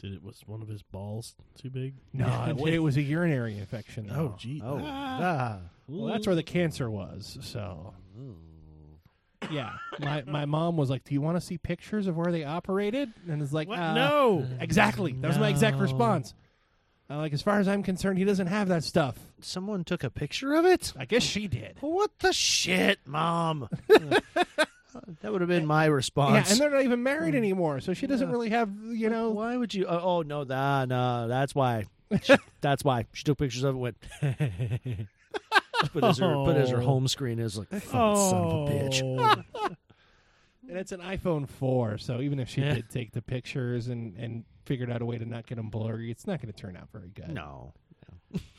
Speaker 6: Did it was one of his balls too big?
Speaker 3: No, it, it was a urinary infection.
Speaker 6: Oh,
Speaker 3: though.
Speaker 6: gee.
Speaker 5: Oh.
Speaker 3: Ah. Well, that's where the cancer was. So, yeah, my my mom was like, "Do you want to see pictures of where they operated?" And it's like,
Speaker 6: What?
Speaker 3: uh,
Speaker 6: No.
Speaker 3: exactly." That was my exact
Speaker 6: No.
Speaker 3: response. I'm like, as far as I'm concerned, he doesn't have that stuff.
Speaker 5: Someone took a picture of it?
Speaker 3: I guess she did.
Speaker 5: What the shit, mom? that would have been my
Speaker 3: Yeah,
Speaker 5: response.
Speaker 3: and they're not even married anymore, so she doesn't really have, you know.
Speaker 5: Why would you? Uh, oh no, nah, nah, that's why. that's why she took pictures of it. Went. put as her put as her
Speaker 3: Oh.
Speaker 5: home screen is like fucking son of a bitch.
Speaker 3: and it's an iPhone four, so even if she
Speaker 5: Yeah.
Speaker 3: did take the pictures and and figured out a way to not get them blurry, it's not going to turn out very good.
Speaker 5: No.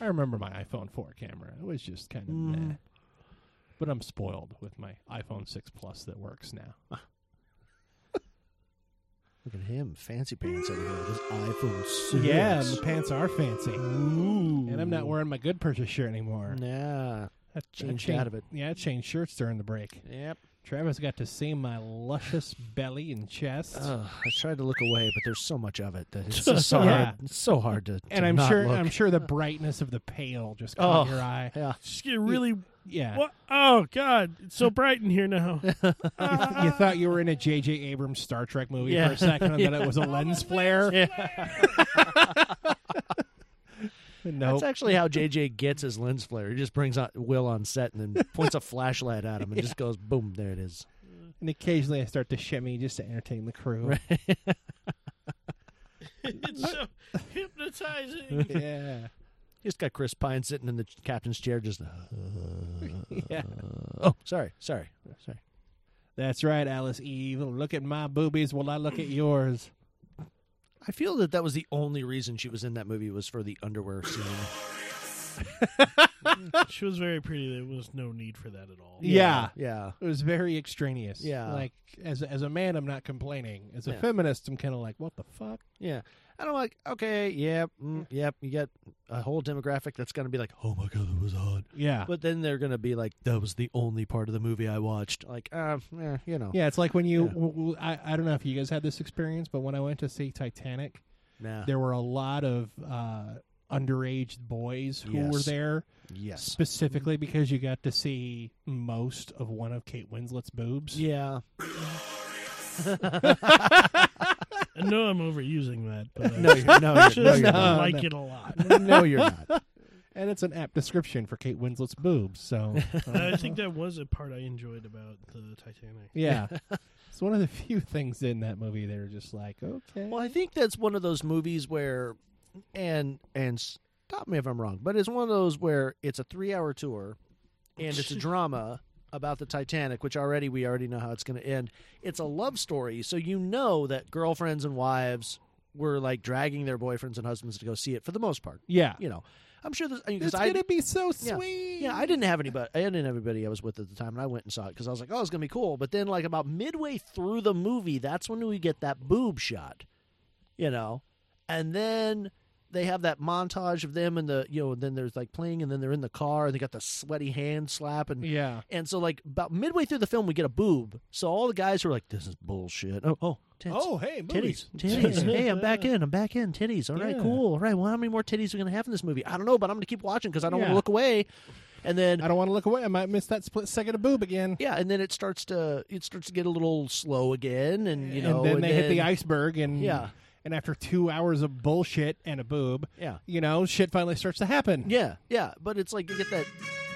Speaker 3: I remember my iPhone 4 camera. It was just kind of
Speaker 5: Mm.
Speaker 3: meh. But I'm spoiled with my iPhone 6 Plus that works now.
Speaker 5: Look at him, fancy pants over here. with His iPhone six.
Speaker 3: Yeah, and the pants are fancy. And I'm not wearing my good purchase shirt anymore.
Speaker 5: Nah.
Speaker 3: I
Speaker 5: Mm. Changed
Speaker 3: I
Speaker 5: out of it.
Speaker 3: Yeah, I changed shirts during the break.
Speaker 5: Yep.
Speaker 3: Travis got to see my luscious belly and chest.
Speaker 5: Ugh, I tried to look away, but there's so much of it that it's just so
Speaker 3: Yeah.
Speaker 5: hard. It's so hard to.
Speaker 3: and
Speaker 5: to
Speaker 3: I'm
Speaker 5: not
Speaker 3: sure
Speaker 5: look.
Speaker 3: I'm sure the brightness of the pale just caught
Speaker 5: Oh,
Speaker 3: your eye.
Speaker 5: Yeah.
Speaker 6: Just get really.
Speaker 3: Yeah.
Speaker 6: What? Oh God! It's so bright in here now.
Speaker 3: you thought you were in a J.J. Abrams Star Trek movie
Speaker 6: Yeah.
Speaker 3: for a second, and
Speaker 6: Yeah.
Speaker 3: that it was a lens flare. no,
Speaker 5: That's actually how JJ gets his lens flare. He just brings on Will on set and then points a flashlight at him and just goes, boom, there it is.
Speaker 3: And occasionally I start to shimmy just to entertain the crew.
Speaker 6: it's so hypnotizing.
Speaker 5: He's got Chris Pine sitting in the captain's chair just. uh,
Speaker 3: Yeah.
Speaker 5: Oh, sorry, sorry, sorry.
Speaker 3: That's right, Alice Eve. Look at my boobies while I look at yours.
Speaker 5: I feel that that was the only reason she was in that movie was for the underwear scene.
Speaker 6: she was very pretty. There was no need for that at all.
Speaker 3: Yeah.
Speaker 5: yeah.
Speaker 3: It was very extraneous.
Speaker 5: Yeah.
Speaker 3: Like as as a man I'm not complaining. As a
Speaker 5: Yeah.
Speaker 3: feminist I'm kind of like, what the fuck?
Speaker 5: Yeah. And I'm like, okay, yep, mm, yep. You got a whole demographic that's going to be like, oh my God, that was hot.
Speaker 3: Yeah.
Speaker 5: But then they're going to be like, that was the only part of the movie I watched. Like, uh, eh, you know.
Speaker 3: Yeah, it's like when you
Speaker 5: Yeah.
Speaker 3: w- w- I, I don't know if you guys had this experience, but when I went to see Titanic,
Speaker 5: Nah.
Speaker 3: there were a lot of uh underage boys who were
Speaker 5: Yes.
Speaker 3: there.
Speaker 5: Yes.
Speaker 3: Specifically because you got to see most of one of Kate Winslet's boobs.
Speaker 5: Yeah.
Speaker 6: I know I'm overusing that, but uh,
Speaker 5: No, you're- no, you're-
Speaker 6: just
Speaker 5: no, you're not.
Speaker 6: like
Speaker 3: No.
Speaker 6: it a lot.
Speaker 5: No, you're not.
Speaker 3: And it's an apt description for Kate Winslet's boobs. So uh,
Speaker 6: I think that was a part I enjoyed about the Titanic.
Speaker 3: yeah, it's one of the few things in that movie that are just like, okay,
Speaker 5: Well, I think that's one of those movies where, and and stop me if I'm wrong, but it's one of those where it's a three hour tour, and it's a drama about the Titanic, which already we already know how it's going to end. It's a love story, so you know that girlfriends and wives were like dragging their boyfriends and husbands to go see it for the most part.
Speaker 3: Yeah.
Speaker 5: you know. I'm sure there's. I mean, 'cause
Speaker 3: it's
Speaker 5: I-
Speaker 3: gonna be so
Speaker 5: yeah.
Speaker 3: sweet.
Speaker 5: Yeah, I didn't have anybody. I didn't have anybody I was with at the time, and I went and saw it because I was like, "Oh, it's gonna be cool." But then, like about midway through the movie, that's when we get that boob shot, you know, and then they have that montage of them and the you know, and then there's like playing, and then they're in the car, and they got the sweaty hand slap, and
Speaker 3: Yeah.
Speaker 5: and so like about midway through the film, we get a boob. So all the guys were like, "This is bullshit." Oh, oh, tits.
Speaker 3: Oh, hey,
Speaker 5: titties,
Speaker 3: boobies.
Speaker 5: titties. hey, I'm back in. I'm back in. Titties. All right,
Speaker 3: Yeah.
Speaker 5: cool. All right. Well, how many more titties are we gonna have in this movie? I don't know, but I'm gonna keep watching because I don't want
Speaker 3: Yeah.
Speaker 5: to look away. and then
Speaker 3: I don't want to look away. I might miss that split second of boob again.
Speaker 5: Yeah, and then it starts to it starts to get a little slow again, and you know,
Speaker 3: and then they hit the iceberg, and
Speaker 5: Yeah.
Speaker 3: and after two hours of bullshit and a boob,
Speaker 5: Yeah.
Speaker 3: you know, shit finally starts to happen.
Speaker 5: Yeah, yeah, but it's like you get that.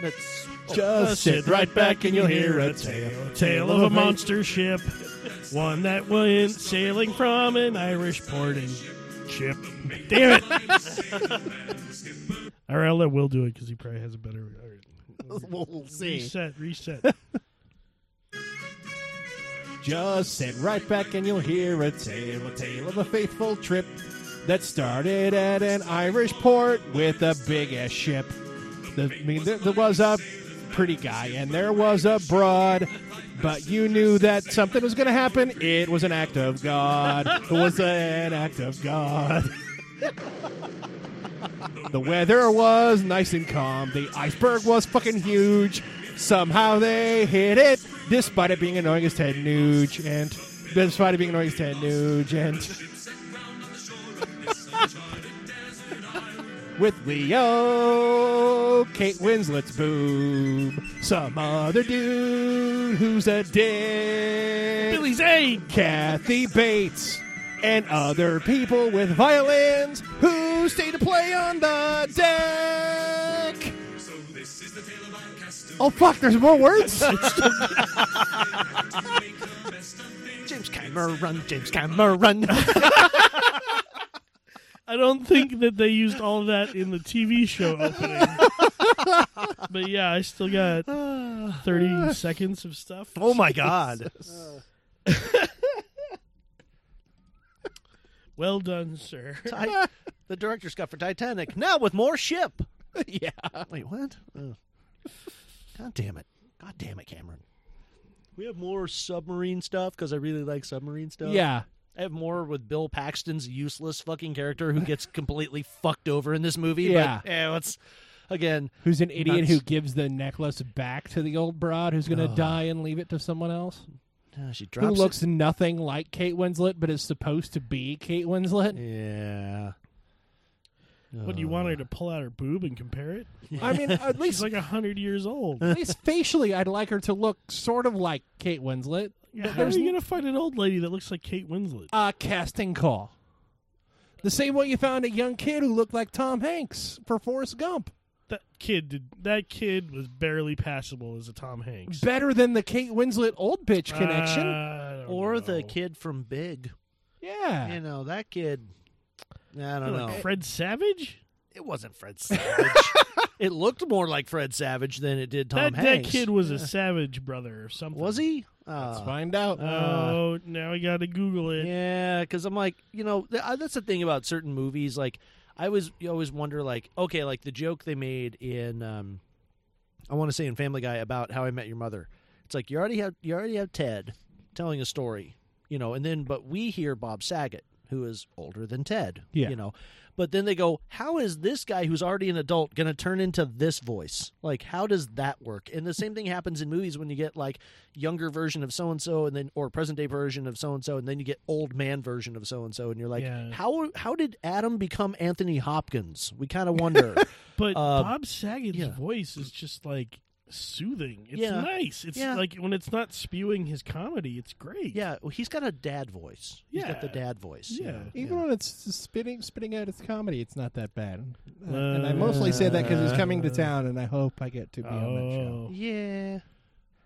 Speaker 5: That's oh,
Speaker 6: Just sit right back and you'll hear a tale, a tale of a monster ship, one that went sailing from an Irish porting ship. Damn it! All right, I'll let Will do it because he probably has a better. all right.
Speaker 5: we'll see.
Speaker 6: Reset, reset.
Speaker 3: Just sit right back and you'll hear a tale, a tale of a faithful trip that started at an Irish port with a big ass ship. The, I mean, there, there was a pretty guy and there was a broad, but you knew that something was going to happen. It was an act of God. It was an act of God. The weather was nice and calm. The iceberg was fucking huge. Somehow they hit it, despite it being annoying as Ted Nugent. Despite it being annoying as Ted Nugent. With Leo, Kate Winslet's boob, some other dude who's a dick, Billy
Speaker 6: Zane,
Speaker 3: Kathy Bates, and other people with violins who stay to play on the deck. Oh fuck! There's more words.
Speaker 5: James Cameron, James Cameron.
Speaker 6: I don't think that they used all of that in the TV show opening. but yeah, I still got 30 seconds of stuff.
Speaker 5: Oh my God.
Speaker 6: well done, sir.
Speaker 5: Ti- the director's got for Titanic now with more ship.
Speaker 3: yeah.
Speaker 5: Wait, what? Oh. God damn it! God damn it, Cameron. We have more submarine stuff because I really like submarine stuff.
Speaker 3: Yeah.
Speaker 5: I have more with Bill Paxton's useless fucking character who gets completely fucked over in this movie.
Speaker 3: Yeah.
Speaker 5: But, eh, let's again.
Speaker 3: Who's an idiot
Speaker 5: nuts.
Speaker 3: who gives the necklace back to the old broad who's going to
Speaker 5: Ugh.
Speaker 3: die and leave it to someone else?
Speaker 5: Uh, she drops
Speaker 3: Who
Speaker 5: it.
Speaker 3: looks nothing like Kate Winslet but is supposed to be Kate Winslet?
Speaker 5: Yeah.
Speaker 6: What do you want her to pull out her boob and compare it?
Speaker 3: I mean, at least-
Speaker 6: She's like hundred years old.
Speaker 5: Uh,
Speaker 3: At least facially, I'd like her to look sort of like Kate Winslet.
Speaker 6: Yeah,
Speaker 3: but
Speaker 6: how are
Speaker 3: there's
Speaker 6: you gonna find an old lady that looks like Kate Winslet?
Speaker 3: a casting call. The same way you found a young kid who looked like Tom Hanks for Forrest Gump.
Speaker 6: That kid did. That kid was barely passable as a Tom Hanks.
Speaker 3: Better than the Kate Winslet old bitch connection.
Speaker 6: I don't
Speaker 5: or the kid from Big.
Speaker 3: yeah.
Speaker 5: You know that kid. I don't know.
Speaker 6: Like Fred Savage.
Speaker 5: It wasn't Fred Savage. it looked more like Fred Savage than it did
Speaker 6: that,
Speaker 5: Tom Hanks.
Speaker 6: that kid was a Savage brother or something.
Speaker 5: Was he?
Speaker 3: Let's
Speaker 5: Uh,
Speaker 3: find out.
Speaker 6: Oh, now I got to Google it.
Speaker 5: Yeah, because I'm like, you know, th- I- that's the thing about certain movies. Like, I always you always wonder, like, okay, like the joke they made in, um, I want to say in Family Guy about How I Met Your Mother. It's like you already have you already have Ted telling a story, you know, and then but we hear Bob Saget, who is older than Ted,
Speaker 3: Yeah.
Speaker 5: you know, but then they go, how is this guy who's already an adult going to turn into this voice? Like, how does that work? And the same thing happens in movies when you get like younger version of so and so, and then or present day version of so and so, and then you get old man version of so and so, and you're like,
Speaker 6: Yeah.
Speaker 5: how how did Adam become Anthony Hopkins? We kind of wonder.
Speaker 6: But
Speaker 5: Uh,
Speaker 6: Bob Saget's voice is just like soothing. It's
Speaker 5: Yeah.
Speaker 6: nice. It's
Speaker 5: Yeah.
Speaker 6: like when it's not spewing his comedy, it's great.
Speaker 5: yeah, well, he's got a dad voice. He's got the
Speaker 6: Yeah.
Speaker 5: dad voice. you
Speaker 6: Yeah.
Speaker 5: know.
Speaker 3: Even when it's spitting spitting out its comedy, it's not that bad. Uh, and I mostly say that because he's coming to town, and I hope I get to be on that show.
Speaker 6: Oh.
Speaker 5: Yeah.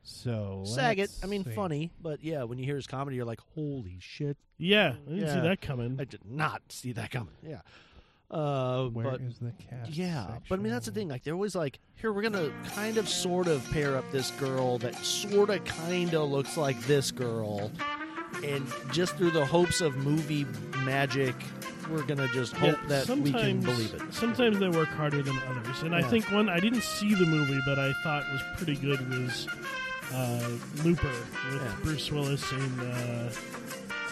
Speaker 3: So
Speaker 5: Saget,
Speaker 3: let's
Speaker 5: I mean,
Speaker 3: see.
Speaker 5: funny, but yeah, when you hear his comedy, you're like, holy shit.
Speaker 6: Yeah, I didn't see
Speaker 5: Yeah.
Speaker 6: that coming.
Speaker 5: I did not see that coming. Yeah. Uh,
Speaker 3: Where
Speaker 5: but
Speaker 3: is the cast?
Speaker 5: yeah, but I mean that's the thing. Like they're always like, here we're gonna kind of, sort of pair up this girl that sort of, kind of looks like this girl, and just through the hopes of movie magic, we're gonna just
Speaker 6: Yeah,
Speaker 5: hope that we can
Speaker 6: sometimes-
Speaker 5: believe it.
Speaker 6: Sometimes they work harder than others, and I
Speaker 5: Yeah.
Speaker 6: think one I didn't see the movie, but I thought was pretty good was uh, Looper with
Speaker 5: Yeah.
Speaker 6: Bruce Willis and uh,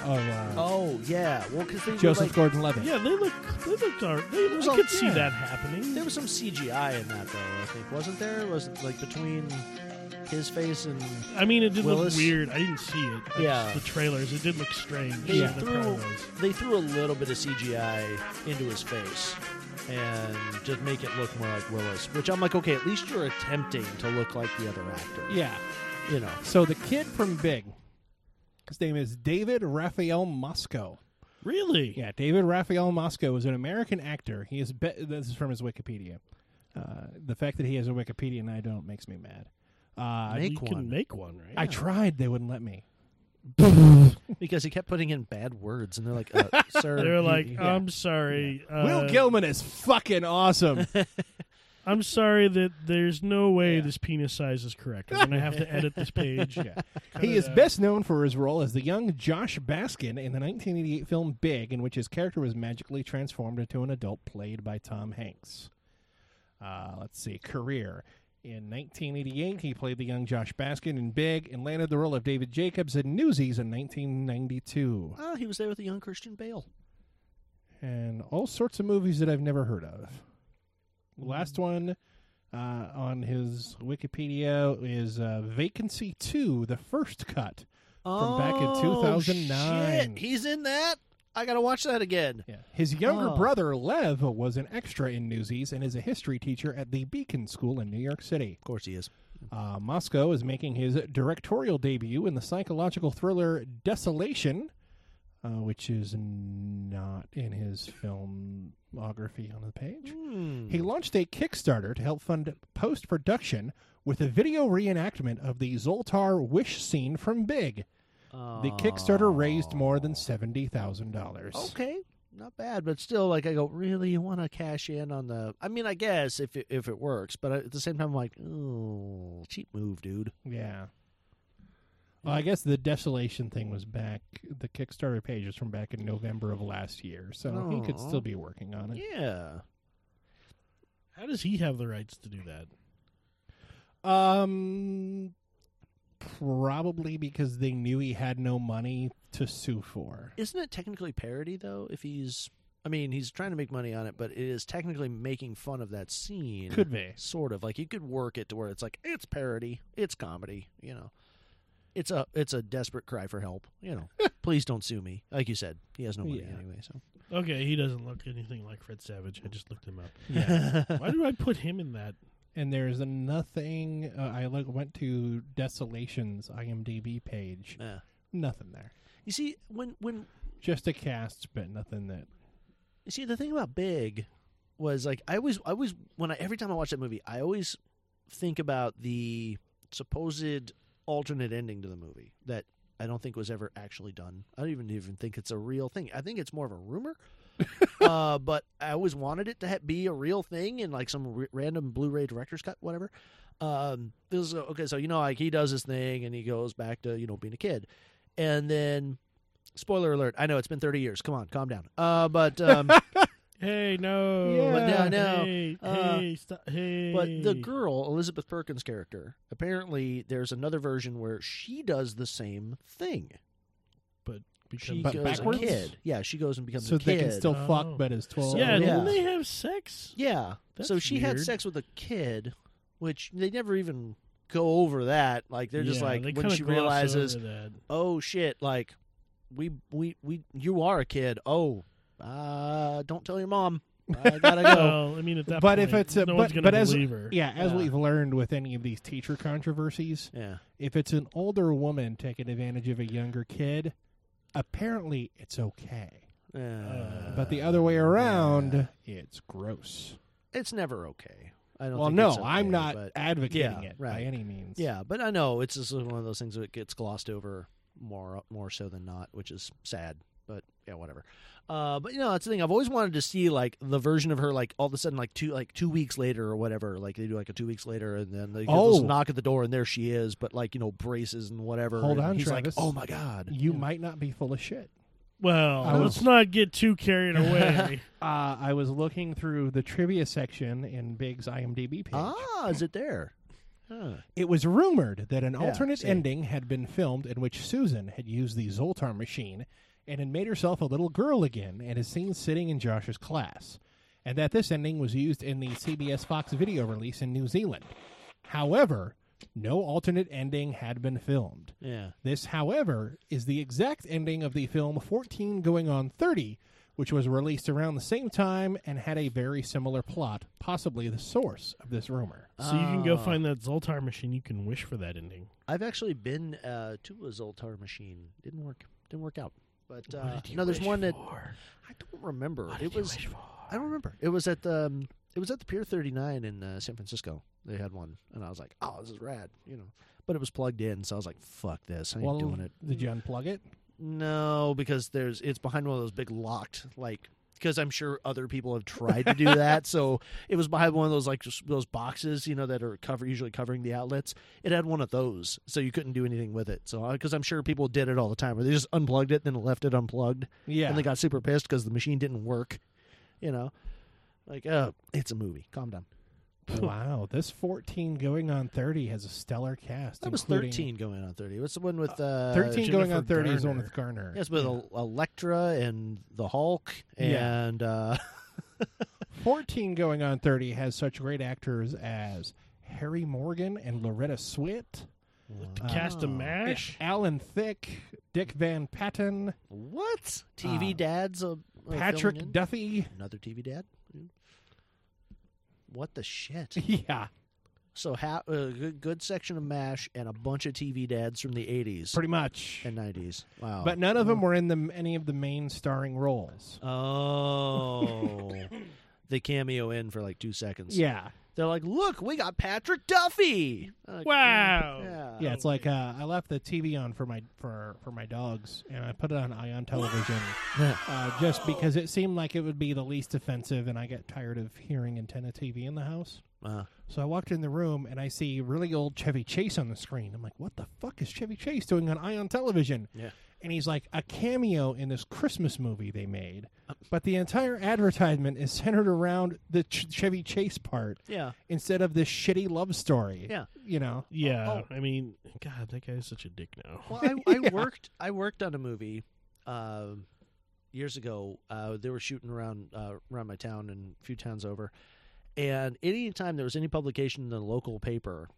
Speaker 3: Oh, uh,
Speaker 5: Oh yeah, well because they were,
Speaker 3: Joseph
Speaker 5: like,
Speaker 3: Gordon-Levitt.
Speaker 6: yeah, they look they looked all right. They, I
Speaker 5: There's
Speaker 6: could
Speaker 5: a-
Speaker 6: see
Speaker 5: yeah.
Speaker 6: that happening.
Speaker 5: There was some CGI in that though. I think wasn't there? Was it like between his face and
Speaker 6: I mean, it did
Speaker 5: Willis?
Speaker 6: look weird. I didn't see it. I
Speaker 5: Yeah.
Speaker 6: just- the trailers. It did look strange.
Speaker 5: They
Speaker 6: Yeah, the
Speaker 5: threw
Speaker 6: promos.
Speaker 5: they threw a little bit of CGI into his face. and just make it look more like Willis. Which I'm like, okay, at least you're attempting to look like the other actor.
Speaker 3: Yeah.
Speaker 5: You know.
Speaker 3: So the kid from Big, his name is David Raphael Mosco.
Speaker 6: Really?
Speaker 3: Yeah, David Raphael Mosco is an American actor. He is. Be- this is from his Wikipedia. Uh, the fact that he has a Wikipedia and I don't makes me mad. Uh,
Speaker 5: Make You can one.
Speaker 6: make one, right?
Speaker 3: I tried. They wouldn't let me.
Speaker 5: because he kept putting in bad words, and they're like, uh, "Sir,"
Speaker 6: They're
Speaker 5: you-
Speaker 6: like,
Speaker 5: you-
Speaker 3: um,
Speaker 6: I'm sorry. uh,
Speaker 3: Will Gilman is fucking awesome.
Speaker 6: I'm sorry that there's no way this penis size is correct. I'm gonna have to edit this page.
Speaker 3: Yeah.
Speaker 6: Cut
Speaker 3: He
Speaker 6: it
Speaker 3: is
Speaker 6: out.
Speaker 3: best known for his role as the young Josh Baskin in the 1988 film Big, in which his character was magically transformed into an adult played by Tom Hanks. Uh, let's see, career. In 1988, he played the young Josh Baskin in Big and landed the role of David Jacobs in Newsies in 1992.
Speaker 5: Oh, he was there with the young Christian Bale.
Speaker 3: And all sorts of movies that I've never heard of.
Speaker 5: Hmm.
Speaker 3: Last one uh, on his Wikipedia is uh, Vacancy 2, the first cut from back in
Speaker 5: Oh,
Speaker 3: 2009.
Speaker 5: shit, He's in that. I gotta watch that again.
Speaker 3: Yeah. His younger
Speaker 5: Oh.
Speaker 3: brother, Lev, was an extra in Newsies and is a history teacher at the Beacon School in New York City. Of
Speaker 5: course he is.
Speaker 3: Uh, Moscow is making his directorial debut in the psychological thriller Desolation, uh, which is not in his filmography on the page. He launched a Kickstarter to help fund post production with a video reenactment of the Zoltar wish scene from Big. The Kickstarter raised more than $70,000.
Speaker 5: Okay, not bad, but still, like, I go, really, you want to cash in on the? I mean, I guess if it, if it works, but at the same time, I'm like, oh, cheap move, dude.
Speaker 3: Yeah. Well, I guess the desolation thing was back. The Kickstarter page is from back in November of last year, so he could
Speaker 6: Aw.
Speaker 3: still be working on it.
Speaker 5: Yeah.
Speaker 6: How does he have the rights to do that?
Speaker 3: Um, probably because they knew he had no money to sue for.
Speaker 5: Isn't it technically parody though? If he's, I mean, he's trying to make money on it, but it is technically making fun of that scene.
Speaker 3: Could be.
Speaker 5: sort of like you could work it to where it's like it's parody, it's comedy, you know. It's a it's a desperate cry for help, you know. Please don't sue me. Like you said, he has no money
Speaker 6: Yeah.
Speaker 5: anyway. So
Speaker 6: Okay, he doesn't look anything like Fred Savage. I just looked him up.
Speaker 3: Yeah.
Speaker 6: Why do I put him in that?
Speaker 3: And there's nothing. Uh, I look, went to Desolation's IMDb page. Nothing there.
Speaker 5: you see, when when
Speaker 3: Just a cast, but nothing that.
Speaker 5: You see, the thing about Big was like I always, I always when I every time I watch that movie, I always think about the supposed alternate ending to the movie that I don't think was ever actually done. I don't even even think it's a real thing. I think it's more of a rumor. uh, but I always wanted it to ha- be a real thing and like some r- random Blu-ray director's cut, whatever. Um, it was, uh, okay, so you know, like he does his thing and he goes back to you know being a kid, and then spoiler alert. I know it's been thirty years. Come on, calm down. Uh, but um,
Speaker 6: Hey, no.
Speaker 5: Yeah. But no, no.
Speaker 6: Hey,
Speaker 5: Uh,
Speaker 6: hey, stop, hey.
Speaker 5: But the girl, Elizabeth Perkins' character, apparently there's another version where she does the same thing.
Speaker 6: But
Speaker 5: she
Speaker 6: becomes-
Speaker 5: goes
Speaker 6: But backwards?
Speaker 5: a kid. Yeah, she goes and becomes
Speaker 3: So
Speaker 5: a
Speaker 3: they
Speaker 5: kid.
Speaker 3: can still fuck, but as twelve.
Speaker 6: Oh. Yeah, didn't
Speaker 5: Oh, yeah.
Speaker 6: they have sex?
Speaker 5: Yeah.
Speaker 6: That's
Speaker 5: so she had
Speaker 6: weird.
Speaker 5: sex with a kid, which they never even go over that. Like they're just
Speaker 6: Yeah,
Speaker 5: like
Speaker 6: they
Speaker 5: when
Speaker 6: kinda
Speaker 5: she
Speaker 6: gloss
Speaker 5: realizes,
Speaker 6: over that.
Speaker 5: oh shit, like we we we you are a kid. Oh, uh, don't tell your mom. I gotta go.
Speaker 6: Well, I mean, at that
Speaker 3: but
Speaker 6: point,
Speaker 3: if it's a,
Speaker 6: no
Speaker 3: but,
Speaker 6: one's gonna
Speaker 3: but as
Speaker 6: believe her.
Speaker 3: yeah, as
Speaker 5: Uh,
Speaker 6: Yeah.
Speaker 3: we've learned with any of these teacher controversies,
Speaker 5: yeah,
Speaker 3: if it's an older woman taking advantage of a younger kid, apparently it's okay. but the other
Speaker 5: Uh,
Speaker 3: way around, it's gross.
Speaker 5: it's never okay. I don't.
Speaker 3: Well,
Speaker 5: think
Speaker 3: no,
Speaker 5: it's okay,
Speaker 3: I'm not
Speaker 5: but-
Speaker 3: advocating
Speaker 5: Yeah,
Speaker 3: it by
Speaker 5: right.
Speaker 3: any means.
Speaker 5: Yeah, but I know it's just one of those things that gets glossed over more more so than not, which is sad. But yeah, whatever. Uh, but you know, that's the thing. I've always wanted to see like the version of her, like all of a sudden, like two like two weeks later or whatever. Like they do like a two weeks later, and then they
Speaker 3: Oh.
Speaker 5: there's a knock at the door, and there she is. But like you know, braces and whatever.
Speaker 3: Hold
Speaker 5: and
Speaker 3: on,
Speaker 5: he's
Speaker 3: Travis.
Speaker 5: like, oh my god.
Speaker 3: you might not be full of shit.
Speaker 6: Well,
Speaker 3: I
Speaker 6: let's
Speaker 3: was-
Speaker 6: not get too carried away.
Speaker 3: Uh, I was looking through the trivia section in Big's IMDb page.
Speaker 5: Ah, is it there? Huh.
Speaker 3: It was rumored that an
Speaker 5: Yeah,
Speaker 3: alternate
Speaker 5: see.
Speaker 3: ending had been filmed in which Susan had used the Zoltar machine and had made herself a little girl again and is seen sitting in Josh's class, and that this ending was used in the CBS Fox video release in New Zealand. However, no alternate ending had been filmed.
Speaker 5: Yeah.
Speaker 3: This, however, is the exact ending of the film 14 Going on 30, which was released around the same time and had a very similar plot, possibly the source of this rumor.
Speaker 6: So you can
Speaker 5: Oh.
Speaker 6: go find that Zoltar machine. You can wish for that ending.
Speaker 5: I've actually been uh, to a Zoltar machine. Didn't work. Didn't work out. But
Speaker 6: What
Speaker 5: uh,
Speaker 6: did you
Speaker 5: no, there's
Speaker 6: wish
Speaker 5: one that
Speaker 6: for?
Speaker 5: I don't remember. it was I don't remember. It was at the um, it was at the Pier 39 in uh, San Francisco. They had one, and I was like, "Oh, this is rad," you know. But it was plugged in, so I was like, "Fuck this! I ain't
Speaker 3: Well,
Speaker 5: doing it."
Speaker 3: Did you unplug it?
Speaker 5: No, because there's it's behind one of those big locked like because I'm sure other people have tried to do that. so it was behind one of those like just those boxes, you know, that are cover usually covering the outlets. It had one of those, so you couldn't do anything with it. So because I'm sure people did it all the time, where they just unplugged it, then left it unplugged.
Speaker 3: Yeah.
Speaker 5: and they got super pissed because the machine didn't work. You know, like uh, it's a movie. Calm down.
Speaker 3: wow, this 14 going on 30 has a stellar cast.
Speaker 5: That was
Speaker 3: including-
Speaker 5: 13 going on 30. What's the one with uh,
Speaker 3: 13 going on 30 is the one with Garner.
Speaker 5: Yes, with El- Electra and the Hulk
Speaker 3: Yeah.
Speaker 5: and uh,
Speaker 3: 14 going on 30 has such great actors as Harry Morgan and Loretta Swit.
Speaker 6: The
Speaker 5: Oh.
Speaker 6: cast of MASH?
Speaker 3: Alan Thicke, Dick Van Patten.
Speaker 5: What? TV Dad's a a
Speaker 3: Ah.
Speaker 5: filling
Speaker 3: Patrick
Speaker 5: in?
Speaker 3: Duffy.
Speaker 5: Another TV Dad. What the shit?
Speaker 3: Yeah.
Speaker 5: So ha- a good, good section of Mash and a bunch of TV Dads from the 80s,
Speaker 3: pretty much,
Speaker 5: and 90s. Wow.
Speaker 3: But none of them were in the any of the main starring roles.
Speaker 5: Oh. they cameo in for like two seconds.
Speaker 3: Yeah.
Speaker 5: They're like, look, we got Patrick Duffy. Like,
Speaker 6: Wow.
Speaker 5: Yeah.
Speaker 3: yeah, it's like uh, I left the TV on for my for for my dogs, and I put it on Ion Television uh, just because it seemed like it would be the least offensive, and I got tired of hearing antenna TV in the house.
Speaker 5: Uh,
Speaker 3: So I walked in the room and I see really old Chevy Chase on the screen. I'm like, what the fuck is Chevy Chase doing on Ion Television?
Speaker 5: Yeah.
Speaker 3: And he's like a cameo in this Christmas movie they made,
Speaker 5: Uh,
Speaker 3: but the entire advertisement is centered around the Ch- Chevy Chase part
Speaker 5: Yeah.
Speaker 3: instead of this shitty love story.
Speaker 5: Yeah. Oh,
Speaker 3: You know?
Speaker 6: Yeah, I mean, God, that guy's such a dick now.
Speaker 5: Well, I, I worked. I worked on a movie um years ago. Uh, they were shooting around uh, around my town and a few towns over. And any time there was any publication in the local paper,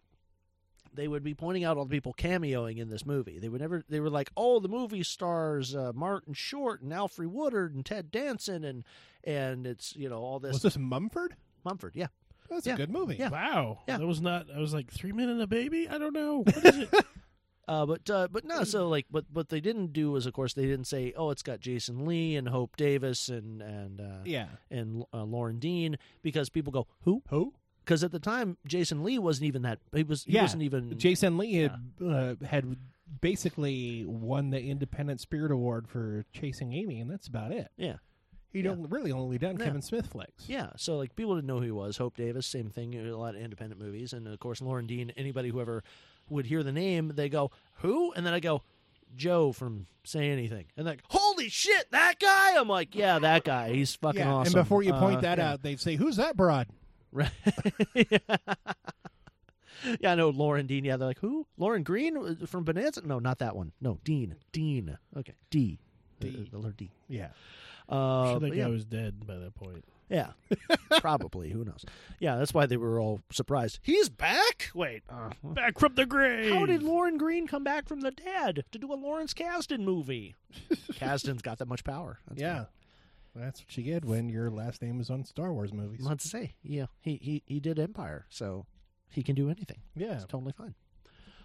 Speaker 5: they would be pointing out all the people cameoing in this movie. They would never. They were like, "Oh, the movie stars uh, Martin Short and Alfred Woodard and Ted Danson and and it's you know all this."
Speaker 3: Was this Mumford?
Speaker 5: Mumford? Yeah,
Speaker 3: that's
Speaker 5: Yeah.
Speaker 3: a good movie.
Speaker 5: Yeah.
Speaker 6: Wow.
Speaker 5: Yeah.
Speaker 6: That was not. I was like three men and a baby. I don't know. What is it?
Speaker 5: Uh, but uh, but no, so like what what they didn't do was, of course, they didn't say, oh, it's got Jason Lee and Hope Davis and and uh,
Speaker 3: Yeah.
Speaker 5: and uh, Lauren Dean because people go who
Speaker 3: who
Speaker 5: because at the time Jason Lee wasn't even that he was he
Speaker 3: yeah.
Speaker 5: wasn't even
Speaker 3: Jason Lee had uh, had basically won the Independent Spirit Award for Chasing Amy, and that's about it.
Speaker 5: yeah
Speaker 3: He
Speaker 5: Yeah.
Speaker 3: don't really only done
Speaker 5: Yeah.
Speaker 3: Kevin Smith flicks.
Speaker 5: yeah so like people didn't know who he was Hope Davis same thing you know, a lot of independent movies and of course Lauren Dean anybody who ever would hear the name they go who and then I go Joe from Say Anything and they're like holy shit that guy I'm like yeah that guy he's fucking
Speaker 3: Yeah,
Speaker 5: awesome
Speaker 3: And before you point
Speaker 5: Uh,
Speaker 3: that
Speaker 5: yeah.
Speaker 3: out, they'd say, "Who's that broad?"
Speaker 5: Right. yeah, I know Lauren Dean. Yeah, they're like, who? Lauren Green uh, from Bonanza? No, not that one. No, Dean. Dean. Okay, D. D. The letter D.
Speaker 3: Yeah.
Speaker 5: Uh,
Speaker 6: sure that
Speaker 5: but
Speaker 6: guy
Speaker 5: yeah.
Speaker 6: was dead by that point.
Speaker 5: yeah. Probably. Who knows? Yeah, that's why they were all surprised. He's back. Wait, uh,
Speaker 6: Back from the grave.
Speaker 5: how did Lauren Green come back from the dead to do a Lawrence Kasdan movie? Kasdan's got that much power. That's
Speaker 3: yeah. That's what you get when your last name is on Star Wars movies.
Speaker 5: Let's say, yeah, he he he did Empire, so he can do anything.
Speaker 3: Yeah.
Speaker 5: it's totally fine.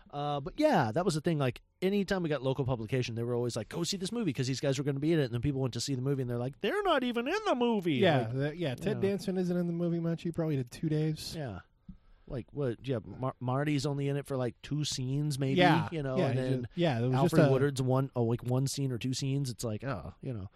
Speaker 5: Uh, but yeah, that was the thing. Like anytime we got local publication, they were always like, "Go see this movie" because these guys were going to be in it, and then people went to see the movie, and they're like, "They're not even in the movie."
Speaker 3: Yeah,
Speaker 5: Like,
Speaker 3: that- yeah. Ted
Speaker 5: yeah.
Speaker 3: Danson isn't in the movie much. He probably did two days.
Speaker 5: yeah. Like what? Yeah, Mar- Marty's only in it for like two scenes, maybe.
Speaker 3: Yeah,
Speaker 5: you know,
Speaker 3: yeah,
Speaker 5: and
Speaker 3: he
Speaker 5: then
Speaker 3: ju- yeah, there was just
Speaker 5: Alfred
Speaker 3: a-
Speaker 5: Woodard's one, oh, like one scene or two scenes. It's like, oh, you know,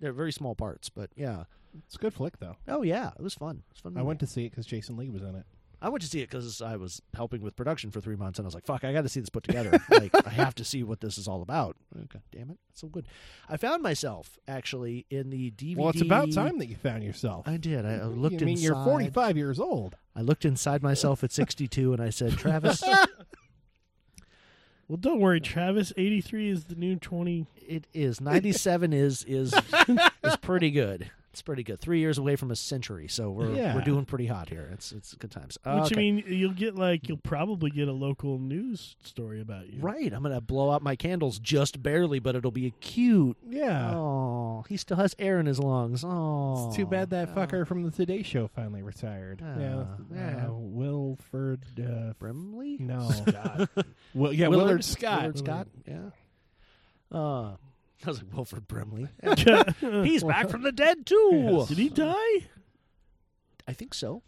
Speaker 5: they're very small parts, but yeah.
Speaker 3: It's a good flick though.
Speaker 5: Oh yeah, it was fun. It was a fun.
Speaker 3: I
Speaker 5: movie.
Speaker 3: went to see it because Jason Lee was in it.
Speaker 5: I went to see it because I was helping with production for three months, and I was like, "Fuck, I got to see this put together. like, I have to see what this is all about." Okay, damn it, so good. I found myself actually in the DVD.
Speaker 3: Well, it's about time that you found yourself.
Speaker 5: I did. I, I looked.
Speaker 3: I mean,
Speaker 5: inside.
Speaker 3: you're 45 years old.
Speaker 5: I looked inside myself at 62, and I said, "Travis,
Speaker 6: Well, don't worry, Travis. Eighty-three is the new twenty.
Speaker 5: it is 97 is is is pretty good." It's pretty good. Three years away from a century, so we're
Speaker 6: Yeah.
Speaker 5: we're doing pretty hot here. It's it's good times.
Speaker 6: Which
Speaker 5: Okay.
Speaker 6: I mean, you'll get like you'll probably get a local news story about you.
Speaker 5: Right, I'm gonna blow out my candles just barely, but it'll be cute.
Speaker 3: Yeah.
Speaker 5: Oh, he still has air in his lungs. Oh,
Speaker 3: It's too bad that fucker from the Today Show finally retired.
Speaker 5: Ah,
Speaker 3: yeah.
Speaker 5: yeah.
Speaker 3: Uh, Wilford uh,
Speaker 5: Brimley?
Speaker 3: No.
Speaker 5: Scott.
Speaker 3: Will, yeah, Willard, Scott.
Speaker 5: Willard Scott. Yeah. Uh, I was like Wilford Brimley.
Speaker 6: He's
Speaker 5: back from the dead too. Uh,
Speaker 6: Did he die?
Speaker 5: I think so.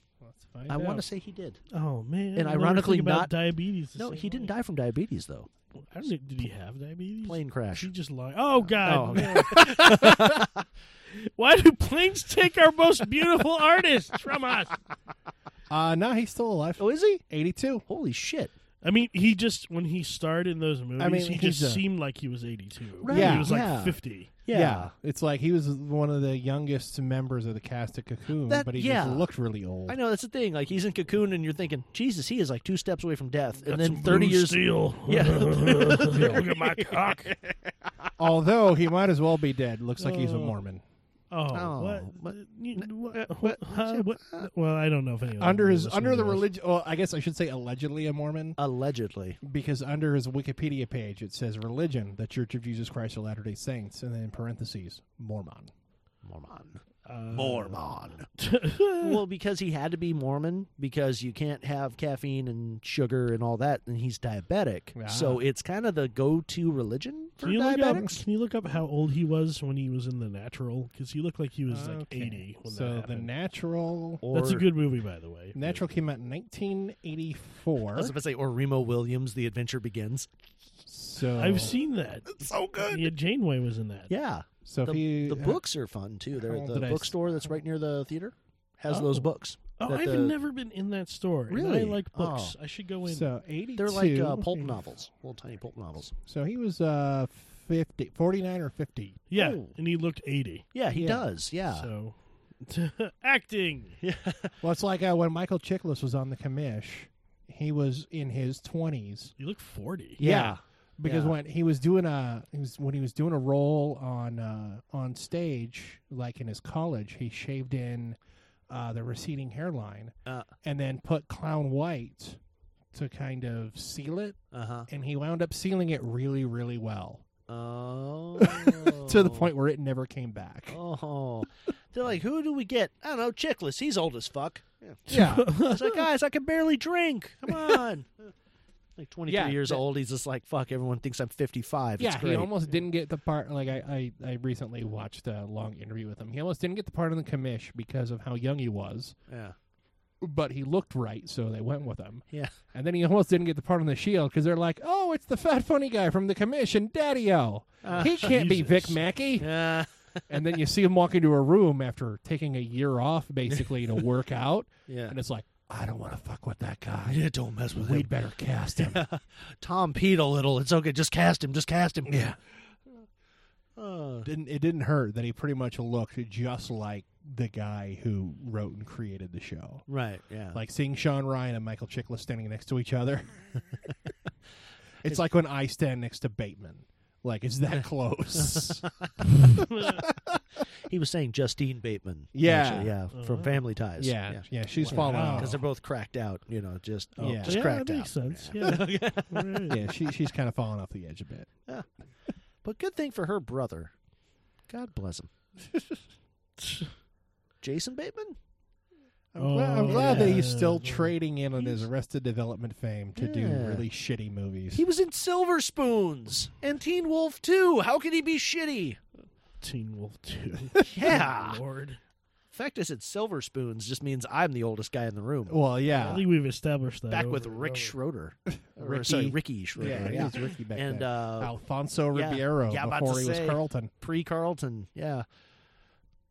Speaker 3: find
Speaker 5: I want
Speaker 6: out.
Speaker 5: to say he did.
Speaker 6: Oh man!
Speaker 5: and
Speaker 6: I'll never
Speaker 5: ironically,
Speaker 6: think about
Speaker 5: not
Speaker 6: diabetes. the
Speaker 5: No,
Speaker 6: same
Speaker 5: he didn't
Speaker 6: way.
Speaker 5: die from diabetes though.
Speaker 6: I don't think, did he have diabetes?
Speaker 5: Plane crash.
Speaker 6: He just lied. Oh God!
Speaker 5: Oh, okay.
Speaker 6: no. Why do planes take our most beautiful artists from us?
Speaker 3: Uh, no, he's still alive.
Speaker 5: Oh, is he?
Speaker 3: 82.
Speaker 5: Holy shit.
Speaker 6: I mean, he just when he starred in those movies,
Speaker 3: mean,
Speaker 6: he
Speaker 3: he's
Speaker 6: just
Speaker 3: a-
Speaker 6: seemed like he was eighty-two.
Speaker 3: Right,
Speaker 6: he was
Speaker 3: yeah.
Speaker 6: like fifty.
Speaker 3: Yeah. it's like he was one of the youngest members of the cast of Cocoon,
Speaker 5: That-
Speaker 3: but he
Speaker 5: yeah.
Speaker 3: just looked really old.
Speaker 5: I know that's the thing. Like he's in cocoon, and you're thinking, Jesus, he is like two steps away from death, and
Speaker 6: Got
Speaker 5: then
Speaker 6: some
Speaker 5: thirty
Speaker 6: blue
Speaker 5: years.
Speaker 6: steel.
Speaker 5: Yeah.
Speaker 6: Look at my cock.
Speaker 3: Although he might as well be dead. Looks like he's a
Speaker 6: Oh.
Speaker 3: Mormon.
Speaker 6: Oh,
Speaker 5: Oh,
Speaker 6: what?
Speaker 5: what-
Speaker 6: You-
Speaker 3: uh,
Speaker 6: what- huh? What- Well, I don't know if anyone
Speaker 3: under his
Speaker 6: listening
Speaker 3: under the
Speaker 6: to this-
Speaker 3: religion. Well, I guess I should say allegedly a Mormon.
Speaker 5: Allegedly,
Speaker 3: because under his Wikipedia page it says religion, the Church of Jesus Christ of Latter Day Saints, and then in parentheses Mormon.
Speaker 5: Mormon.
Speaker 3: Mormon.
Speaker 5: well, because he had to be Mormon because you can't have caffeine and sugar and all that, and he's diabetic. So
Speaker 6: Ah.
Speaker 5: it's kind of the go-to religion for
Speaker 6: Can you, look up,
Speaker 5: diabetics.
Speaker 6: can you look up how old he was when he was in The Natural? Because he looked like he was like
Speaker 3: Okay.
Speaker 6: 80 when
Speaker 3: so
Speaker 6: that
Speaker 3: the
Speaker 6: happened.
Speaker 3: natural.
Speaker 6: That's a good movie, by the way.
Speaker 3: Natural came out in 1984.
Speaker 5: I was about to say, or Remo Williams, The Adventure Begins.
Speaker 3: so
Speaker 6: I've seen that. It's
Speaker 5: Oh. so
Speaker 6: good. Yeah, Janeway was in that.
Speaker 5: Yeah.
Speaker 3: So uh,
Speaker 5: the,
Speaker 3: if you
Speaker 5: the books are fun too. They're
Speaker 3: How
Speaker 5: at
Speaker 3: old
Speaker 5: the
Speaker 3: did I s-
Speaker 5: bookstore that's right near the theater has those
Speaker 6: Oh.
Speaker 5: books.
Speaker 6: Oh,
Speaker 5: that
Speaker 6: I've
Speaker 5: the-
Speaker 6: never been in that store. and
Speaker 5: Really?
Speaker 6: I like books.
Speaker 5: Oh.
Speaker 6: I should go in.
Speaker 3: So
Speaker 5: They're like uh,
Speaker 3: 82.
Speaker 5: pulp novels, little tiny pulp novels.
Speaker 3: So he was uh 50, 49 or 50.
Speaker 6: yeah, and he looked 80.
Speaker 5: Yeah, he
Speaker 3: Yeah.
Speaker 5: does. Yeah.
Speaker 6: So acting.
Speaker 3: Well, it's like uh, when Michael Chiklis was on the commish, he was in his 20s.
Speaker 6: You look 40.
Speaker 5: Yeah.
Speaker 3: Because
Speaker 5: Yeah.
Speaker 3: when he was doing a he was when he was doing a role on uh, on stage, like in his college, he shaved in uh, the receding hairline
Speaker 5: Uh.
Speaker 3: and then put clown white to kind of seal it,
Speaker 5: Uh-huh.
Speaker 3: and he wound up sealing it really, really well
Speaker 5: Oh.
Speaker 3: to the point where it never came back.
Speaker 5: Oh. They're like, who do we get? I don't know, Chickless. He's old as fuck. Yeah.
Speaker 3: Yeah.
Speaker 5: it's like, guys, I can barely drink. Come on. like 23
Speaker 3: Yeah,
Speaker 5: years
Speaker 3: that-
Speaker 5: old, he's just like, fuck, everyone thinks I'm 55.
Speaker 3: Yeah,
Speaker 5: it's great.
Speaker 3: he almost didn't get the part. Like I, I, I recently watched a long interview with him. He almost didn't get the part in the commish because of how young he was,
Speaker 5: yeah.
Speaker 3: but he looked right, so they went with him.
Speaker 5: Yeah.
Speaker 3: And then he almost didn't get the part on the shield because they're like, "Oh, it's the fat funny guy from the commission, Daddy-O. he can't be Vic Mackey."
Speaker 5: Uh, Yeah.
Speaker 3: and then you see him walk into a room after taking a year off, basically to work out.
Speaker 5: Yeah.
Speaker 3: And it's like, I don't want to fuck with that guy.
Speaker 5: Yeah, don't mess with
Speaker 3: We'd
Speaker 5: him.
Speaker 3: better cast him.
Speaker 5: Tom Pete a little. It's okay. Just cast him. Just cast him.
Speaker 3: Yeah.
Speaker 5: Uh,
Speaker 3: didn't it didn't hurt that he pretty much looked just like the guy who wrote and created the show.
Speaker 5: right. Yeah.
Speaker 3: Like seeing Sean Ryan and Michael Chiklis standing next to each other. it's like when I stand next to Bateman. Like it's that close.
Speaker 5: he was saying Justine Bateman.
Speaker 3: Yeah. Uh-huh.
Speaker 5: actually, yeah, from Family Ties.
Speaker 3: Yeah, yeah, she's fallen out.
Speaker 5: because they're both cracked out. You know, just oh,
Speaker 3: Yeah.
Speaker 5: just
Speaker 3: Yeah,
Speaker 5: cracked
Speaker 6: that
Speaker 5: out.
Speaker 6: makes sense. Yeah. Right.
Speaker 3: yeah, she she's kind of falling off the edge a bit.
Speaker 5: But good thing for her brother. God bless him. Jason Bateman.
Speaker 3: I'm, glad, I'm
Speaker 6: Oh,
Speaker 3: glad that he's
Speaker 6: yeah.
Speaker 3: still trading in on his Arrested Development fame to do
Speaker 5: Yeah.
Speaker 3: really shitty movies.
Speaker 5: He was in Silver Spoons and Teen Wolf 2. How could he be shitty?
Speaker 6: Teen Wolf 2.
Speaker 5: Yeah.
Speaker 6: Lord.
Speaker 5: The fact I said Silver Spoons just means I'm the oldest guy in the room.
Speaker 3: well,
Speaker 6: I
Speaker 3: yeah,
Speaker 6: think we've established that.
Speaker 5: back
Speaker 6: over
Speaker 5: with
Speaker 6: and
Speaker 5: Rick
Speaker 6: over.
Speaker 5: Schroeder. Or,
Speaker 3: Ricky.
Speaker 5: sorry, Ricky Schroeder.
Speaker 3: yeah, he
Speaker 5: yeah.
Speaker 3: was Ricky back
Speaker 5: and
Speaker 3: then.
Speaker 5: uh,
Speaker 3: Alfonso
Speaker 5: yeah,
Speaker 3: Ribeiro
Speaker 5: yeah, about
Speaker 3: before
Speaker 5: to
Speaker 3: he was
Speaker 5: say.
Speaker 3: Carlton.
Speaker 5: pre Carlton. Yeah.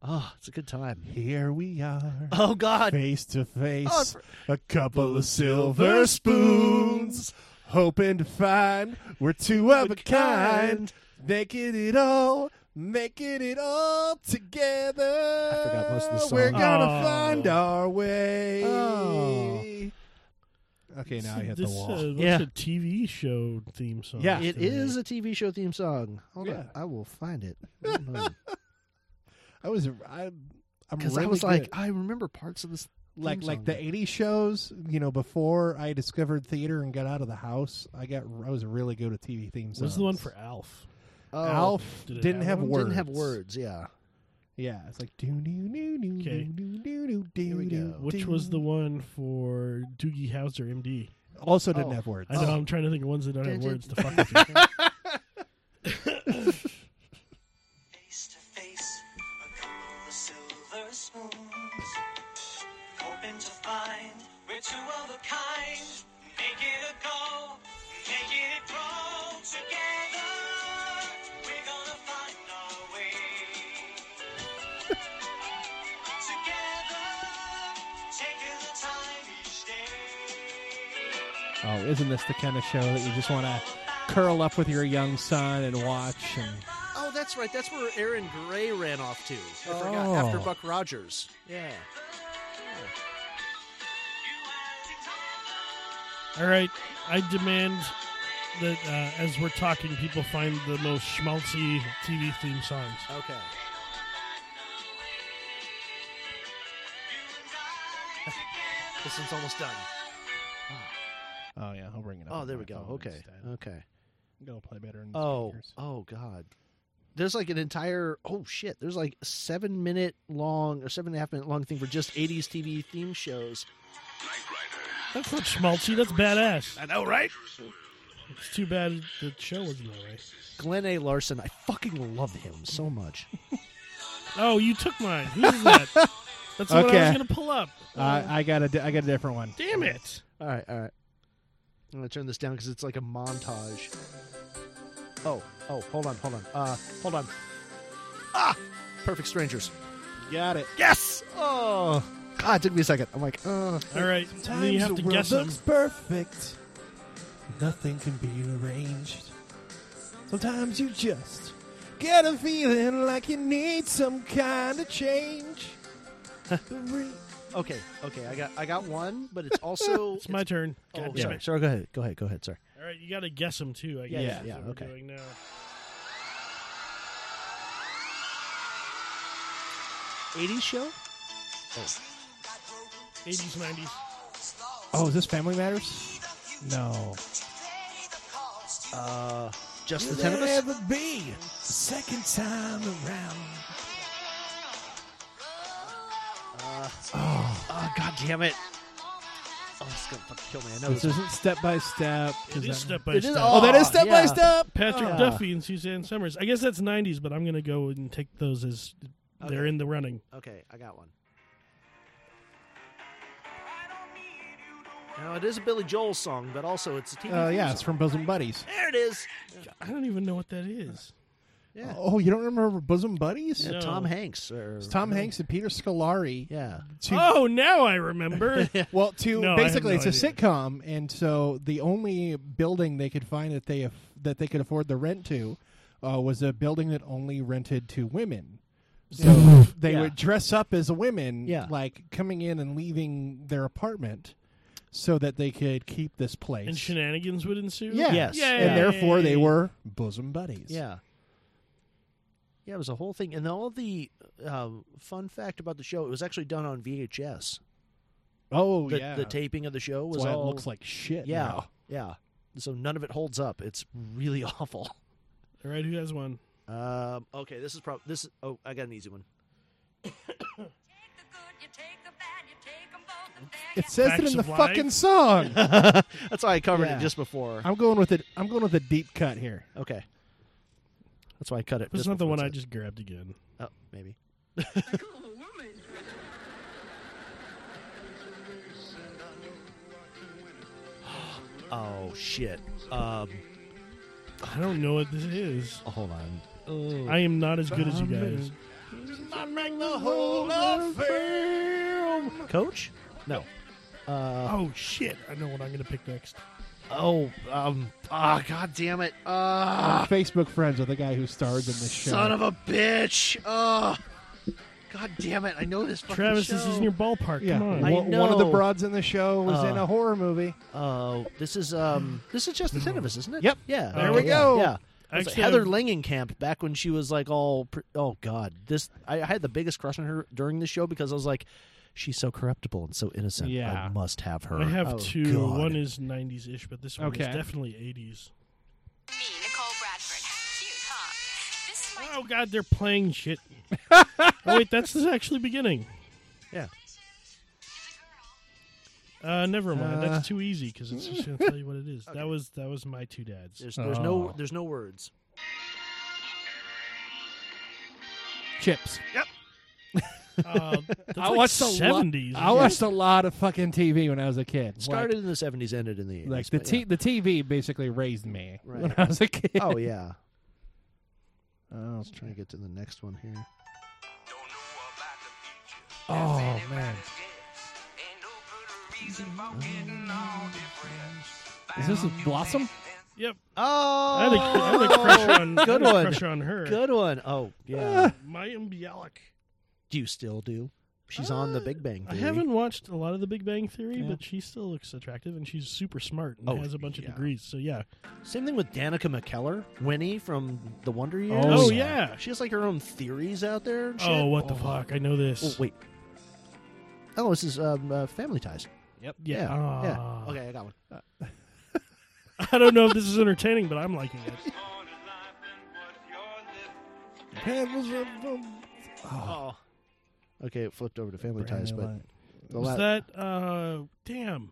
Speaker 5: Oh, it's a good time.
Speaker 3: Here we are.
Speaker 5: Oh God.
Speaker 3: Face to
Speaker 5: Oh,
Speaker 3: face,
Speaker 5: for-
Speaker 3: a couple of silver spoons, hoping to find we're two of a kind, making it all, making it all together. I
Speaker 5: forgot most of the song.
Speaker 3: We're gonna
Speaker 6: Oh.
Speaker 3: find our way.
Speaker 5: Oh.
Speaker 3: Okay, now I hit the
Speaker 6: This,
Speaker 3: wall.
Speaker 6: Uh,
Speaker 5: Yeah.
Speaker 6: That's a TV show theme song.
Speaker 3: Yeah.
Speaker 5: It is a TV show theme song. Hold
Speaker 3: Yeah.
Speaker 5: on, I will find it. Hold on.
Speaker 3: I was I I'm
Speaker 5: Because
Speaker 3: really
Speaker 5: I was like,
Speaker 3: good.
Speaker 5: I remember parts of this.
Speaker 3: like
Speaker 5: theme
Speaker 3: like
Speaker 5: song.
Speaker 3: the 80s shows you know before i discovered theater and got out of the house i got i was really good at tv themes
Speaker 6: What's the one for Alf?
Speaker 5: Oh,
Speaker 3: alf
Speaker 6: did it
Speaker 3: didn't have,
Speaker 6: have
Speaker 3: words
Speaker 6: one?
Speaker 5: Didn't have words. Yeah.
Speaker 3: yeah it's like do do do do
Speaker 6: Okay.
Speaker 3: do do do do do
Speaker 6: Which was the one for Doogie Howser, MD?
Speaker 3: Also didn't Oh. have words.
Speaker 6: I know.
Speaker 3: Oh.
Speaker 6: I'm trying to think of ones that don't have
Speaker 3: Did it-
Speaker 6: words to fuck with you.
Speaker 20: face a couple of silver spoons. Hoping to find we're two of a kind. Make it a go, make it grow together. We're gonna find our way. together, taking the time each day.
Speaker 3: oh isn't this the kind of show that you just want to curl up with your young son and watch and
Speaker 5: Oh, that's right. That's where Aaron Gray ran off to. I forgot.
Speaker 3: Oh.
Speaker 5: After Buck Rogers. Yeah.
Speaker 6: All right, I demand that uh, as we're talking, people find the most schmaltzy TV theme songs.
Speaker 5: Okay. this one's almost done.
Speaker 3: oh yeah i'll bring it up
Speaker 5: Oh,
Speaker 3: on
Speaker 5: there we
Speaker 3: my
Speaker 5: go.
Speaker 3: phone
Speaker 5: Okay.
Speaker 3: instead.
Speaker 5: Okay.
Speaker 3: Gotta play better in the
Speaker 5: Oh.
Speaker 3: speakers.
Speaker 5: Oh God. There's like an entire oh shit. There's like a seven minute long or seven and a half minute long thing for just 80s TV theme shows.
Speaker 6: That's not schmaltzy. That's badass.
Speaker 5: I know, right?
Speaker 6: It's too bad the show wasn't that way.
Speaker 5: Glenn A. Larson. I fucking love him so much.
Speaker 6: Oh, you took mine. Who is that? That's the one I
Speaker 3: Okay.
Speaker 6: was going to pull up.
Speaker 3: Uh, i got a di- i got a different one
Speaker 6: Damn it!
Speaker 5: All right. All right. I'm gonna turn this down because it's like a montage. Oh. Oh. Hold on. Hold on. Uh. Hold on. Ah. Perfect strangers.
Speaker 3: got it
Speaker 5: Yes. Oh. God, it took me a second. I'm like, uh.
Speaker 6: All right.
Speaker 5: Sometimes then you have the to world guess 'em. looks
Speaker 13: perfect. Nothing can be arranged. Sometimes you just get a feeling like you need some kind of change.
Speaker 5: Okay, okay, I got I got one, but it's also
Speaker 6: It's my turn.
Speaker 5: Oh,
Speaker 6: God damn
Speaker 5: sorry,
Speaker 6: it.
Speaker 5: sorry. Go ahead, go ahead, go ahead. Sorry.
Speaker 6: All right, you got to guess them too. I guess.
Speaker 5: Yeah,
Speaker 6: is
Speaker 5: yeah,
Speaker 6: what we're
Speaker 5: okay.
Speaker 6: doing now.
Speaker 5: Eighties show.
Speaker 6: Eighties, nineties.
Speaker 3: oh is this family matters no
Speaker 5: Uh, just
Speaker 13: Will
Speaker 5: the ten of
Speaker 13: there
Speaker 5: us.
Speaker 13: ever be a second time around?
Speaker 5: Uh,
Speaker 3: oh
Speaker 5: oh, God damn it! Oh, it's gonna fucking kill me. I know
Speaker 3: this
Speaker 5: this.
Speaker 3: isn't step by step.
Speaker 6: It
Speaker 3: that-
Speaker 6: is step by
Speaker 5: It
Speaker 6: step.
Speaker 5: is- Oh, that is step by yeah. step!
Speaker 6: Patrick
Speaker 5: Ah.
Speaker 6: Duffy and Suzanne Summers. I guess that's nineties, but I'm gonna go and take those as they're
Speaker 5: Okay.
Speaker 6: in the running.
Speaker 5: Okay, I got one. Now it is a Billy Joel song, but also it's a TV.
Speaker 3: Uh, yeah,
Speaker 5: theme
Speaker 3: it's
Speaker 5: song.
Speaker 3: from Bosom Buddies.
Speaker 5: There it is.
Speaker 6: I don't even know what that is.
Speaker 5: Yeah.
Speaker 3: Oh, you don't remember Bosom Buddies?
Speaker 5: Yeah, Tom Hanks. Or,
Speaker 3: It's Tom Hanks and Peter Scolari.
Speaker 5: Yeah.
Speaker 6: oh, now I remember.
Speaker 3: well, to
Speaker 6: No, I have
Speaker 3: basically,
Speaker 6: no
Speaker 3: it's a
Speaker 6: idea.
Speaker 3: sitcom, and so the only building they could find that they aff- that they could afford the rent to uh, was a building that only rented to women. So they
Speaker 5: Yeah.
Speaker 3: would dress up as women,
Speaker 5: Yeah.
Speaker 3: like coming in and leaving their apartment, so that they could keep this place.
Speaker 6: And shenanigans would ensue.
Speaker 3: yeah, and therefore they were bosom buddies.
Speaker 5: Yeah. Yeah, it was a whole thing, and all the uh, fun fact about the show, it was actually done on VHS.
Speaker 3: Oh
Speaker 5: the,
Speaker 3: yeah,
Speaker 5: the taping of the show was
Speaker 3: That's why it
Speaker 5: all
Speaker 3: looks like shit
Speaker 5: Yeah,
Speaker 3: now.
Speaker 5: yeah. So none of it holds up. It's really awful.
Speaker 6: All right, who has one?
Speaker 5: Um, okay, this is probably this. Oh, I got an easy one.
Speaker 3: It says it
Speaker 5: Facts
Speaker 3: in the
Speaker 5: of life.
Speaker 3: fucking song.
Speaker 5: That's why I covered it just before.
Speaker 3: I'm going with it. I'm going with a deep cut here.
Speaker 5: Okay. That's why I cut it.
Speaker 6: This is
Speaker 5: just
Speaker 6: not the
Speaker 5: before
Speaker 6: one
Speaker 5: it
Speaker 6: I
Speaker 5: said-
Speaker 6: just grabbed again.
Speaker 5: Oh, maybe. oh shit. Um,
Speaker 6: I don't know what this is.
Speaker 5: hold on.
Speaker 6: I am not as good as you guys.
Speaker 5: Coach? No. Uh,
Speaker 6: Oh shit! I know what I'm gonna pick next.
Speaker 5: oh, um, ah, god damn it. Ah,
Speaker 3: I'm Facebook friends with the guy who starred in this show.
Speaker 5: son of a bitch. Ah, god damn it. I know this fucking
Speaker 6: Travis, this
Speaker 5: show.
Speaker 6: isn't your ballpark.
Speaker 3: Yeah,
Speaker 6: Come on.
Speaker 5: I
Speaker 3: one, one of the
Speaker 5: know.
Speaker 3: broads in the show was in
Speaker 5: Uh,
Speaker 3: a horror movie.
Speaker 5: Oh, this is um, this is just the ten of us, isn't it?
Speaker 3: Yep.
Speaker 5: Yeah.
Speaker 3: There
Speaker 5: okay,
Speaker 3: we
Speaker 5: yeah,
Speaker 3: go.
Speaker 5: Yeah. was
Speaker 6: Actually, um,
Speaker 5: Heather
Speaker 6: I've-
Speaker 5: Langenkamp back when she was like all pr- oh god this I, I had the biggest crush on her during the show because I was like she's so corruptible and so innocent I
Speaker 6: Yeah.
Speaker 5: must have her
Speaker 6: I have
Speaker 5: Oh,
Speaker 6: two.
Speaker 5: God.
Speaker 6: One is 90s ish, but this one
Speaker 5: Okay.
Speaker 6: is definitely 80s.
Speaker 21: Nicole Bradford. Cute, huh? This is my
Speaker 6: Oh, God, they're playing shit. oh, wait, that's the actually beginning.
Speaker 5: Yeah.
Speaker 6: Uh, never mind.
Speaker 5: Uh.
Speaker 6: That's too easy because it's just gonna tell you what it is. That was that was my two dads.
Speaker 5: there's, there's
Speaker 6: Oh.
Speaker 5: no there's no words
Speaker 3: Chips.
Speaker 6: Yep. Uh, that's
Speaker 3: I
Speaker 6: like
Speaker 3: watched a
Speaker 6: 70s.
Speaker 3: lot. I watched a lot of fucking TV when I was a kid.
Speaker 5: started in the 70s ended in the 80s
Speaker 3: like, like the
Speaker 5: but
Speaker 3: t-
Speaker 5: yeah.
Speaker 3: the TV basically raised me
Speaker 5: Right.
Speaker 3: when I was a kid.
Speaker 5: oh yeah I was trying to get to the next one here
Speaker 3: Oh man. Is this a Blossom?
Speaker 6: Yep.
Speaker 5: Oh,
Speaker 6: I had a, I had a crush on, I
Speaker 5: good
Speaker 6: had a
Speaker 5: one.
Speaker 6: Crush on her.
Speaker 5: Good one. Oh yeah.
Speaker 6: Ah. Mayim Bialik.
Speaker 5: do you still do? She's on The Big Bang
Speaker 6: I
Speaker 5: Theory.
Speaker 6: haven't watched a lot of The Big Bang Theory,
Speaker 5: Yeah.
Speaker 6: but she still looks attractive and she's super smart and
Speaker 5: Oh,
Speaker 6: has a bunch
Speaker 5: yeah.
Speaker 6: of degrees. So yeah,
Speaker 5: Same thing with Danica McKellar, Winnie from The Wonder Years.
Speaker 6: Oh, Oh, yeah. yeah.
Speaker 5: she has like her own theories out there. And shit.
Speaker 6: Oh, what the fuck? I know this.
Speaker 5: Oh wait. Oh, this is um, uh, Family Ties.
Speaker 3: Yep.
Speaker 5: Yeah.
Speaker 6: Yeah.
Speaker 5: yeah.
Speaker 6: Ah.
Speaker 5: Okay, I got one.
Speaker 6: I don't know if this is entertaining, but I'm liking it.
Speaker 5: Oh. Okay, it flipped over to Family
Speaker 6: Ah. Brand
Speaker 5: Ties,
Speaker 6: new
Speaker 5: but
Speaker 6: line.
Speaker 5: the
Speaker 6: was
Speaker 5: la-
Speaker 6: that uh damn?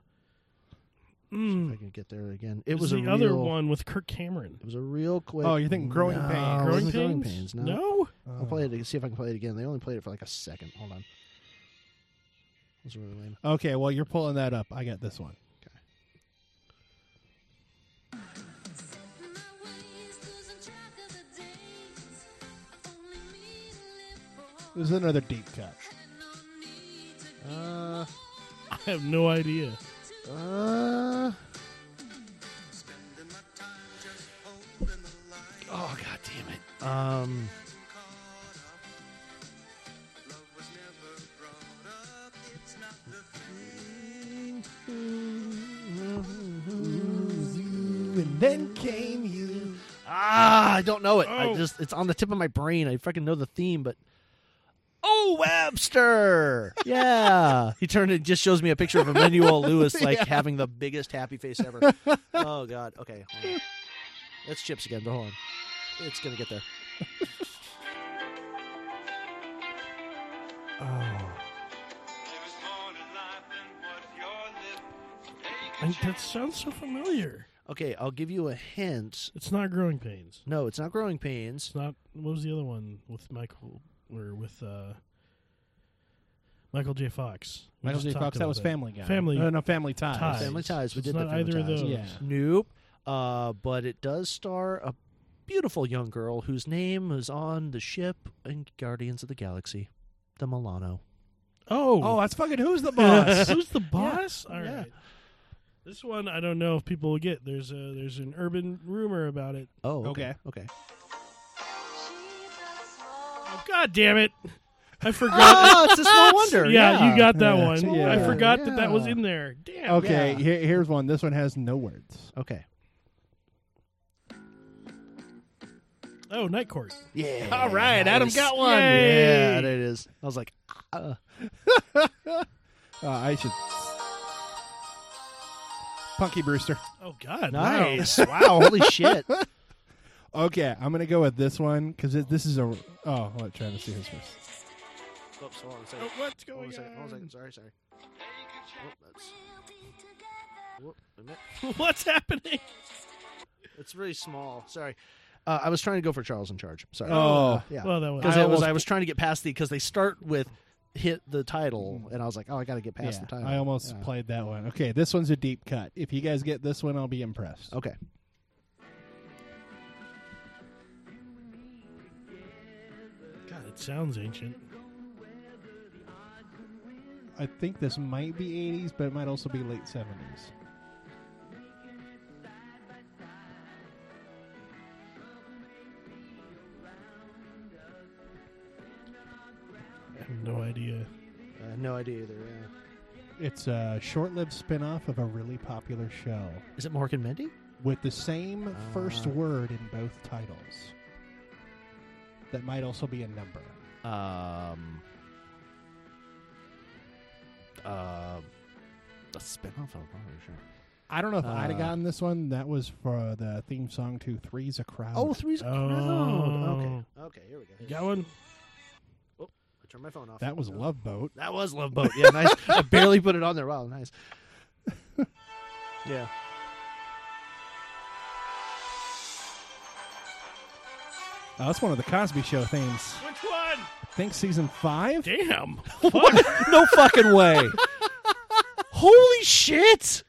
Speaker 6: Mm.
Speaker 5: I can get there again. It
Speaker 6: It's
Speaker 5: was
Speaker 6: the
Speaker 5: a real,
Speaker 6: other one with Kirk Cameron.
Speaker 5: It was a real quick.
Speaker 3: Oh, you're thinking Growing
Speaker 5: no,
Speaker 3: Pains.
Speaker 5: it
Speaker 3: Growing
Speaker 5: wasn't growing
Speaker 3: Pains?
Speaker 5: pains. No.
Speaker 6: No?
Speaker 5: I'll play
Speaker 6: Oh.
Speaker 5: it. See if I can play it again. They only played it for like a second. Hold on. That was really lame.
Speaker 3: Okay, well you're pulling that up. I got this one. This is another deep cut.
Speaker 5: Uh,
Speaker 6: I have no idea.
Speaker 5: Uh,
Speaker 3: Oh god damn it.
Speaker 5: um.
Speaker 3: And then came you.
Speaker 5: Ah, I don't know it. I
Speaker 3: Oh.
Speaker 5: just it's on the tip of my brain. I fucking know the theme, but Oh Webster. yeah, he turned and just shows me a picture of Emmanuel Lewis like
Speaker 3: Yeah.
Speaker 5: having the biggest happy face ever. oh god. Okay. Hold on. That's chips again, but hold on. It's going to get there.
Speaker 6: I, that sounds so familiar.
Speaker 5: Okay, I'll give you a hint.
Speaker 6: It's not Growing Pains.
Speaker 5: No, it's not growing pains.
Speaker 6: It's not. What was the other one with Michael or with uh, Michael J. Fox? We
Speaker 3: Michael
Speaker 6: just
Speaker 3: J.
Speaker 6: talked
Speaker 3: Fox, that
Speaker 6: about
Speaker 3: was Family Guy. Uh,
Speaker 6: Family.
Speaker 3: No, no, Family Ties.
Speaker 5: Family Ties. We
Speaker 6: It's
Speaker 5: did
Speaker 6: not
Speaker 5: that Family
Speaker 6: either of
Speaker 5: Ties.
Speaker 6: those.
Speaker 3: Yeah.
Speaker 5: Nope. Uh, but it does star a beautiful young girl whose name is on the ship in Guardians of the Galaxy, the Milano.
Speaker 6: Oh,
Speaker 3: Oh, that's fucking who's the boss?
Speaker 6: who's the boss? All right.
Speaker 3: Yeah.
Speaker 6: This one I don't know if people will get. There's a there's an urban rumor about it.
Speaker 5: Oh,
Speaker 3: okay.
Speaker 5: Okay.
Speaker 6: Oh, God damn it! I forgot.
Speaker 5: Oh, it's a small wonder.
Speaker 6: Yeah,
Speaker 3: Yeah.
Speaker 6: you got that
Speaker 3: Yeah.
Speaker 6: one.
Speaker 3: Yeah.
Speaker 6: I forgot that that was
Speaker 5: Yeah.
Speaker 6: in there. Damn.
Speaker 3: Okay,
Speaker 5: Yeah.
Speaker 3: here- here's one. This one has no words.
Speaker 5: Okay.
Speaker 6: Oh, Night Court.
Speaker 5: Yeah.
Speaker 6: All right, Adam
Speaker 5: nice.
Speaker 6: got one. Yay.
Speaker 5: Yeah, there it is. I was like, uh,
Speaker 3: Uh, I should. Punky Brewster.
Speaker 6: Oh God.
Speaker 5: nice.
Speaker 6: Wow.
Speaker 5: Wow, holy shit.
Speaker 6: Oh,
Speaker 3: Okay, I'm gonna go with this one because this is a. Oh, let Travis do his first.
Speaker 5: Oops, hold on a second.
Speaker 6: Oh, what's
Speaker 5: Hold on
Speaker 6: going
Speaker 5: a second. Hold on a second. Sorry, sorry. Whoop, that's- whoop, wait a minute.
Speaker 6: on? What's happening?
Speaker 5: It's really small. Sorry. Uh, I was trying to go for Charles in charge. Sorry.
Speaker 3: Oh.
Speaker 5: Uh, yeah.
Speaker 6: Well, that was-
Speaker 5: because
Speaker 3: I
Speaker 5: I was
Speaker 3: almost-
Speaker 5: I was trying to get past the because they start with hit the title and I was like, oh, I got to get past
Speaker 3: Mm-hmm. Yeah,
Speaker 5: the title.
Speaker 3: I almost
Speaker 5: Yeah.
Speaker 3: played that one. Okay, this one's a deep cut. If you guys get this one, I'll be impressed.
Speaker 5: Okay.
Speaker 6: God, it sounds ancient.
Speaker 3: I think this might be 80s, but it might also be late 70s.
Speaker 6: I have no idea.
Speaker 5: I have no idea either. Yeah.
Speaker 3: It's a short-lived spin-off of a really popular show.
Speaker 5: Is it Morgan Mindy?
Speaker 3: with the same first
Speaker 5: Ah.
Speaker 3: word in both titles. That might also be a number.
Speaker 5: Um, uh, a spinoff of Robert Shaw.
Speaker 3: I don't know if I'd
Speaker 5: Uh,
Speaker 3: have gotten this one. That was for the theme song to Three's a Crowd.
Speaker 5: Oh, Three's a
Speaker 3: Oh.
Speaker 5: Crowd. Okay. Okay, here we go. You got
Speaker 6: one?
Speaker 5: Oh, I turned my phone off.
Speaker 3: That was Love Boat.
Speaker 5: That was Love Boat. Yeah, nice. I barely put it on there. Wow, nice. Yeah.
Speaker 3: Uh, that's one of the Cosby Show themes.
Speaker 6: Which one?
Speaker 3: I think season five.
Speaker 6: Damn.
Speaker 3: What? no fucking way.
Speaker 5: Holy shit!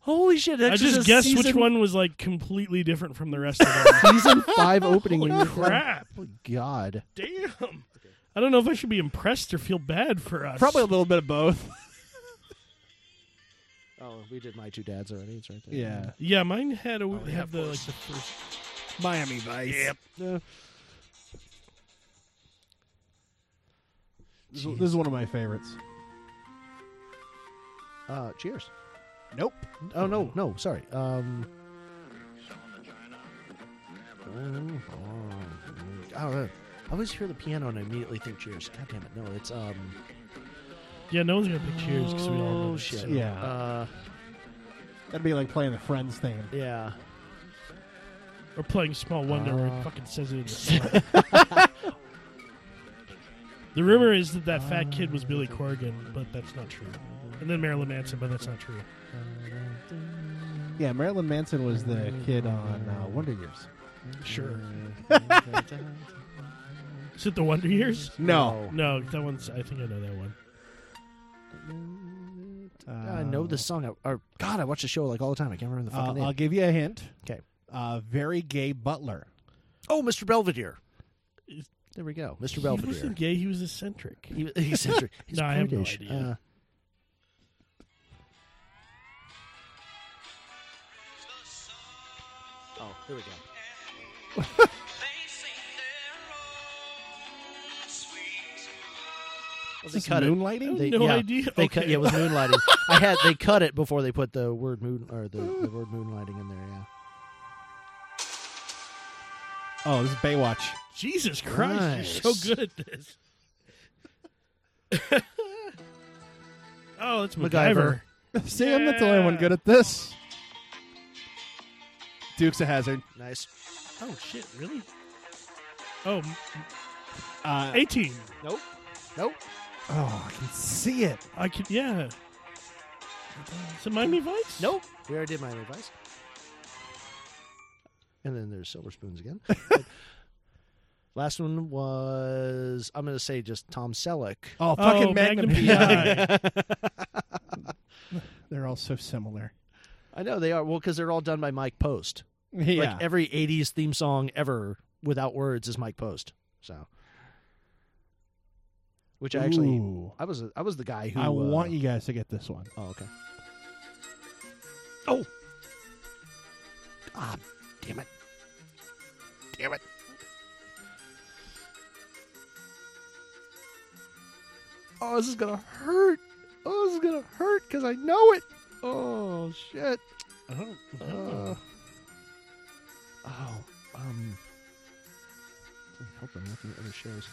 Speaker 5: Holy shit!
Speaker 6: I just guessed which one was like completely different from the rest of them.
Speaker 5: Season five opening.
Speaker 6: Holy
Speaker 5: when you-
Speaker 6: crap!
Speaker 5: Oh, God.
Speaker 6: Damn. I don't know if I should be impressed or feel bad for us.
Speaker 3: Probably a little bit of both.
Speaker 5: Oh, we did my two dads already. It's right there.
Speaker 3: Yeah.
Speaker 6: Yeah, mine had a,
Speaker 5: Oh, yeah,
Speaker 6: have
Speaker 5: of
Speaker 6: the like
Speaker 5: course.
Speaker 6: the first.
Speaker 3: Miami Vice.
Speaker 6: Yep.
Speaker 3: This is- this is one of my favorites.
Speaker 5: Uh, cheers.
Speaker 3: Nope.
Speaker 5: Oh no, no, sorry. Um, Oh, uh, I don't know. I always hear the piano and I immediately think Cheers. God damn it, no, it's um.
Speaker 6: Yeah, no one's gonna pick Cheers because we all know
Speaker 5: Oh
Speaker 6: this,
Speaker 5: shit!
Speaker 6: so-
Speaker 3: Yeah.
Speaker 5: Uh,
Speaker 3: That'd be like playing the Friends theme.
Speaker 5: yeah.
Speaker 6: Or playing Small Wonder where
Speaker 5: Uh.
Speaker 6: it fucking says it in the song. The rumor is that that fat kid was Billy Corgan, but that's not true. And then Marilyn Manson, but that's not true.
Speaker 3: Yeah, Marilyn Manson was the kid on uh, Wonder Years.
Speaker 6: Sure. Is it the Wonder Years?
Speaker 3: No.
Speaker 6: No, that one's. I think I know that one.
Speaker 5: God, I know this song. I, or, God, I watch the show like all the time. I can't remember the
Speaker 3: Uh,
Speaker 5: fucking
Speaker 3: Um, I'll
Speaker 5: name.
Speaker 3: give you a hint.
Speaker 5: Okay.
Speaker 3: Uh, very gay butler.
Speaker 5: Oh, Mr. Belvedere. There we go, Mr.
Speaker 6: He
Speaker 5: Belvedere.
Speaker 6: wasn't gay. He was eccentric.
Speaker 5: He was eccentric. He's
Speaker 6: no, I have no
Speaker 5: British.
Speaker 6: idea.
Speaker 5: Uh, oh, here we go. Well, they
Speaker 3: Is this
Speaker 5: cut
Speaker 3: Moonlighting? I
Speaker 5: It.
Speaker 3: have
Speaker 5: They,
Speaker 3: no
Speaker 5: yeah,
Speaker 3: idea.
Speaker 5: They cut,
Speaker 3: Okay.
Speaker 5: yeah, it was moonlighting. I had they cut it before they put the word moon or the, the word moonlighting in there. Yeah.
Speaker 3: Oh, this is Baywatch.
Speaker 6: Jesus Christ, you're so good at this. oh, it's MacGyver.
Speaker 3: See, I'm not the only one good at this. Duke's a hazard.
Speaker 5: Nice.
Speaker 6: Oh shit, really? Oh, m-
Speaker 3: Uh,
Speaker 6: 18.
Speaker 5: Nope. Nope.
Speaker 3: Oh, I can see it.
Speaker 6: I could. Yeah. Is it Miami Vice?
Speaker 5: Nope. We already did my advice. And then there's silver spoons again. Last one was I'm going to say just Tom Selleck.
Speaker 3: Oh, fucking Magnum, PI. They're all so similar.
Speaker 5: I know they are. Well, because they're all done by Mike Post.
Speaker 3: Yeah.
Speaker 5: Like every 80s theme song ever without words is Mike Post. So. Which I actually,
Speaker 3: Ooh.
Speaker 5: I was I was the guy who
Speaker 3: I
Speaker 5: uh,
Speaker 3: want you guys to get this one.
Speaker 5: Oh, okay. Oh. Ah, damn it. Damn it. Oh, this is gonna hurt. Oh, this is gonna hurt because I know it. Oh shit.
Speaker 6: I don't
Speaker 5: Uh, oh, um. I hope I'm looking at other shows.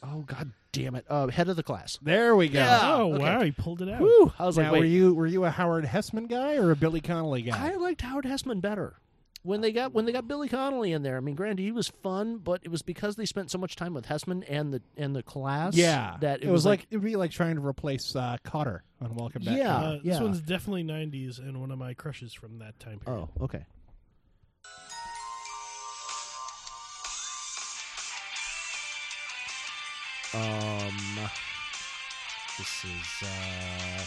Speaker 5: Oh god damn it! Uh, head of the class.
Speaker 3: There we go.
Speaker 5: Yeah.
Speaker 6: Oh
Speaker 5: Okay.
Speaker 6: wow, he pulled it out.
Speaker 5: Woo! I was like,
Speaker 3: Now,
Speaker 5: wait.
Speaker 3: were you were you a Howard Hessman guy or a Billy Connolly guy?
Speaker 5: I liked Howard Hessman better. When they got when they got Billy Connolly in there, I mean, granted he was fun, but it was because they spent so much time with Hessman and the and the class.
Speaker 3: yeah,
Speaker 5: that it,
Speaker 3: was, like, it'd be like trying to replace uh, Cotter on Welcome Back.
Speaker 5: Yeah,
Speaker 6: Uh, This
Speaker 5: yeah.
Speaker 6: one's definitely 90s and one of my crushes from that time period.
Speaker 5: oh, okay. Um, this is uh,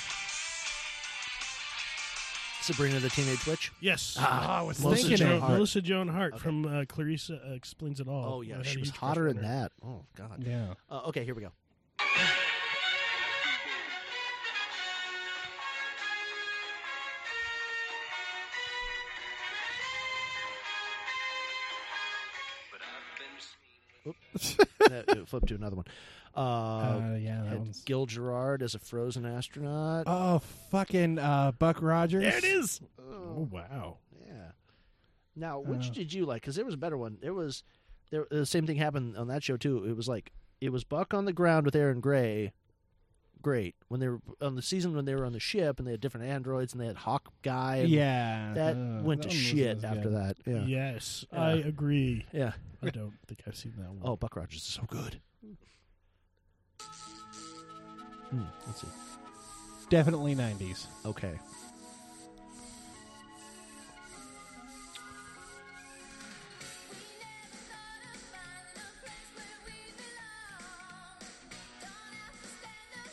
Speaker 5: Sabrina the Teenage Witch.
Speaker 6: Yes.
Speaker 5: Ah, I was
Speaker 6: Melissa
Speaker 5: thinking
Speaker 6: Joan,
Speaker 5: it. Hart.
Speaker 6: Melissa Joan Hart from uh, Clarissa uh, Explains It All.
Speaker 5: Oh
Speaker 6: I
Speaker 5: yeah,
Speaker 6: had a
Speaker 5: she was
Speaker 6: huge crush
Speaker 5: hotter
Speaker 6: on
Speaker 5: in
Speaker 6: her.
Speaker 5: that. Oh god.
Speaker 3: Yeah.
Speaker 5: Uh, okay, here we go. that, it flipped to another one. Uh,
Speaker 3: Uh, yeah, that
Speaker 5: had
Speaker 3: one's-
Speaker 5: Gil Gerard as a frozen astronaut.
Speaker 3: Oh, fucking uh, Buck Rogers.
Speaker 5: There it is.
Speaker 3: Oh, wow. Uh.
Speaker 5: Yeah. Now,
Speaker 3: don't
Speaker 5: which
Speaker 3: know.
Speaker 5: did you like? Because there was a better one. There was there the same thing happened on that show too. It was like it was Buck on the ground with Aaron Gray. Great when they were on the season when they were on the ship and they had different androids and they had Hawk guy. And
Speaker 3: Yeah,
Speaker 5: that
Speaker 3: uh,
Speaker 5: went
Speaker 3: that
Speaker 5: to
Speaker 3: one wasn't
Speaker 5: shit
Speaker 3: as
Speaker 5: after
Speaker 3: good.
Speaker 5: that. Yeah.
Speaker 6: Yes,
Speaker 5: Yeah.
Speaker 6: I agree.
Speaker 5: Yeah.
Speaker 6: I don't think I've seen that one.
Speaker 5: Oh, Buck Rogers is so good. Hmm, let's see.
Speaker 3: Definitely 90s.
Speaker 5: Okay.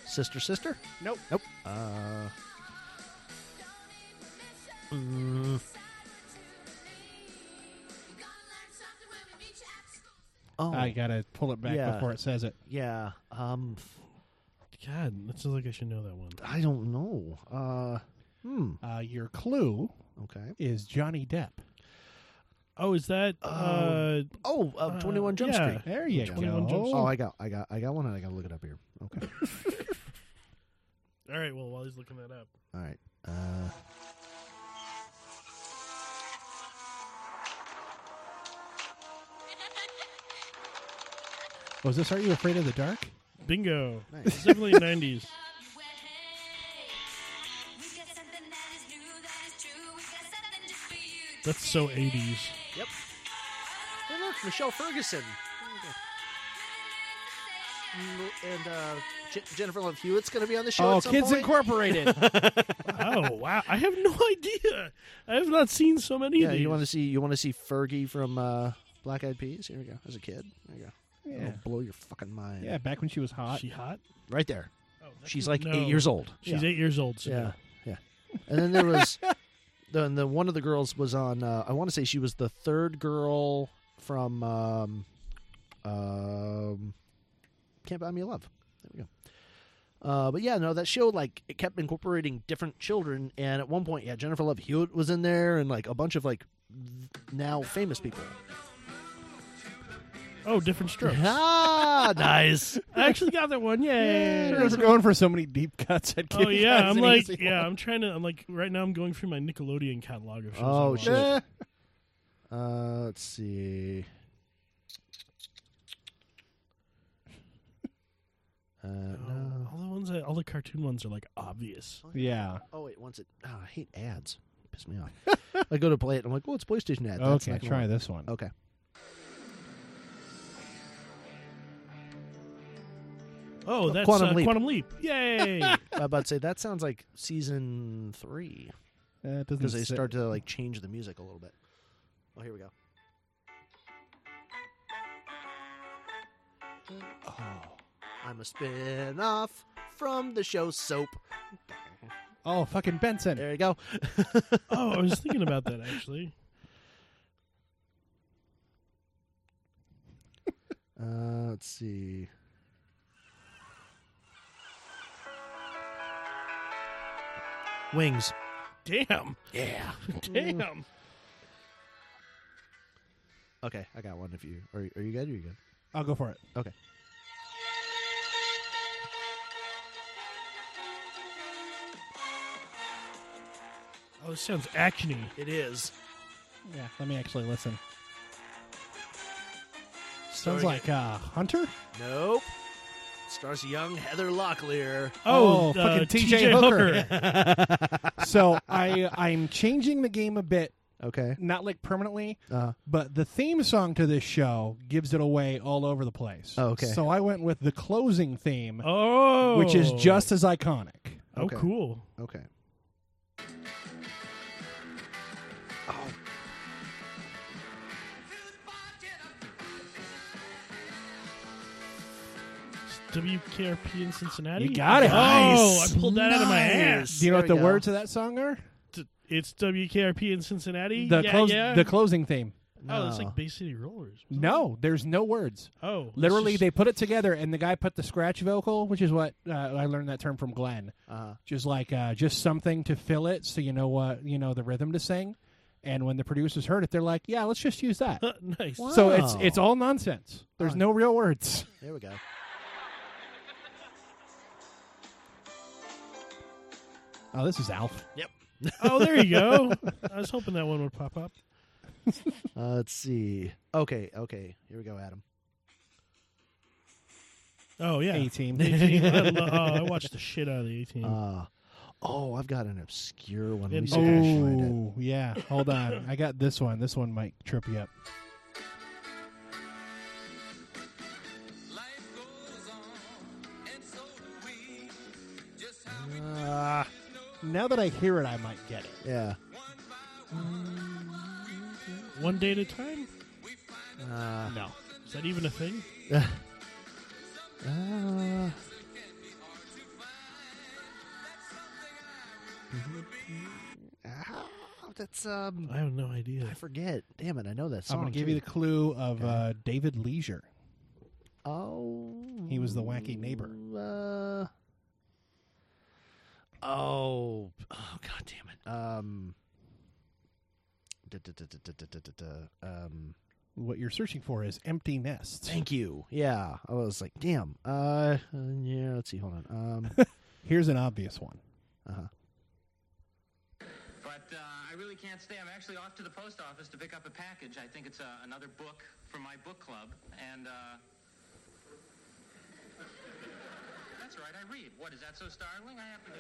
Speaker 5: Sister, sister?
Speaker 3: Nope.
Speaker 5: Nope. Uh. mm. Oh,
Speaker 3: I got to pull it back
Speaker 5: Yeah.
Speaker 3: before it says it.
Speaker 5: Yeah. Um.
Speaker 6: God, that sounds like I should know that one.
Speaker 5: I don't know. Uh. Hmm.
Speaker 3: Uh, your clue
Speaker 5: Okay.
Speaker 3: is Johnny Depp.
Speaker 6: Oh, is that? Uh,
Speaker 5: oh, uh, Twenty One Jump
Speaker 6: yeah.
Speaker 5: Street.
Speaker 3: There you
Speaker 6: 21 Jump
Speaker 3: go.
Speaker 5: Oh, I got, I got, I got one. and I got to look it up here. Okay.
Speaker 6: All right. Well, while he's looking that up,
Speaker 5: All right. Uh,
Speaker 3: Was Oh, this Are You Afraid of the Dark?
Speaker 6: bingo.
Speaker 5: Nice.
Speaker 6: It's definitely nineties. That's so eighties.
Speaker 5: Yep. Hey, look, Michelle Ferguson. And uh, J- Jennifer Love Hewitt's going to be on the show.
Speaker 3: oh,
Speaker 5: at some
Speaker 3: Kids
Speaker 5: point.
Speaker 3: Incorporated.
Speaker 6: oh wow! I have no idea. I have not seen so many.
Speaker 5: Yeah,
Speaker 6: of these.
Speaker 5: you want to see you want to see Fergie from uh, Black Eyed Peas? Here we go. As a kid, there you go.
Speaker 3: Yeah.
Speaker 5: That'll blow your fucking mind.
Speaker 3: yeah, back when she was hot.
Speaker 6: She hot?
Speaker 5: right there.
Speaker 6: Oh, that's-
Speaker 5: She's like
Speaker 6: no.
Speaker 5: eight years old.
Speaker 6: She's
Speaker 5: Yeah.
Speaker 6: eight years old. So
Speaker 5: Yeah, yeah. And then there was the the one of the girls was on. Uh, I want to say she was the third girl from um, um, Can't Buy Me Love. There we go. Uh, but yeah, no, that show like it kept incorporating different children, and at one point, yeah, Jennifer Love Hewitt was in there, and like a bunch of like now famous people.
Speaker 6: Oh, different strokes.
Speaker 5: Ah, nice.
Speaker 6: I actually got that one. Yay!
Speaker 3: we were going for so many deep cuts. I'd give
Speaker 6: Oh
Speaker 3: you
Speaker 6: yeah,
Speaker 3: guys
Speaker 6: I'm
Speaker 3: an
Speaker 6: like
Speaker 3: easy one.
Speaker 6: yeah, I'm trying to. I'm like right now, I'm going through my Nickelodeon catalog of shows.
Speaker 5: Oh
Speaker 6: I watch.
Speaker 5: shit. Uh, let's see. Uh, no.
Speaker 6: All the ones, that, all the cartoon ones are like obvious.
Speaker 3: Yeah.
Speaker 5: Oh wait, once it. Oh, I hate ads. Piss me off. I go to play it. and I'm like, oh, it's PlayStation ad. That's
Speaker 3: Okay,
Speaker 5: not gonna
Speaker 3: try
Speaker 5: work.
Speaker 3: this one.
Speaker 5: Okay.
Speaker 6: Oh, that's
Speaker 5: Quantum
Speaker 6: uh,
Speaker 5: Leap.
Speaker 6: Quantum Leap! Yay!
Speaker 5: I'm about to say that sounds like season three
Speaker 3: Uh, it doesn't
Speaker 5: because they
Speaker 3: say-
Speaker 5: start to like change the music a little bit. Oh, here we go. Oh, I'm a spin off from the show Soap.
Speaker 3: Oh, fucking Benson.
Speaker 5: There you go.
Speaker 6: oh, I was thinking about that actually.
Speaker 5: Uh, let's see. Wings.
Speaker 6: Damn!
Speaker 5: Yeah.
Speaker 3: Mm.
Speaker 6: Damn!
Speaker 5: Okay, I got one. If you are, you- are you good? Are you good?
Speaker 3: I'll go for it.
Speaker 5: Okay.
Speaker 6: Oh, this sounds actiony.
Speaker 5: It is.
Speaker 3: Yeah, let me actually listen.
Speaker 5: Sorry,
Speaker 3: Sounds like uh, Hunter.
Speaker 5: Nope. Stars young Heather Locklear.
Speaker 6: Oh,
Speaker 3: Oh,
Speaker 6: uh,
Speaker 3: fucking TJ so I I'm changing the game a bit,
Speaker 5: Okay.
Speaker 3: not like permanently,
Speaker 5: Uh,
Speaker 3: but the theme song to this show gives it away all over the place.
Speaker 5: Oh, okay.
Speaker 3: So I went with the closing theme,
Speaker 6: oh,
Speaker 3: which is just as iconic.
Speaker 6: oh
Speaker 5: Okay.
Speaker 6: cool.
Speaker 5: okay.
Speaker 6: It's WKRP in Cincinnati.
Speaker 3: You got it.
Speaker 6: Oh,
Speaker 3: Nice.
Speaker 6: I pulled that out of my
Speaker 5: Nice.
Speaker 6: ass.
Speaker 3: Do you know
Speaker 5: There
Speaker 3: what the
Speaker 5: we go.
Speaker 3: words of that song are?
Speaker 6: It's WKRP in Cincinnati.
Speaker 3: The
Speaker 6: yeah,
Speaker 3: clos-
Speaker 6: yeah.
Speaker 3: the closing theme.
Speaker 6: oh, it's
Speaker 5: No.
Speaker 6: like Bay City Rollers.
Speaker 3: No, there's no words.
Speaker 6: Oh, it's
Speaker 3: Literally,
Speaker 6: just-
Speaker 3: they put it together, and the guy put the scratch vocal, which is what uh, I learned that term from Glenn.
Speaker 5: Uh,
Speaker 3: just like uh, just something to fill it so you know what you know the rhythm to sing And when the producers heard it, they're like, "Yeah, let's just use that."
Speaker 6: nice.
Speaker 3: So it's
Speaker 5: Wow.
Speaker 3: it's all nonsense. There's no real words.
Speaker 5: There we go.
Speaker 3: Oh, this is Alf.
Speaker 5: Yep.
Speaker 6: oh, there you go. I was hoping that one would pop up.
Speaker 5: Uh, let's see. Okay, okay. Here we go, Adam.
Speaker 6: Oh yeah,
Speaker 3: A-Team.
Speaker 6: 18. I, lo- oh, I watched the shit out of the eighteen.
Speaker 3: Mm.
Speaker 5: Uh, oh, I've got an obscure one. Let me see if I can find it.
Speaker 3: Oh, yeah. Hold on. I got this one. This one might trip you up. Uh, now that I hear it, I might get it.
Speaker 5: Ah, Yeah.
Speaker 6: One day at a time.
Speaker 5: Uh,
Speaker 6: no, is that even a thing?
Speaker 5: Uh, oh, that's um.
Speaker 6: I have no idea.
Speaker 5: I forget. Damn it! I know that
Speaker 3: I'm
Speaker 5: song.
Speaker 3: going to give you the clue of uh, David Leisure.
Speaker 5: the. Oh.
Speaker 3: He was the wacky neighbor.
Speaker 5: Uh, oh. Oh God damn it. Um. duh, duh, duh, duh, duh, duh, duh, duh, duh, Um.
Speaker 3: What you're searching for is Empty Nest.
Speaker 5: Thank you. Yeah, I was like, damn. Uh, uh, yeah. Let's see. Hold on. Um.
Speaker 3: Here's an obvious one.
Speaker 5: Uh-huh.
Speaker 4: But uh, I really can't stay. I'm actually off to the post office to pick up a package. I think it's uh, another book from my book club. And uh, that's right, I read. What is that so startling? I happen to.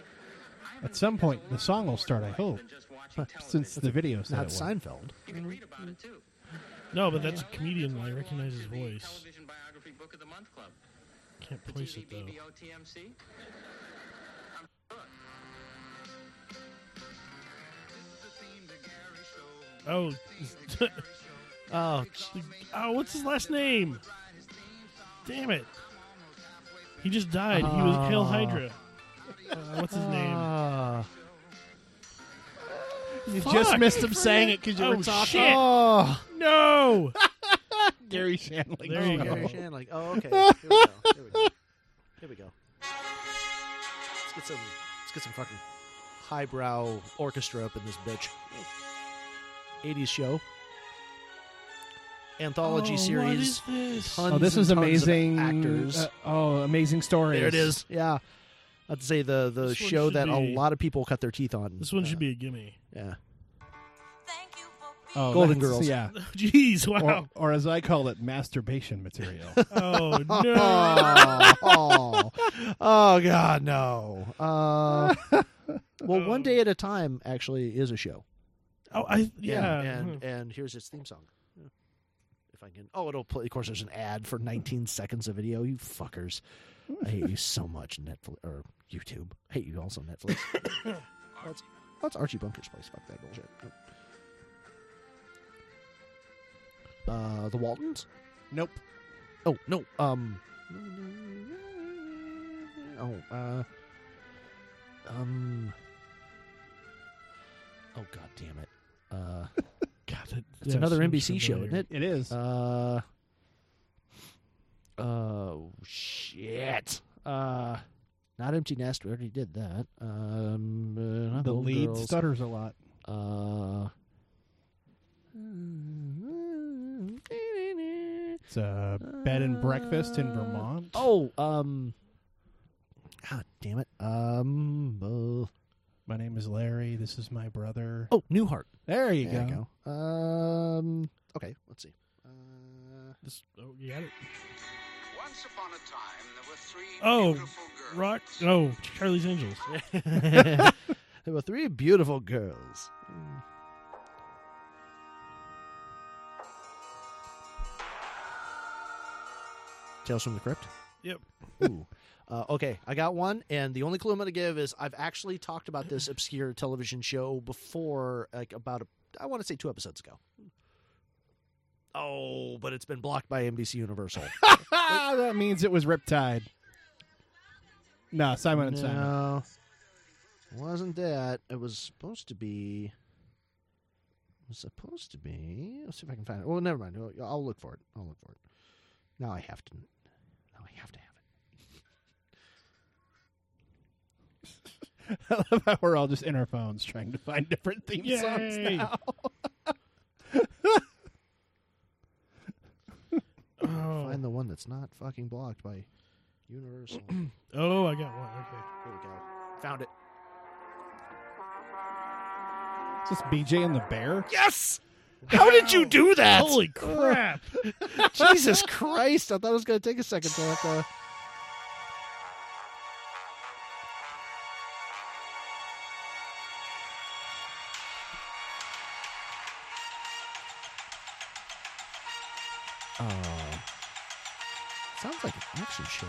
Speaker 4: I happen
Speaker 3: At some point, the song will start, I hope. Since the video said
Speaker 5: Not
Speaker 3: it would.
Speaker 5: Seinfeld.
Speaker 4: You can read about it too.
Speaker 6: No, but that's a comedian. I recognize his voice.
Speaker 4: Television biography book of the month club.
Speaker 6: Can't
Speaker 4: The
Speaker 6: place it though.
Speaker 4: TVBBOTMC.
Speaker 6: Oh.
Speaker 5: oh.
Speaker 6: Oh, what's his last name? Damn it. He just died. he was Hail
Speaker 5: Oh.
Speaker 6: Hydra. Uh, what's his name?
Speaker 5: Uh,
Speaker 3: You
Speaker 6: Fuck.
Speaker 3: just missed him saying it because you
Speaker 6: oh,
Speaker 3: were talking.
Speaker 6: Shit.
Speaker 5: Oh.
Speaker 6: No.
Speaker 3: Gary Shandling.
Speaker 6: There you
Speaker 5: oh,
Speaker 6: go.
Speaker 5: Gary Shandling. Oh, okay. Here we go. Here we go. Here we go. Let's get some. Let's get some fucking highbrow orchestra up in this bitch. 80s show. Anthology
Speaker 6: Oh, what
Speaker 5: series.
Speaker 6: is this?
Speaker 5: Tons
Speaker 3: Oh, this
Speaker 5: and
Speaker 3: is
Speaker 5: tons of
Speaker 3: amazing.
Speaker 5: Actors.
Speaker 3: uh, oh, amazing stories.
Speaker 5: there it is. Yeah. I'd say the the
Speaker 6: This one
Speaker 5: show
Speaker 6: should
Speaker 5: that a
Speaker 6: be-
Speaker 5: lot of people cut their teeth on.
Speaker 6: This one
Speaker 5: Uh,
Speaker 6: should be a gimme.
Speaker 5: Yeah.
Speaker 3: Oh,
Speaker 5: Golden
Speaker 3: that's-
Speaker 5: Girls.
Speaker 3: Yeah.
Speaker 6: Jeez, wow.
Speaker 3: Or, or as I call it, masturbation material.
Speaker 6: Oh, no.
Speaker 5: oh, oh, oh, God, no. Uh, well, one day at a time actually is a show.
Speaker 6: Oh, I yeah.
Speaker 5: and and here's its theme song. If I can, oh, it'll play. Of course, there's an ad for 19 seconds of video. You fuckers, I hate you so much, Netflix or YouTube. I hate you also, Netflix. That's that's Archie Bunker's place. Fuck that bullshit. Uh, the Waltons.
Speaker 3: nope.
Speaker 5: Oh no. Um. Oh. Uh. Um. Oh god damn it. Uh.
Speaker 6: God, that,
Speaker 5: It's
Speaker 6: that
Speaker 5: another
Speaker 6: seems
Speaker 5: NBC show,
Speaker 6: familiar.
Speaker 5: isn't it?
Speaker 3: It is.
Speaker 5: Uh. Oh shit. Uh. Not empty nest. We already did that. Um. uh, not
Speaker 3: the
Speaker 5: Golden
Speaker 3: lead
Speaker 5: Girls.
Speaker 3: stutters a lot.
Speaker 5: Uh. Mm-hmm.
Speaker 3: It's a bed and breakfast in Vermont.
Speaker 5: Uh, Oh, um, God damn it. Um, uh,
Speaker 3: My name is Larry. This is my brother.
Speaker 5: oh, Newhart.
Speaker 3: there you
Speaker 5: There
Speaker 3: go.
Speaker 5: you go. Um, okay, let's see. Uh,
Speaker 6: This, oh, you got it.
Speaker 20: Once upon a time, there were three
Speaker 6: Oh,
Speaker 20: beautiful girls.
Speaker 6: rock. Oh, Charlie's Angels.
Speaker 5: there were three beautiful girls. Mm. Tales from the Crypt.
Speaker 6: Yep.
Speaker 5: Ooh. Uh, okay, I got one, and the only clue I'm going to give is I've actually talked about this obscure television show before, like about a, I want to say two episodes ago. Oh, but it's been blocked by NBC Universal.
Speaker 3: Ah, that means it was Riptide. No, Simon and Simon.
Speaker 5: no, wasn't that? It was supposed to be. It was supposed to be. Let's see if I can find it. Well, never mind. I'll- I'll look for it. I'll look for it. Now I have to. Now I have to have it.
Speaker 3: I love how we're all just in our phones trying to find different theme songs
Speaker 6: Yay.
Speaker 3: now.
Speaker 5: Oh,
Speaker 3: Oh.
Speaker 5: that's not fucking blocked by Universal.
Speaker 6: Oh, I got one. Okay.
Speaker 5: There we go. Found it.
Speaker 3: Is this BJ and the Bear?
Speaker 5: Yes!
Speaker 3: How did you
Speaker 5: do
Speaker 3: that?
Speaker 5: Holy crap. Jesus Christ. I thought it was going to take a second to let the. Oh. Sounds like an action show.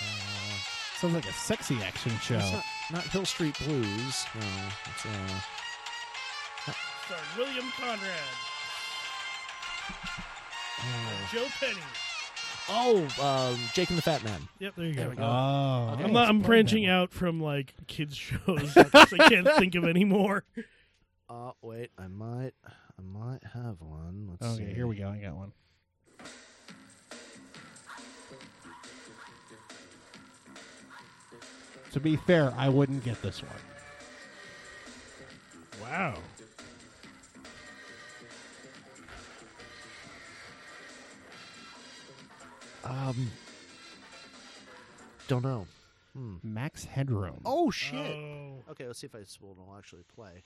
Speaker 5: Uh,
Speaker 3: Sounds like a sexy action show.
Speaker 5: It's not, not Hill Street Blues. No, it's uh,
Speaker 6: Starring William Conrad,
Speaker 5: oh,
Speaker 6: Joe Penny.
Speaker 5: oh um, Jake and the Fat Man.
Speaker 6: Yep, there you go.
Speaker 5: There we go.
Speaker 3: Oh.
Speaker 5: Okay.
Speaker 6: I'm, not, I'm branching out from like kids shows. 'cause I can't think of any more.
Speaker 5: Uh, wait, I might, I might have one. Let's
Speaker 3: Okay,
Speaker 5: see.
Speaker 3: here we go. I got one. To be fair, I wouldn't get this one.
Speaker 6: Wow.
Speaker 5: Um, don't know. Hmm.
Speaker 3: Max Headroom.
Speaker 5: Oh shit. Okay, let's see if I will will actually play.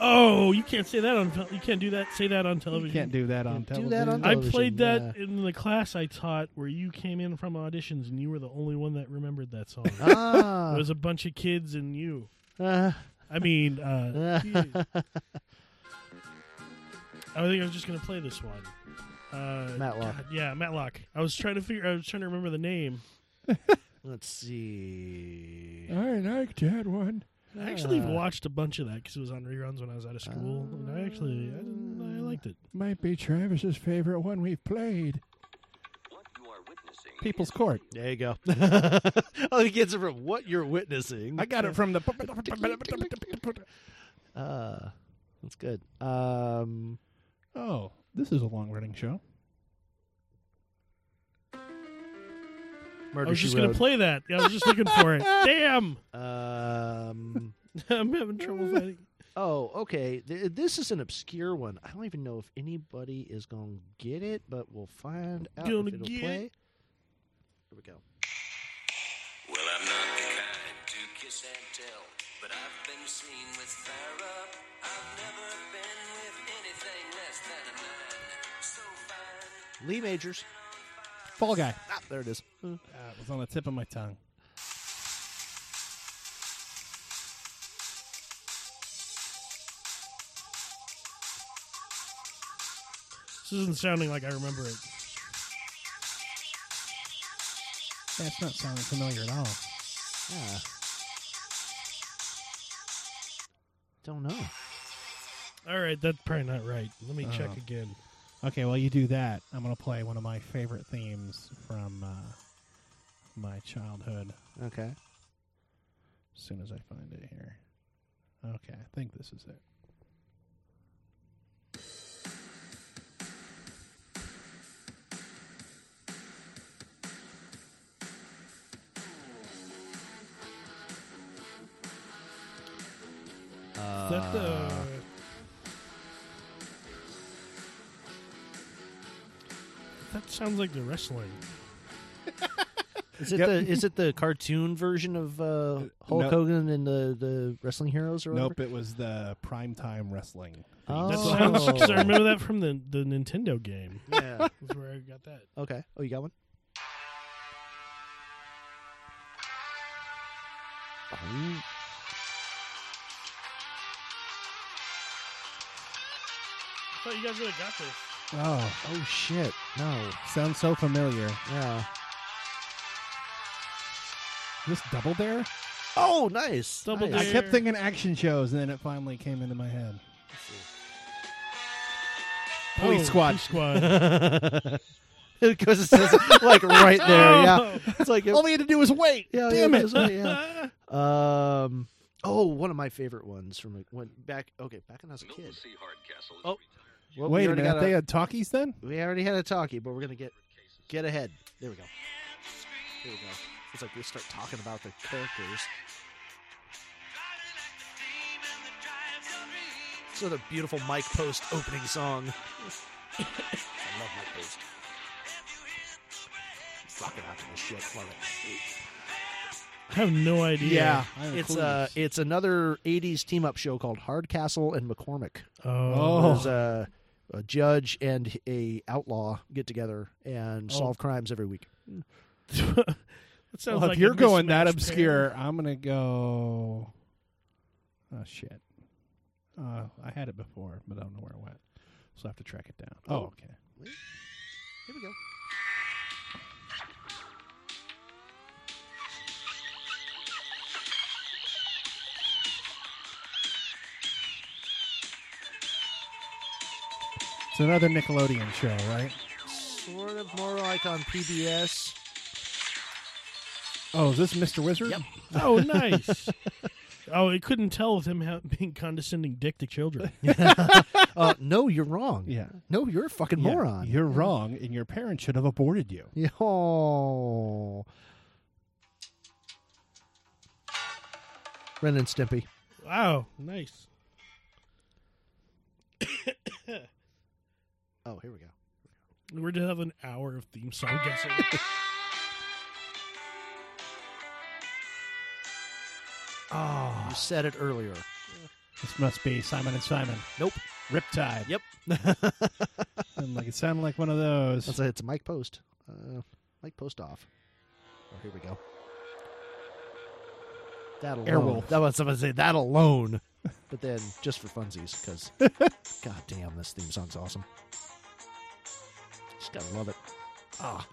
Speaker 6: Oh, you can't say that on. tel- You can't do that. Say that on television.
Speaker 3: can't do that on
Speaker 5: do that on
Speaker 3: television.
Speaker 6: I
Speaker 5: television,
Speaker 6: played that
Speaker 5: yeah.
Speaker 6: in the class I taught where you came in from auditions and you were the only one that remembered that song.
Speaker 5: Ah.
Speaker 6: It was a bunch of kids and you.
Speaker 5: Uh,
Speaker 6: I mean, uh, I think I was just gonna play this one. Uh,
Speaker 5: Matlock.
Speaker 6: God, yeah, Matlock. I was trying to figure. I was trying to remember the name.
Speaker 5: Let's see.
Speaker 3: I liked that one.
Speaker 6: I actually
Speaker 5: Ah.
Speaker 6: watched a bunch of that because it was on reruns when I was out of school, and I actually I, didn't- I liked it.
Speaker 3: Might be Travis's favorite one we've played. People's Court.
Speaker 5: There you go. oh, the kids are from what you're witnessing.
Speaker 3: I got it from the.
Speaker 5: Uh, that's good. Um,
Speaker 3: Oh, this is a long running show.
Speaker 5: Murder
Speaker 6: I was
Speaker 5: She
Speaker 6: just gonna
Speaker 5: Wrote.
Speaker 6: play that. I was just looking for it. Damn,
Speaker 5: Um,
Speaker 6: I'm having trouble finding.
Speaker 5: oh, okay. Th- this is an obscure one. I don't even know if anybody is going to get it, but we'll find out
Speaker 6: Gonna
Speaker 5: if it'll
Speaker 6: get
Speaker 5: play.
Speaker 6: it.
Speaker 5: Here we go.
Speaker 20: Well, I'm not the kind to kiss and tell, but I've been seen with Farrah. I've never been with anything less than a man. So fine.
Speaker 5: Lee Majors.
Speaker 3: Fall Guy.
Speaker 5: Ah, there it is. Uh,
Speaker 3: Ah, it was on the tip of my tongue.
Speaker 6: This isn't sounding like I remember it.
Speaker 3: That's not sounding familiar at all.
Speaker 5: Yeah. Don't know.
Speaker 6: All right, that's probably not right. Let me check
Speaker 3: Oh.
Speaker 6: again.
Speaker 3: Okay, while you do that, I'm going to play one of my favorite themes from uh, my childhood
Speaker 5: Okay.
Speaker 3: as soon as I find it here. Okay, I think this is it. Uh,
Speaker 6: Is that the? That sounds like the wrestling.
Speaker 5: Is it
Speaker 3: Yep.
Speaker 5: the is it the cartoon version of uh, Hulk
Speaker 3: no.
Speaker 5: Hogan and the, the wrestling heroes or whatever?
Speaker 3: Nope, it was the primetime wrestling. theme
Speaker 5: Oh.
Speaker 6: That
Speaker 3: song.
Speaker 6: sounds. Cause I remember that from the the Nintendo game.
Speaker 5: Yeah.
Speaker 6: That's where I got that.
Speaker 5: okay. Oh, you got one. Oh.
Speaker 6: I thought you guys really got this.
Speaker 3: Oh,
Speaker 5: Oh shit! No.
Speaker 3: sounds so familiar.
Speaker 5: Yeah.
Speaker 3: This Double Dare?
Speaker 5: Oh, nice.
Speaker 6: Double
Speaker 5: nice.
Speaker 3: I
Speaker 6: Dare.
Speaker 3: kept thinking action shows, and then it finally came into my head. Police
Speaker 6: Oh,
Speaker 3: Squad.
Speaker 6: Police Squad.
Speaker 5: Because it says like right there. Yeah. It's like
Speaker 3: All they had to do was wait.
Speaker 5: Yeah,
Speaker 3: Damn
Speaker 5: yeah,
Speaker 3: it.
Speaker 5: that's right, yeah. Um. Oh, one of my favorite ones from like, when back. Okay, back when I was a kid. Oh, well, we
Speaker 3: Wait a
Speaker 5: already
Speaker 3: minute.
Speaker 5: got
Speaker 3: They had talkies then?
Speaker 5: we already had a talkie, but we're gonna get get ahead. There we go. There we go. It's like we start talking about the characters. So the beautiful Mike Post opening song. I love Mike Post. Rocking out to this shit. Love it.
Speaker 6: I have no idea.
Speaker 5: Yeah, it's uh, it's another '80s team-up show called Hardcastle and McCormick.
Speaker 6: Oh.
Speaker 5: there's a, a judge and a outlaw get together and
Speaker 3: Oh.
Speaker 5: solve crimes every week.
Speaker 6: That sounds
Speaker 3: Well, if
Speaker 6: like a
Speaker 3: you're going that
Speaker 6: mismatched
Speaker 3: obscure,
Speaker 6: pair.
Speaker 3: I'm gonna go. Oh shit! Uh, I had it before, but I don't know where it went, so I have to track it down. Oh, okay.
Speaker 5: Here we go.
Speaker 3: It's another Nickelodeon show, right?
Speaker 5: Sort of more like on PBS.
Speaker 3: Oh, is this Mr. Wizard?
Speaker 5: Yep.
Speaker 6: Oh, nice. oh, I couldn't tell with him ha- being condescending dick to children.
Speaker 5: uh, no, you're wrong.
Speaker 3: Yeah.
Speaker 5: No, you're a fucking
Speaker 3: Yeah,
Speaker 5: moron.
Speaker 3: You're wrong, and your parents should have aborted you.
Speaker 5: Yeah. Oh. Ren and Stimpy.
Speaker 6: Wow, nice.
Speaker 5: Oh, here we go.
Speaker 6: We're gonna have an hour of theme song guessing.
Speaker 5: Oh, you said it earlier.
Speaker 3: This must be Simon and Simon.
Speaker 5: Nope.
Speaker 3: Riptide.
Speaker 5: Yep.
Speaker 3: I'm like it sounded like one of those.
Speaker 5: That's a, it's a Mike Post. Uh, Mike Post off. Oh, here we go. That alone.
Speaker 3: Airwolf.
Speaker 5: That was someone say that alone. but then just for funsies, because god damn, this theme song's awesome. Just gotta love it. Ah,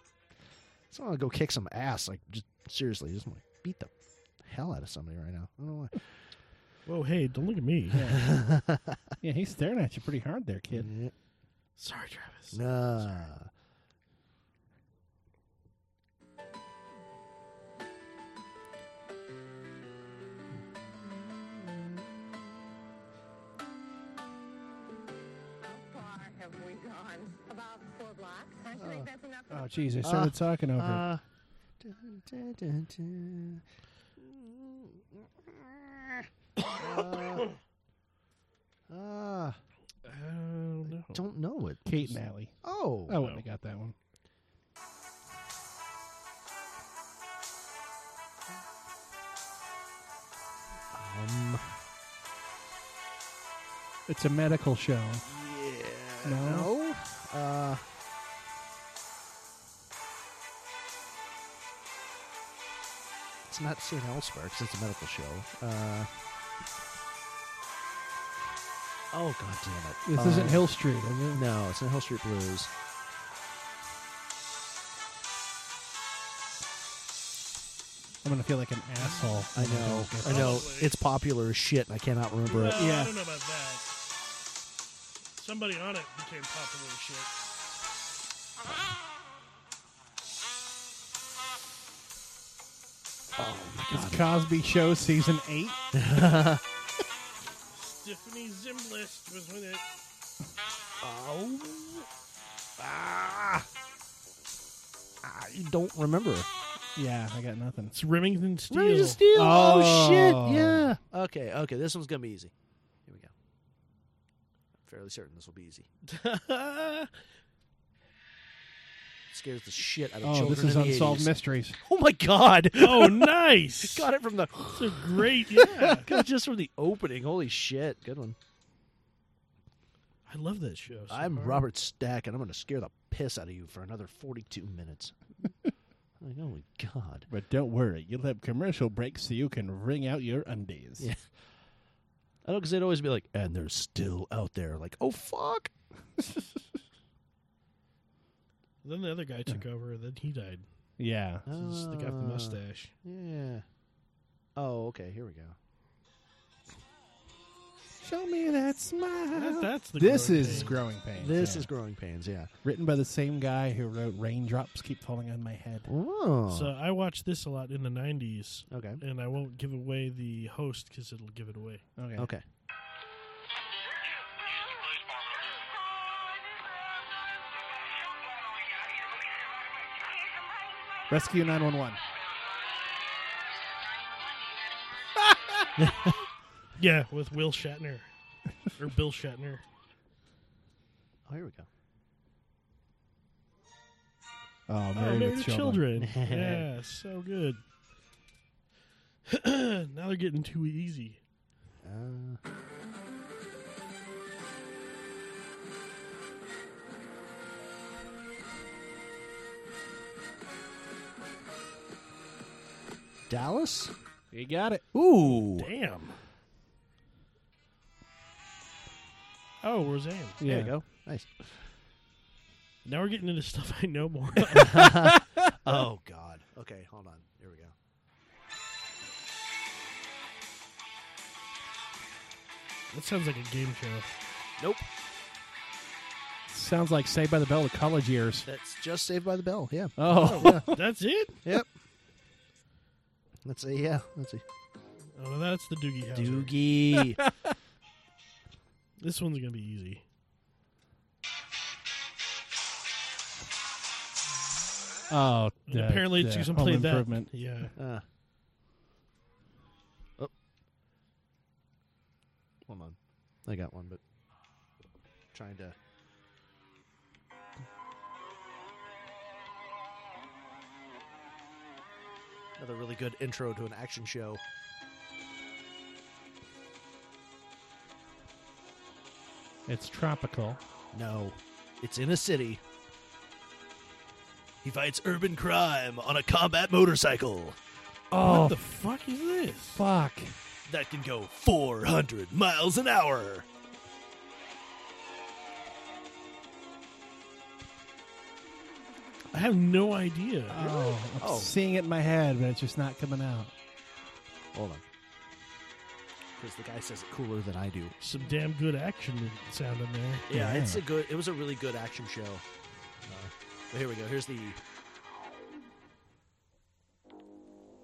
Speaker 5: so I want to go kick some ass. Like just seriously, just want to beat the hell out of somebody right now. I don't know why.
Speaker 6: Whoa, hey, don't look at me.
Speaker 3: yeah, he's staring at you pretty hard there, kid.
Speaker 6: Sorry, Travis.
Speaker 5: Nah.
Speaker 20: far have we gone? About four blocks. Don't you think that's enough?
Speaker 3: Oh, jeez, I started talking over
Speaker 5: Uh, uh,
Speaker 6: I don't know.
Speaker 5: don't know it.
Speaker 3: it. Kate and Allie.
Speaker 5: Oh.
Speaker 3: I wouldn't have got that one.
Speaker 5: Um,
Speaker 3: It's a medical show.
Speaker 5: Yeah.
Speaker 3: No?
Speaker 5: No. Uh, it's not St. Elsewhere because it's a medical show. Uh, oh, god damn it.
Speaker 3: This isn't
Speaker 5: Um,
Speaker 3: Hill Street, is it?
Speaker 5: No, it's not Hill Street Blues.
Speaker 3: I'm gonna feel like an asshole.
Speaker 5: I
Speaker 3: when
Speaker 5: know.
Speaker 3: don't get
Speaker 5: I
Speaker 3: that.
Speaker 5: know. It's popular as shit, and I cannot remember it.
Speaker 6: Well, I don't know about that. Somebody on it became popular as shit.
Speaker 3: It's Cosby Show season eight.
Speaker 6: Stephanie Zimblist was with it.
Speaker 5: Oh. Ah. I don't remember.
Speaker 3: yeah, I got nothing.
Speaker 6: It's Remington Steel.
Speaker 5: Remington Steel. Oh,
Speaker 3: Oh.
Speaker 5: shit! Yeah. Okay. Okay. This one's gonna be easy. Here we go. I'm fairly certain this will be easy. Scares the shit out of
Speaker 3: Oh,
Speaker 5: children.
Speaker 3: this is
Speaker 5: in the
Speaker 3: unsolved
Speaker 5: 80s.
Speaker 3: mysteries.
Speaker 5: Oh my god!
Speaker 6: Oh, nice.
Speaker 5: Got it from the.
Speaker 6: It's a great. Yeah,
Speaker 5: Got it just from the opening. Holy shit! Good one.
Speaker 6: I love that show. so
Speaker 5: I'm
Speaker 6: hard.
Speaker 5: Robert Stack, and I'm gonna scare the piss out of you for another 42 minutes. like, holy god!
Speaker 3: But don't worry, you'll have commercial breaks so you can wring out your undies.
Speaker 5: Yeah. I know because they'd always be like, and they're still out there. Like, oh fuck!
Speaker 6: Then the other guy took over. Then he died.
Speaker 3: Yeah.
Speaker 6: This is the guy with the
Speaker 5: Ah.
Speaker 6: mustache.
Speaker 5: Yeah. Oh, okay. Here we go.
Speaker 3: Show me that smile.
Speaker 6: That- that's the
Speaker 3: this
Speaker 6: growing
Speaker 3: is
Speaker 6: pains.
Speaker 3: growing pains.
Speaker 5: This
Speaker 3: yeah.
Speaker 5: is growing pains. Yeah.
Speaker 3: written by the same guy who wrote "Raindrops Keep Falling on My Head."
Speaker 5: Oh.
Speaker 6: So I watched this a lot in the '90s.
Speaker 5: Okay.
Speaker 6: And I won't give away the host because it'll give it away.
Speaker 3: Okay.
Speaker 5: okay.
Speaker 3: Rescue nine one one.
Speaker 6: Yeah, with Will Shatner. or Bill Shatner.
Speaker 5: Oh, here we go.
Speaker 3: Oh,
Speaker 6: oh,
Speaker 3: Married with
Speaker 6: with
Speaker 3: Children.
Speaker 6: yeah, so good. now they're getting too easy.
Speaker 5: Dallas?
Speaker 3: You got it.
Speaker 5: Ooh.
Speaker 6: Damn. Oh, Roseanne.
Speaker 5: There you go. Nice.
Speaker 6: Now we're getting into stuff I know more.
Speaker 5: oh God. Okay, hold on. Here we go.
Speaker 6: That sounds like a game show.
Speaker 5: Nope.
Speaker 3: Sounds like Saved by the Bell to college years.
Speaker 5: That's just Saved by the Bell. Yeah.
Speaker 3: Oh.
Speaker 6: yeah. that's it.
Speaker 5: Yep. Let's see. Yeah. Let's see.
Speaker 6: Oh, no, that's the Doogie House.
Speaker 5: Doogie.
Speaker 6: This one's gonna be easy.
Speaker 3: Oh,
Speaker 6: And apparently it's using
Speaker 3: Home
Speaker 6: played that.
Speaker 3: improvement.
Speaker 6: Yeah.
Speaker 5: Uh. Oh. Hold on. I got one, but trying to. Another really good intro to an action show.
Speaker 3: It's tropical.
Speaker 5: No, it's in a city. He fights urban crime on a combat motorcycle.
Speaker 3: Oh,
Speaker 5: What the
Speaker 6: fuck is this?
Speaker 3: Fuck.
Speaker 5: That can go 400 miles an hour.
Speaker 6: I have no idea.
Speaker 3: Oh, I'm seeing it in my head, but it's just not coming out.
Speaker 5: Hold on. Because the guy says it cooler than I do.
Speaker 6: Some damn good action sound in there.
Speaker 5: Yeah, it's a good. It was a really good action show. Uh, but here we go. Here's the.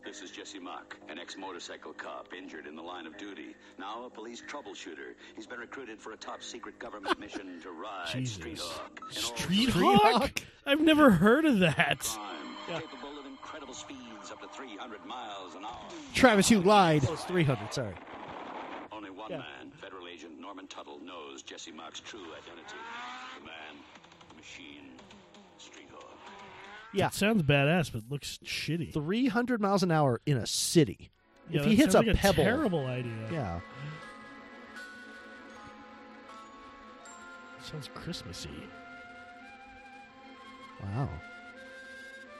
Speaker 22: This is Jesse Mock, an ex motorcycle cop injured in the line of duty. Now a police troubleshooter. He's been recruited for a top secret government mission to ride
Speaker 6: Jesus.
Speaker 22: Street Hawk. An
Speaker 6: Street
Speaker 22: all-terrain
Speaker 6: Hawk? I've never heard of that.
Speaker 22: crime, Capable of incredible speeds up to 300 miles an hour.
Speaker 5: Travis, you lied. Oh, it's 300. Sorry.
Speaker 22: Only one man, federal agent Norman Tuttle, knows Jesse Mock's true identity. The man, the machine, Street Hawk.
Speaker 5: Yeah.
Speaker 6: It sounds badass, but looks shitty.
Speaker 5: 300 miles an hour in a city.
Speaker 6: Yeah,
Speaker 5: if he
Speaker 6: that
Speaker 5: hits a
Speaker 6: sounds like
Speaker 5: pebble.
Speaker 6: terrible idea.
Speaker 5: Yeah.
Speaker 6: Sounds Christmassy.
Speaker 5: Wow.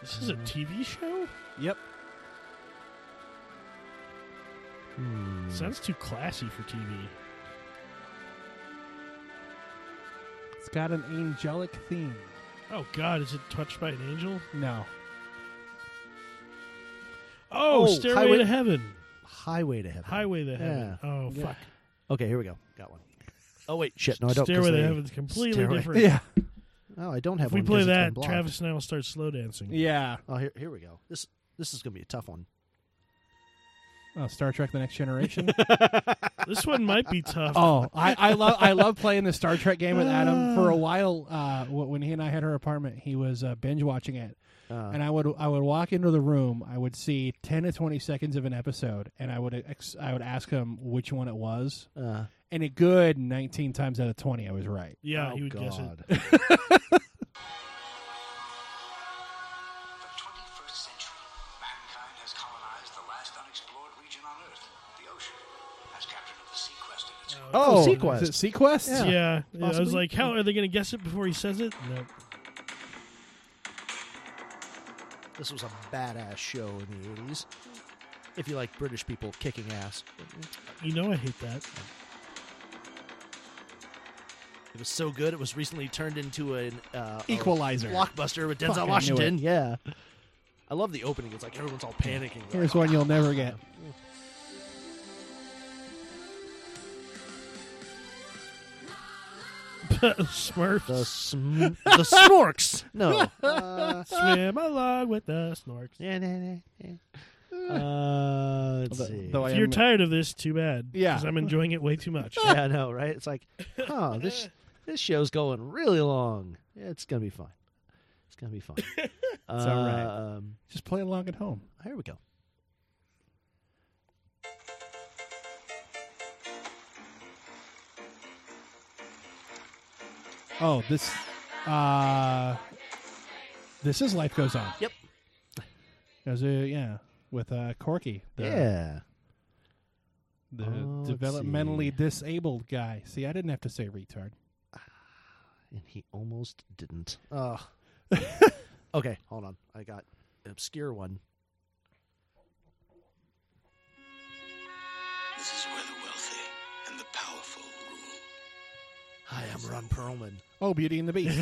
Speaker 6: This is a TV show?
Speaker 5: Yep.
Speaker 6: Sounds too classy for TV.
Speaker 3: It's got an angelic theme.
Speaker 6: Oh God, is it touched by an angel?
Speaker 3: No.
Speaker 6: Oh,
Speaker 5: Oh,
Speaker 6: Stairway
Speaker 5: Highway-
Speaker 6: to Heaven.
Speaker 5: Highway to heaven.
Speaker 6: Highway to Heaven.
Speaker 5: Yeah.
Speaker 6: Oh fuck.
Speaker 5: Okay, here we go. Got one. Oh wait, shit. No, I don't. 'cause
Speaker 6: Stairway to
Speaker 5: they-
Speaker 6: Heaven's completely
Speaker 5: Stairway-
Speaker 6: different.
Speaker 5: Yeah. Oh, I don't have.
Speaker 6: If we
Speaker 5: one
Speaker 6: play
Speaker 5: 'cause it's been
Speaker 6: that,
Speaker 5: blocked.
Speaker 6: Travis and I will start slow dancing.
Speaker 3: Yeah.
Speaker 5: Oh, here, here we go. This this is gonna be a tough one.
Speaker 3: Oh, Star Trek: The Next Generation.
Speaker 6: this one might be tough.
Speaker 3: oh, I, I love I love playing the Star Trek game with
Speaker 5: Ah.
Speaker 3: Adam. For a while, uh, wh- when he and I had her apartment, he was uh, binge watching it,
Speaker 5: Ah.
Speaker 3: and I would I would walk into the room. I would see ten to twenty seconds of an episode, and I would ex- I would ask him which one it was.
Speaker 5: Uh.
Speaker 3: and a good nineteen times out of twenty, I was right.
Speaker 6: Yeah, he would guess
Speaker 5: God.
Speaker 6: it.
Speaker 20: First century, mankind has colonized the last unexplored region on Earth, the ocean, as captain of the sea quest in its
Speaker 3: Oh,
Speaker 5: Sequest.
Speaker 3: is it Sequest?
Speaker 6: Yeah, Yeah, I was
Speaker 3: Possibly?
Speaker 6: like, how are they going to guess it before he says it? No.
Speaker 5: This was a badass show in the eighties. If you like British people kicking ass,
Speaker 6: You know I hate that.
Speaker 5: it was so good. It was recently turned into an uh, a
Speaker 3: Equalizer.
Speaker 5: blockbuster with
Speaker 3: Fuck, I
Speaker 5: Denzel
Speaker 3: knew
Speaker 5: Washington.
Speaker 3: it.
Speaker 5: Yeah, I love the opening. It's like everyone's all panicking.
Speaker 3: Here's one you'll never get.
Speaker 6: Smurfs.
Speaker 5: The, sm- the Snorks. No.
Speaker 6: Uh, Swim along with the snorks.
Speaker 5: Uh, let's
Speaker 3: Although-
Speaker 5: see.
Speaker 3: though I
Speaker 6: If you're
Speaker 3: am-
Speaker 6: tired of this, too bad.
Speaker 3: Yeah.
Speaker 6: Because I'm enjoying it way too much.
Speaker 5: yeah, I know, right? It's like, oh, this this show's going really long. Yeah, it's gonna be fun. It's gonna be fun. it's
Speaker 3: It's all right.
Speaker 5: Um,
Speaker 3: Just play along at home.
Speaker 5: here we go.
Speaker 3: Oh, this. Uh, this is Life Goes On.
Speaker 5: Yep.
Speaker 3: It was, uh, yeah, with uh, Corky. the-
Speaker 5: Yeah.
Speaker 3: The
Speaker 5: Oh, let's
Speaker 3: developmentally disabled guy. See, I didn't have to say retard.
Speaker 5: And he almost didn't. Oh. okay, hold on. I got an obscure one.
Speaker 20: This is where the wealthy and the powerful rule.
Speaker 5: Hi, I'm Ron Perlman.
Speaker 3: Oh, Beauty and the Beast.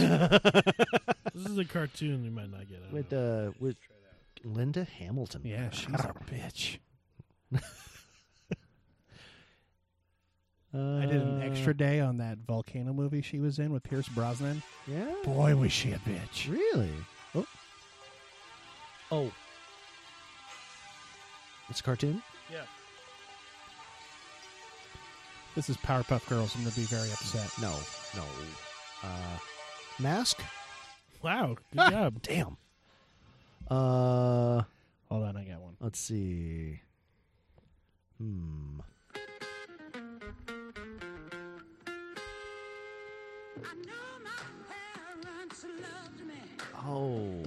Speaker 6: this is a cartoon you might not get. It.
Speaker 5: With uh, with Linda Hamilton.
Speaker 3: Yeah, she's a bitch. I did an extra day on that volcano movie she was in with Pierce Brosnan.
Speaker 5: Yeah.
Speaker 3: Boy, was she a bitch.
Speaker 5: Really? Oh. Oh. It's a cartoon?
Speaker 6: Yeah.
Speaker 3: This is Powerpuff Girls. I'm going to be very upset.
Speaker 5: No, no. Uh, mask?
Speaker 6: Wow. Good job.
Speaker 5: Damn. Uh,
Speaker 3: Hold on, I got one.
Speaker 5: Let's see. Hmm. Oh.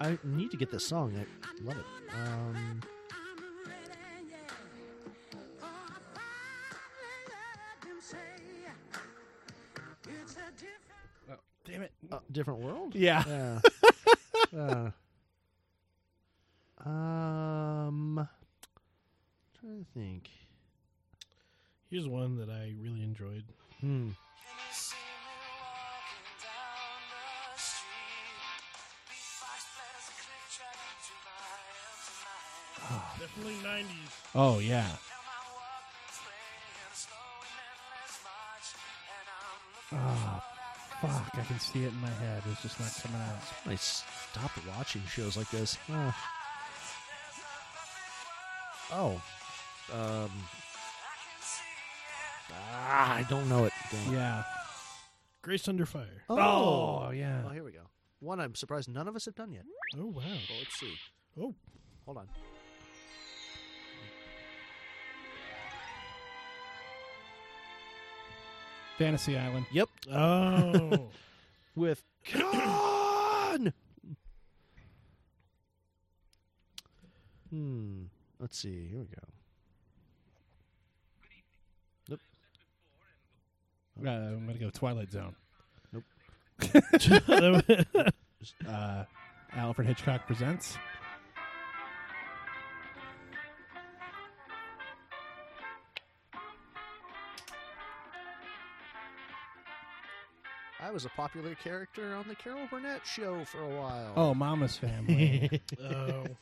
Speaker 5: I f- I need to get this song. I love it. Um,
Speaker 3: Damn it.
Speaker 5: uh, different world?
Speaker 3: Yeah.
Speaker 5: Yeah. Uh, um, trying to think.
Speaker 6: Here's one that I really enjoyed.
Speaker 5: Hmm.
Speaker 6: Definitely 90s.
Speaker 3: Oh, yeah. Oh, fuck. I can see it in my head. It's just not coming out.
Speaker 5: I stopped watching shows like this. Oh. Oh. Um. Ah, I don't know it. Damn it.
Speaker 3: Yeah.
Speaker 6: Grace Under Fire.
Speaker 3: Oh, yeah.
Speaker 5: Oh, here we go. One I'm surprised none of us have done yet.
Speaker 6: Oh, wow.
Speaker 5: Well, let's see.
Speaker 6: Oh.
Speaker 5: Hold on.
Speaker 3: Fantasy Island.
Speaker 5: Yep.
Speaker 6: Oh.
Speaker 5: With Con! Hmm. Let's see. Here we go.
Speaker 3: Uh, I'm going to go Twilight Zone.
Speaker 5: Nope.
Speaker 3: uh, Alfred Hitchcock Presents.
Speaker 5: I was a popular character on the Carol Burnett show for a while.
Speaker 3: Oh, Mama's Family.
Speaker 6: Oh.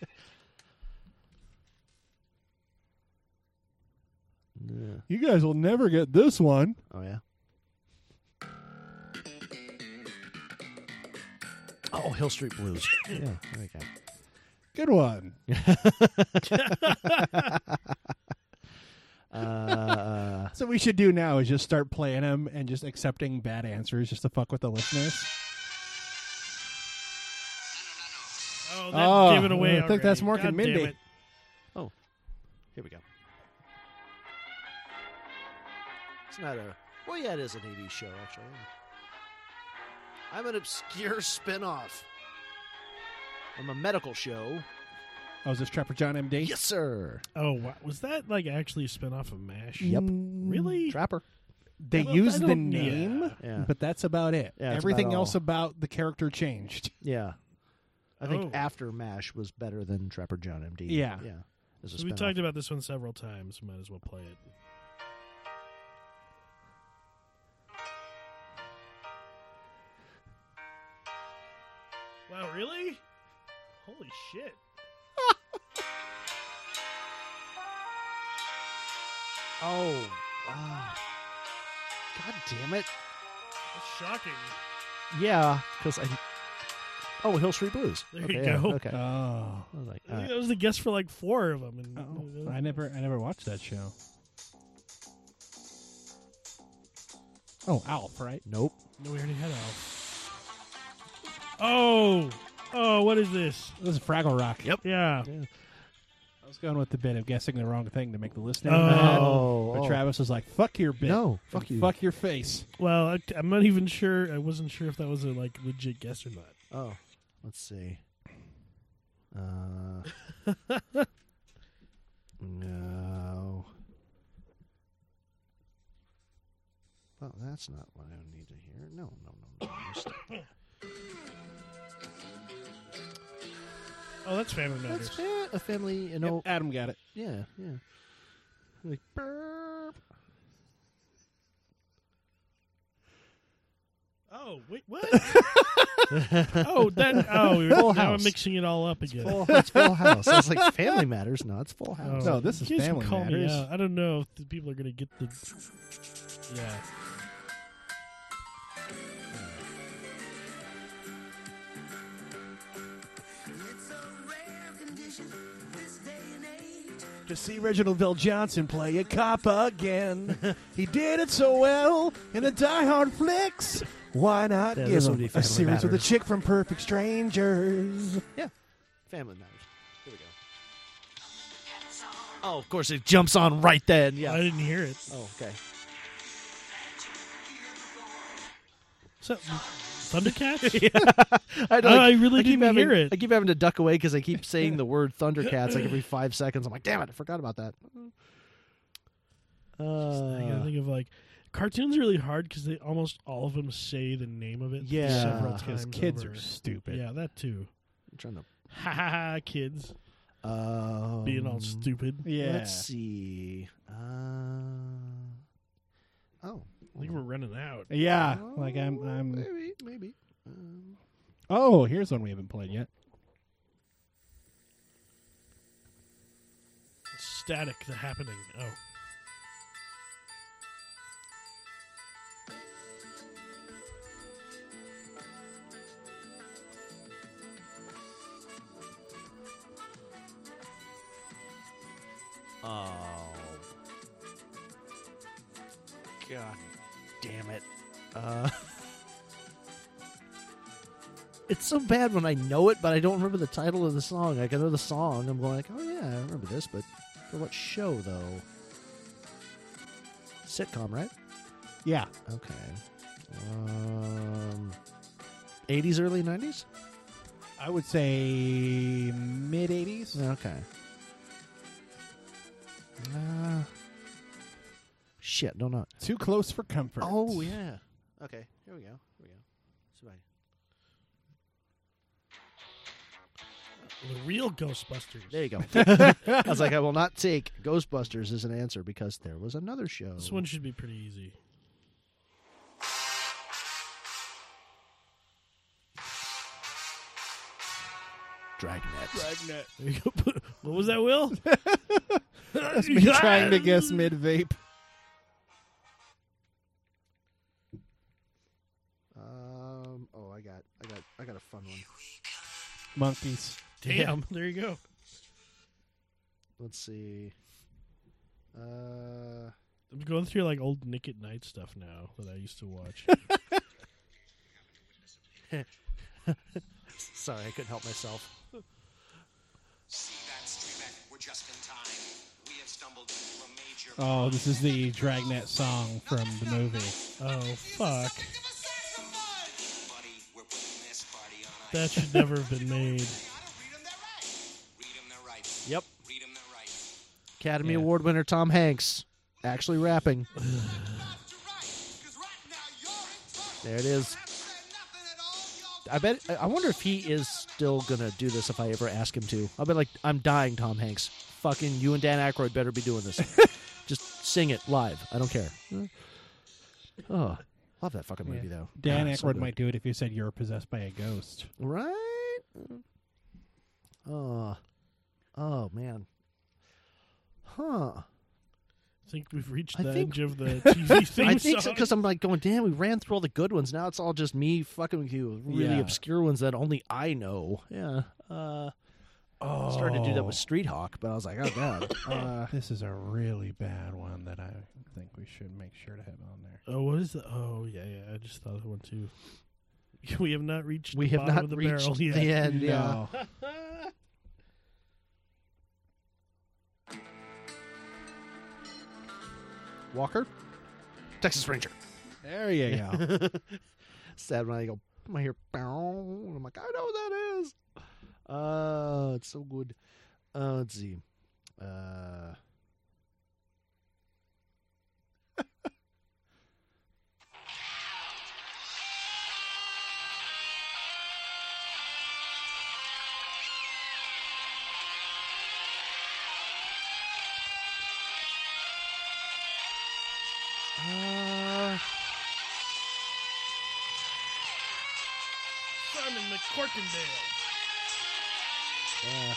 Speaker 3: You guys will never get this one.
Speaker 5: Oh yeah. Oh, Hill Street Blues. yeah, there you go.
Speaker 3: Good one.
Speaker 5: uh,
Speaker 3: so we should do now is just start playing them and just accepting bad answers just to fuck with the listeners.
Speaker 6: Oh, that
Speaker 3: Oh,
Speaker 6: gave it away.
Speaker 3: I think that's Mork
Speaker 6: already.
Speaker 3: and
Speaker 6: God damn
Speaker 3: Mindy.
Speaker 6: it.
Speaker 5: Oh, here we go. It's not a. Well, yeah, it is an 80s show, actually. I'm an obscure spin off. I'm a medical show.
Speaker 3: Oh, is this Trapper John MD?
Speaker 5: Yes, sir.
Speaker 6: Oh, wow. was that like actually a spinoff of MASH?
Speaker 3: Yep.
Speaker 6: Really?
Speaker 5: Trapper.
Speaker 3: They
Speaker 6: I don't-
Speaker 3: use
Speaker 6: I
Speaker 3: the
Speaker 6: don't- yeah.
Speaker 3: name,
Speaker 5: Yeah.
Speaker 3: but that's about it.
Speaker 5: Yeah, that's
Speaker 3: Everything
Speaker 5: about all.
Speaker 3: else about the character changed.
Speaker 5: Yeah. I think
Speaker 6: Oh.
Speaker 5: after MASH was better than Trapper John MD.
Speaker 3: Yeah.
Speaker 5: Yeah. As a
Speaker 6: So we
Speaker 5: spinoff.
Speaker 6: talked about this one several times. Might as well play it. Wow, really? Holy shit.
Speaker 5: Oh, ah. God damn it.
Speaker 6: That's shocking.
Speaker 5: Yeah, because I. Oh, Hill Street Blues.
Speaker 6: There
Speaker 5: okay,
Speaker 6: you
Speaker 5: yeah,
Speaker 6: go.
Speaker 5: Okay.
Speaker 3: Oh,
Speaker 5: I was like,
Speaker 6: I
Speaker 5: all
Speaker 6: think
Speaker 5: right. Oh,
Speaker 6: that was the guess for like four of them. And
Speaker 3: I never, I never watched that show. Oh, Alf, right?
Speaker 5: Nope.
Speaker 6: No, we already had Al. Oh, oh, what is this?
Speaker 3: This is Fraggle Rock.
Speaker 5: Yep.
Speaker 6: Yeah.
Speaker 5: Yeah.
Speaker 3: I was going with the bit of guessing the wrong thing to make the listener
Speaker 6: Oh.
Speaker 3: mad.
Speaker 6: Oh,
Speaker 3: but
Speaker 6: oh.
Speaker 3: Travis was like, "Fuck your bit.
Speaker 6: No,
Speaker 3: and
Speaker 6: fuck you.
Speaker 3: Fuck your face."
Speaker 6: Well, I, I'm not even sure. I wasn't sure if that was a like legit guess or not.
Speaker 5: Oh, let's see.
Speaker 6: Uh,
Speaker 5: no. Well, that's not what I need to hear. No, no, no, no. no. Stop.
Speaker 6: Oh, that's Family Matters.
Speaker 5: That's fa- a family. You know,
Speaker 3: Adam got it.
Speaker 5: Yeah, yeah. Like, burp.
Speaker 6: Oh wait, what? oh, that. Oh, we were-
Speaker 5: Full
Speaker 6: now I'm
Speaker 5: House.
Speaker 6: mixing it all up
Speaker 5: It's
Speaker 6: again. Oh.
Speaker 5: Full- it's Full House. I was like, Family Matters? No, it's Full House. No, this is
Speaker 6: you guys can
Speaker 5: Family
Speaker 6: call me
Speaker 5: Matters.
Speaker 6: out. I don't know if the people are gonna get the. Yeah.
Speaker 13: To see Reginald Bill Johnson play a cop again. he did it so well in the Die Hard flicks. Why not
Speaker 5: Yeah,
Speaker 13: give
Speaker 5: this would
Speaker 13: him
Speaker 5: be
Speaker 13: a
Speaker 5: Family
Speaker 13: series with a
Speaker 5: Matters.
Speaker 13: chick from Perfect Strangers?
Speaker 5: Yeah. Family Matters. Here we go. Oh, of course, it jumps on right then. Yeah.
Speaker 6: I didn't hear it.
Speaker 5: Oh, okay.
Speaker 6: So, Thundercats?
Speaker 5: I, know,
Speaker 6: I
Speaker 5: like-
Speaker 6: really
Speaker 5: I keep
Speaker 6: didn't
Speaker 5: having,
Speaker 6: hear it.
Speaker 5: I keep having to duck away because I keep saying the word Thundercats like every five seconds. I'm like, damn it, I forgot about that.
Speaker 6: I gotta think of like cartoons. are Really hard because they almost all of them say the name of it.
Speaker 5: Yeah,
Speaker 6: several
Speaker 5: 'cause
Speaker 6: times.
Speaker 5: kids
Speaker 6: over.
Speaker 5: are stupid.
Speaker 6: Yeah, that too.
Speaker 5: I'm trying to
Speaker 6: ha ha ha kids
Speaker 5: um,
Speaker 6: being all stupid.
Speaker 5: Let's see. Uh, oh,
Speaker 6: I think we're running out.
Speaker 3: Yeah, like I'm. I'm.
Speaker 5: maybe, maybe. Um,
Speaker 3: Oh, here's one we haven't played yet.
Speaker 6: Static, the happening. Oh,
Speaker 5: Oh. God damn it. Uh, it's so bad when I know it, but I don't remember the title of the song. Like, I know the song. I'm going like, oh, yeah, I remember this, but for what show, though? Sitcom, right?
Speaker 3: Yeah.
Speaker 5: Okay. Um, 80s, early 90s?
Speaker 3: I would say mid '80s.
Speaker 5: Okay. Uh, shit, no, not.
Speaker 3: Too close for comfort.
Speaker 5: Oh yeah. Okay, here we go. Here we go. See if I-
Speaker 6: the real Ghostbusters.
Speaker 5: There you go. I was like, I will not take Ghostbusters as an answer because there was another show.
Speaker 6: This one should be pretty easy.
Speaker 5: Dragnet.
Speaker 6: Dragnet. There you go. what was that, Will?
Speaker 3: That's me trying to guess mid vape.
Speaker 5: Um. Oh, I got, I got, I got a fun one.
Speaker 3: Monkeys.
Speaker 6: Damn. There you go.
Speaker 5: Let's see. Uh.
Speaker 6: I'm going through like old Nick at Night stuff now that I used to watch.
Speaker 5: Sorry, I couldn't help myself.
Speaker 20: See that streamer? We're just in time. We have stumbled into a major.
Speaker 3: Oh, this is the Dragnet song from the movie.
Speaker 6: Oh fuck.
Speaker 20: Buddy, we're putting this party on ice.
Speaker 6: That should never have been made.
Speaker 5: Yep. Academy Award winner Tom Hanks actually rapping. there it is. I bet. I- I wonder if he is still gonna do this if I ever ask him to. I'll be like, I'm dying, Tom Hanks. Fucking you and Dan Aykroyd better be doing this. Just sing it live. I don't care. Oh, love that fucking movie though.
Speaker 3: Dan
Speaker 5: Ah, so
Speaker 3: Aykroyd
Speaker 5: good.
Speaker 3: might do it if you said you were possessed by a ghost.
Speaker 5: Right? Oh, oh man. Huh.
Speaker 6: I think we've reached
Speaker 5: I
Speaker 6: the
Speaker 5: think-
Speaker 6: edge of the TV theme
Speaker 5: I think
Speaker 6: song.
Speaker 5: because I'm like going, damn, we ran through all the good ones. Now it's all just me fucking with you, with really
Speaker 6: Yeah.
Speaker 5: obscure ones that only I know. Yeah. Uh, I started to do that
Speaker 6: Oh.
Speaker 5: with Street Hawk, but I was like, oh god. uh,
Speaker 3: this is a really bad one that I think we should make sure to have on there.
Speaker 6: Oh, what is the? Oh, yeah, yeah. I just thought of one too. We have not reached.
Speaker 5: We
Speaker 6: the
Speaker 5: have
Speaker 6: bottom
Speaker 5: not
Speaker 6: of the
Speaker 3: Oh.
Speaker 5: reached
Speaker 6: barrel yet.
Speaker 5: the end, yeah.
Speaker 6: No.
Speaker 3: Walker?
Speaker 2: Texas Ranger.
Speaker 3: There you go.
Speaker 5: Sad when I go, I hear, "Bow," and I'm like, I know what that is. Uh, it's so good. Uh, let's see. Uh,
Speaker 6: Uh... Simon McCorkendale.
Speaker 5: uh,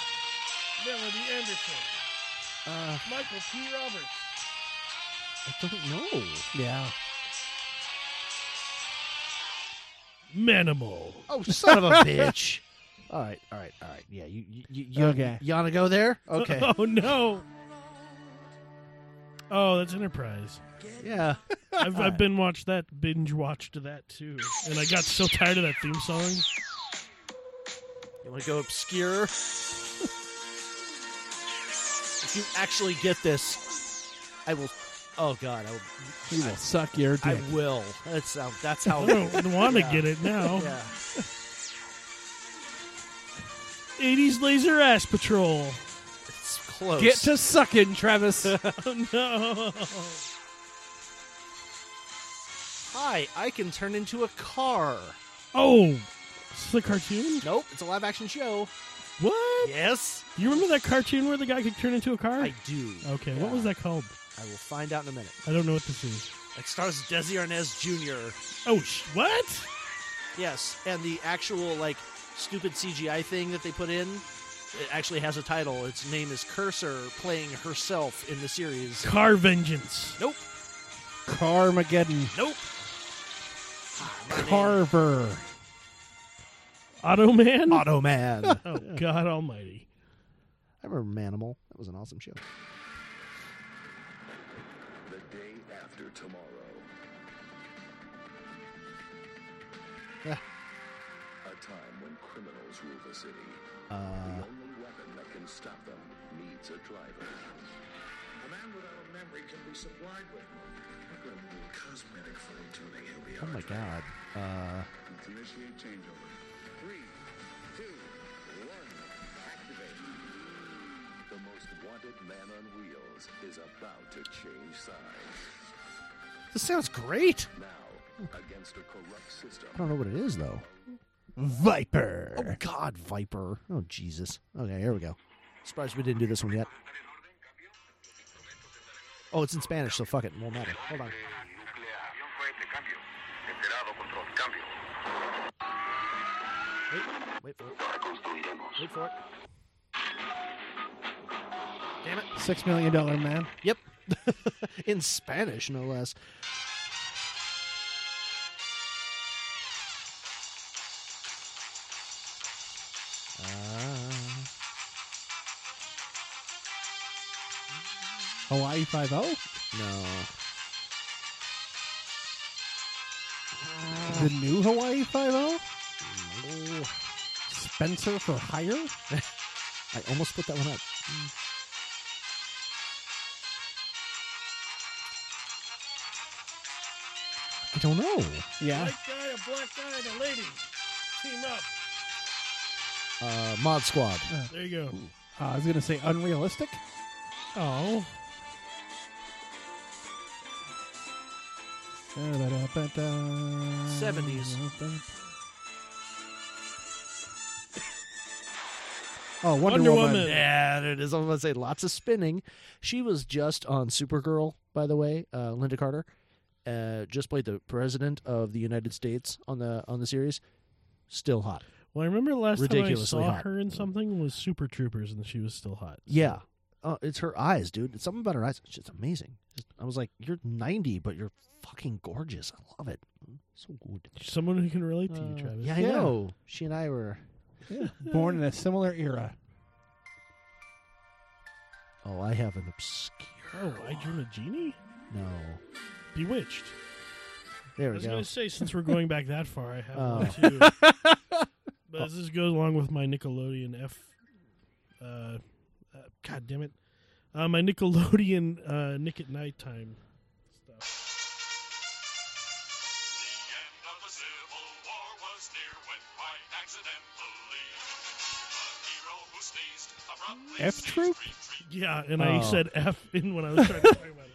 Speaker 6: Melody Anderson.
Speaker 5: uh,
Speaker 6: Michael T. Roberts.
Speaker 5: I don't know.
Speaker 3: Yeah.
Speaker 6: Manimal.
Speaker 5: Oh, son of a bitch. All right, all right, all right. Yeah, you, you, you, you
Speaker 6: Okay.
Speaker 5: You want to go there? Okay.
Speaker 6: oh no. Oh, that's Enterprise.
Speaker 5: Yeah.
Speaker 6: I've, I've
Speaker 5: All right.
Speaker 6: been watched that binge watched that too, and I got so tired of that theme song.
Speaker 5: You want to go obscure? if you actually get this, I will. Oh God, I will.
Speaker 3: He will suck your dick.
Speaker 5: I will. That's how. That's how.
Speaker 6: I don't wanna
Speaker 5: Yeah.
Speaker 6: get it now.
Speaker 5: Yeah.
Speaker 6: 80s Laser Ass Patrol.
Speaker 5: It's close.
Speaker 3: Get to sucking, Travis.
Speaker 6: oh no.
Speaker 5: Hi, I can turn into a car.
Speaker 6: Oh, it's the cartoon.
Speaker 5: Nope, it's a live action show.
Speaker 6: What?
Speaker 5: Yes.
Speaker 6: You remember that cartoon where the guy could turn into a car? I
Speaker 5: do.
Speaker 6: Okay, what was that called?
Speaker 5: I will find out in a minute.
Speaker 6: I don't know what this is.
Speaker 5: It stars Desi Arnaz Jr.
Speaker 6: Oh, sh- what?
Speaker 5: Yes, and the actual like stupid CGI thing that they put in, it actually has a title. Its name is Cursor, playing herself in the series.
Speaker 6: Car Vengeance.
Speaker 5: Nope.
Speaker 3: Carmageddon.
Speaker 5: Nope.
Speaker 3: Carver.
Speaker 6: Auto Man?
Speaker 5: Auto Man.
Speaker 6: oh, God almighty.
Speaker 5: I remember Manimal. That was an awesome show.
Speaker 9: The day after tomorrow.
Speaker 5: Ah.
Speaker 9: A time when criminals rule the city.
Speaker 5: Uh.
Speaker 9: the only weapon that can stop them needs a driver.
Speaker 4: A man without a memory can be supplied with one. Good little cosmetic fine tuning. He'll be
Speaker 5: Oh my God. Uh,
Speaker 4: Initiate changeover. Three, two, one.
Speaker 9: Activate. The most wanted man on wheels is about to change sides.
Speaker 5: this sounds great.
Speaker 9: Now, against a corrupt system.
Speaker 5: I don't know what it is though.
Speaker 3: Viper.
Speaker 5: Oh God, Viper. Oh Jesus. Okay, here we go. Surprised we didn't do this one yet. Oh, it's in Spanish, so fuck it. Won't matter. Hold on. Wait, wait for it. Wait for it. Damn it.
Speaker 3: Six million dollar man.
Speaker 5: Yep. in Spanish, no less. Uh,
Speaker 3: Hawaii Five O.
Speaker 5: No.
Speaker 3: The new Hawaii Five O.
Speaker 5: Oh,
Speaker 3: Spencer for hire.
Speaker 5: I almost put that one up. I don't know.
Speaker 3: Yeah.
Speaker 6: Black guy, a black guy, and a lady. Team up.
Speaker 5: Uh, Mod Squad.
Speaker 6: There you go.
Speaker 3: Uh, I was gonna say unrealistic.
Speaker 6: Oh.
Speaker 3: Seventies.
Speaker 5: Oh,
Speaker 3: Wonder Woman. Woman.
Speaker 5: Yeah, there it is. I'm going to say lots of spinning. She was just on Supergirl, by the way. Uh, Linda Carter uh, just played the president of the United States on the on the series. Still hot.
Speaker 6: Well, I remember last time I
Speaker 5: Ridiculously
Speaker 6: saw
Speaker 5: hot.
Speaker 6: her in something was Super Troopers, and she was still hot.
Speaker 5: Yeah. Uh, it's her eyes, dude. It's something about her eyes. It's just amazing. Just- I was like, you're 90, but you're fucking gorgeous. I love it. So good.
Speaker 6: Someone who can relate to you,
Speaker 5: Uh,
Speaker 6: Travis.
Speaker 5: Yeah, I know. She and I were.
Speaker 3: Born in a similar era.
Speaker 5: Oh, I have an obscure.
Speaker 6: Oh, I dream a genie.
Speaker 5: No.
Speaker 6: Bewitched.
Speaker 5: There
Speaker 6: I
Speaker 5: we
Speaker 6: was
Speaker 5: go.
Speaker 6: going to say since we're going back that far, I have one
Speaker 5: Oh.
Speaker 6: too. but this just goes along with my Nickelodeon F. Uh, uh, God damn it, uh, my Nickelodeon uh, Nick at Night time
Speaker 3: F Troop?
Speaker 6: Yeah, and I
Speaker 3: Oh.
Speaker 6: said F in when I was trying to talk about it.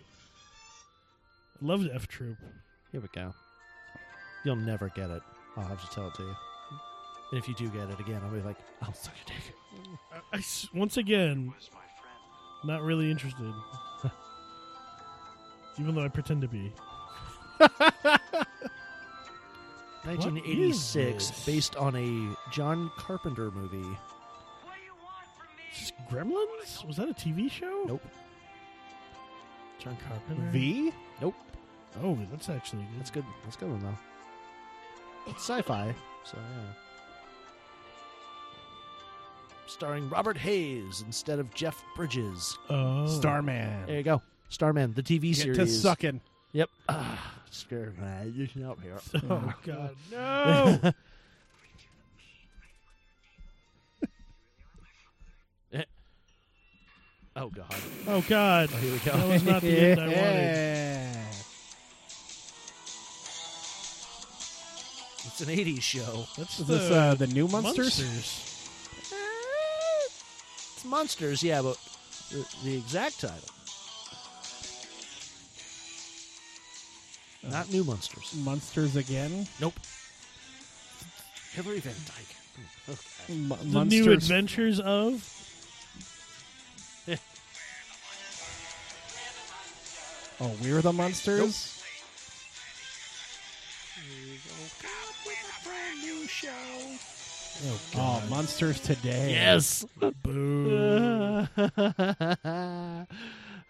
Speaker 6: Loved F Troop.
Speaker 5: Here we go. You'll never get it. I'll have to tell it to you. And if you do get it again, I'll be like, I'll suck your dick.
Speaker 6: I- I s- once again, not really interested. Even though I pretend to be.
Speaker 5: 1986, based on a John Carpenter movie.
Speaker 6: Is this Gremlins? Was that a TV show?
Speaker 5: Nope.
Speaker 6: John Carpenter.
Speaker 5: V? Nope.
Speaker 6: Oh, that's actually good.
Speaker 5: That's good. That's a good one though. It's sci-fi, so yeah. Starring Robert Hayes instead of Jeff Bridges.
Speaker 3: Oh. Starman.
Speaker 5: There you go. Starman, the TV
Speaker 3: Get
Speaker 5: series.
Speaker 3: to sucking.
Speaker 5: Yep. Ah, scare me. You can help here.
Speaker 6: Oh, God, no!
Speaker 5: oh God.
Speaker 6: Oh God!
Speaker 5: Oh, here we go.
Speaker 6: That was not the end I wanted.
Speaker 5: Yeah. It's an '80s show.
Speaker 6: That's
Speaker 3: Is this uh, the new monsters?
Speaker 5: It's monsters, yeah, but the, the exact title. Not new monsters.
Speaker 3: Monsters again?
Speaker 5: Nope. Hillary Van Dyke.
Speaker 3: M-
Speaker 6: The new
Speaker 3: Monsters.
Speaker 6: adventures of.
Speaker 3: Oh, we're the monsters. Oh,
Speaker 5: God.
Speaker 3: monsters today.
Speaker 5: Yes.
Speaker 3: Boom.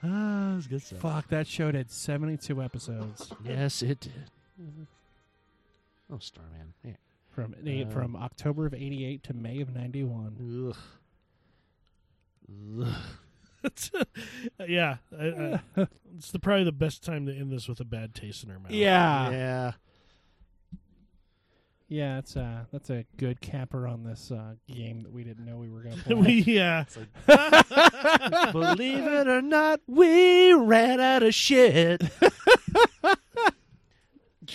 Speaker 5: was good stuff.
Speaker 3: Fuck, that show did 72 episodes.
Speaker 5: Yes, it did. Oh, Starman. Yeah.
Speaker 3: From eight,
Speaker 5: Uh,
Speaker 3: from October of 88 to May of 91.
Speaker 6: Uh, yeah, I, I, it's the, probably the best time to end this with a bad taste in our mouth.
Speaker 3: Yeah.
Speaker 5: Yeah.
Speaker 3: Yeah, it's uh that's a good capper on this uh, game that we didn't know we were going to play.
Speaker 6: We- yeah.
Speaker 5: Believe it or not, we ran out of shit.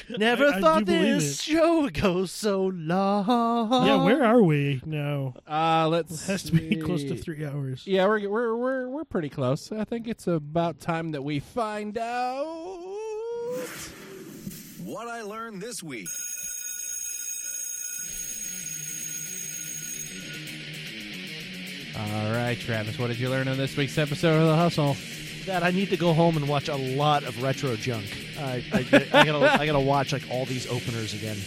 Speaker 5: Never
Speaker 6: I- I
Speaker 5: thought
Speaker 6: do believe
Speaker 5: this
Speaker 6: it.
Speaker 5: show would go so long.
Speaker 6: Yeah, where are we now?
Speaker 3: Uh, "Oh." let's
Speaker 6: It has to be close to
Speaker 3: see.
Speaker 6: three hours.
Speaker 3: Yeah, we're we're we're we're pretty close. I think it's about time that we find out.
Speaker 9: What I learned this week.
Speaker 3: All right, Travis, what did you learn on this week's episode of The Hustle?
Speaker 5: That I need to go home and watch a lot of retro junk. I, I, I gotta I gotta watch like all these openers again.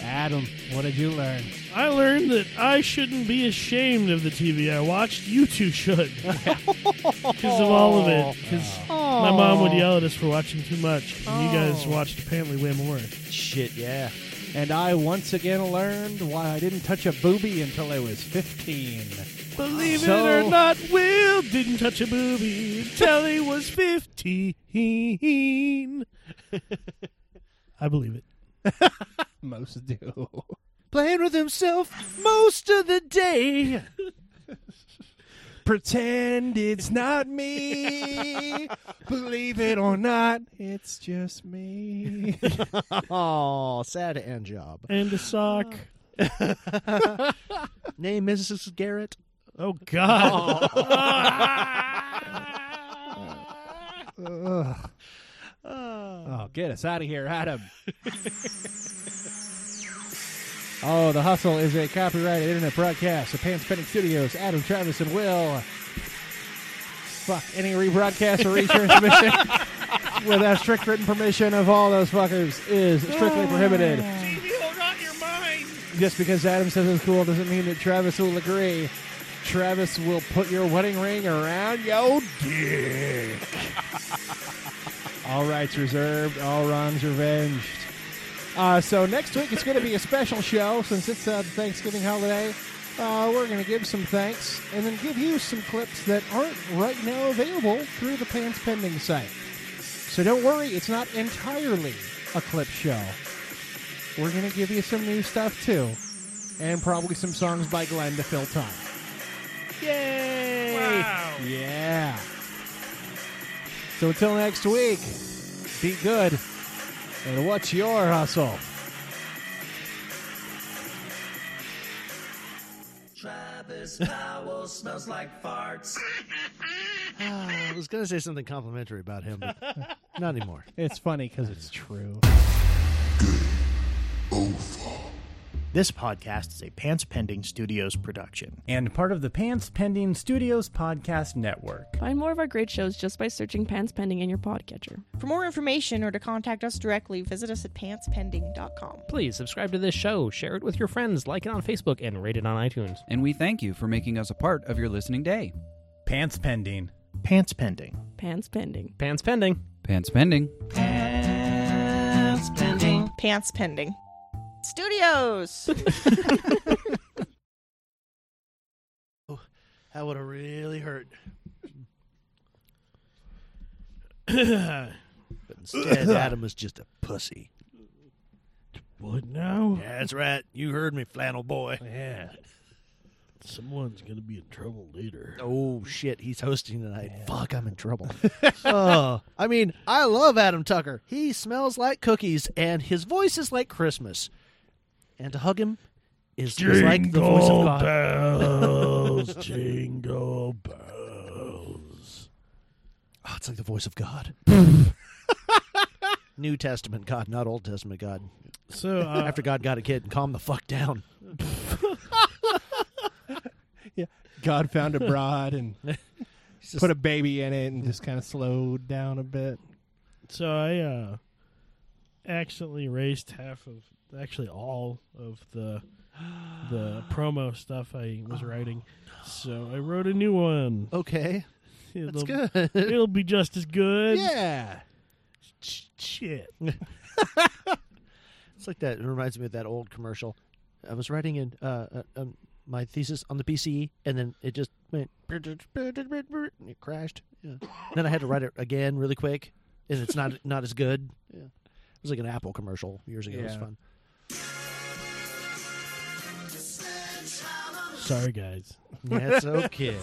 Speaker 3: Adam, what did you learn?
Speaker 6: I learned that I shouldn't be ashamed of the TV I watched. You two should. Because of all of it. Because my mom would yell at us for watching too much. And you guys
Speaker 3: Oh.
Speaker 6: watched apparently way more.
Speaker 5: Shit, yeah.
Speaker 3: And I once again learned why I didn't touch a booby until I was 15.
Speaker 6: Believe it
Speaker 3: So-
Speaker 6: or not, Will didn't touch a booby until he was 15. I believe it.
Speaker 3: Most do.
Speaker 5: Playing with himself most of the day.
Speaker 3: Pretend it's not me. Believe it or not, it's just me.
Speaker 5: oh, sad end job.
Speaker 6: And a sock.
Speaker 5: Name Mrs. Garrett.
Speaker 6: Oh God.
Speaker 3: Ugh. Oh, get us out of here, Adam. oh, The Hustle is a copyrighted internet broadcast of Pan Spinning Studios, Adam, Travis, and Will. Fuck, any rebroadcast or retransmission without strict written permission of all those fuckers is strictly prohibited. Just because Adam says it's cool doesn't mean that Travis will agree. Travis will put your wedding ring around your dick. All rights reserved. All wrongs revenged. Uh, so next week it's going to be a special show since it's uh, the Thanksgiving holiday. Uh, we're going to give some thanks and then give you some clips that aren't right now available through the Pants Pending site. So don't worry, it's not entirely a clip show. We're going to give you some new stuff too, and probably some songs by Glenn to fill time. Yay! Yeah. So until next week, be good. And what's your hustle?
Speaker 20: Travis Powell smells like farts.
Speaker 5: Ah, I was going to say something complimentary about him, but not anymore.
Speaker 3: It's funny because it's true.
Speaker 7: This podcast is a Pants Pending Studios production.
Speaker 23: and part of the Pants Pending Studios Podcast Network.
Speaker 24: Find more of our great shows just by searching Pants Pending in your podcatcher.
Speaker 25: For more information or to contact us directly, visit us at pantspending.com.
Speaker 26: Please subscribe to this show, share it with your friends, like it on Facebook, and rate it on iTunes.
Speaker 19: And we thank you for making us a part of your listening day.
Speaker 23: Pants Pending.
Speaker 7: Pants Pending.
Speaker 24: Pants Pending.
Speaker 26: Pants pending.
Speaker 19: Pants pending.
Speaker 25: Pants pending. Pants pending. Studios.
Speaker 5: Oh, That would have really hurt. but instead, Adam was just a pussy.
Speaker 6: What now?
Speaker 5: Yeah, that's right. You heard me, flannel boy.
Speaker 6: Yeah. Someone's going to be in trouble later.
Speaker 5: Oh shit, he's hosting tonight. Fuck, I'm in trouble. oh, I mean, I love Adam Tucker. He smells like cookies, and his voice is like Christmas. And to hug him is is like the voice of God.
Speaker 6: bells, jingle bells.
Speaker 5: Oh, it's like the voice of God. New Testament God, not Old Testament God.
Speaker 6: So uh,
Speaker 5: after God got a kid and calm the fuck down.
Speaker 3: God found a broad and
Speaker 5: just-
Speaker 3: put a baby in it and just kind of slowed down a bit.
Speaker 6: So I uh, accidentally erased half of, actually all of the the promo stuff I was writing. So I wrote a new one.
Speaker 5: Okay,
Speaker 6: it'll,
Speaker 5: good.
Speaker 6: It'll be just as good.
Speaker 5: Yeah.
Speaker 6: Sh- Shit.
Speaker 5: It's like that. It reminds me of that old commercial. I was writing in uh, uh, um, my thesis on the PCE, and then it just went. And it crashed. Yeah. then I had to write it again really quick, and it's not not as good. Yeah. It was like an Apple commercial years ago. It was
Speaker 6: Yeah.
Speaker 5: fun.
Speaker 6: Sorry, guys.
Speaker 5: That's okay.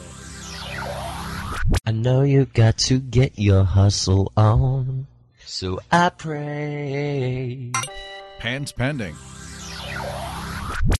Speaker 27: I know you got to get your hustle on, so I pray.
Speaker 1: Pants Pending.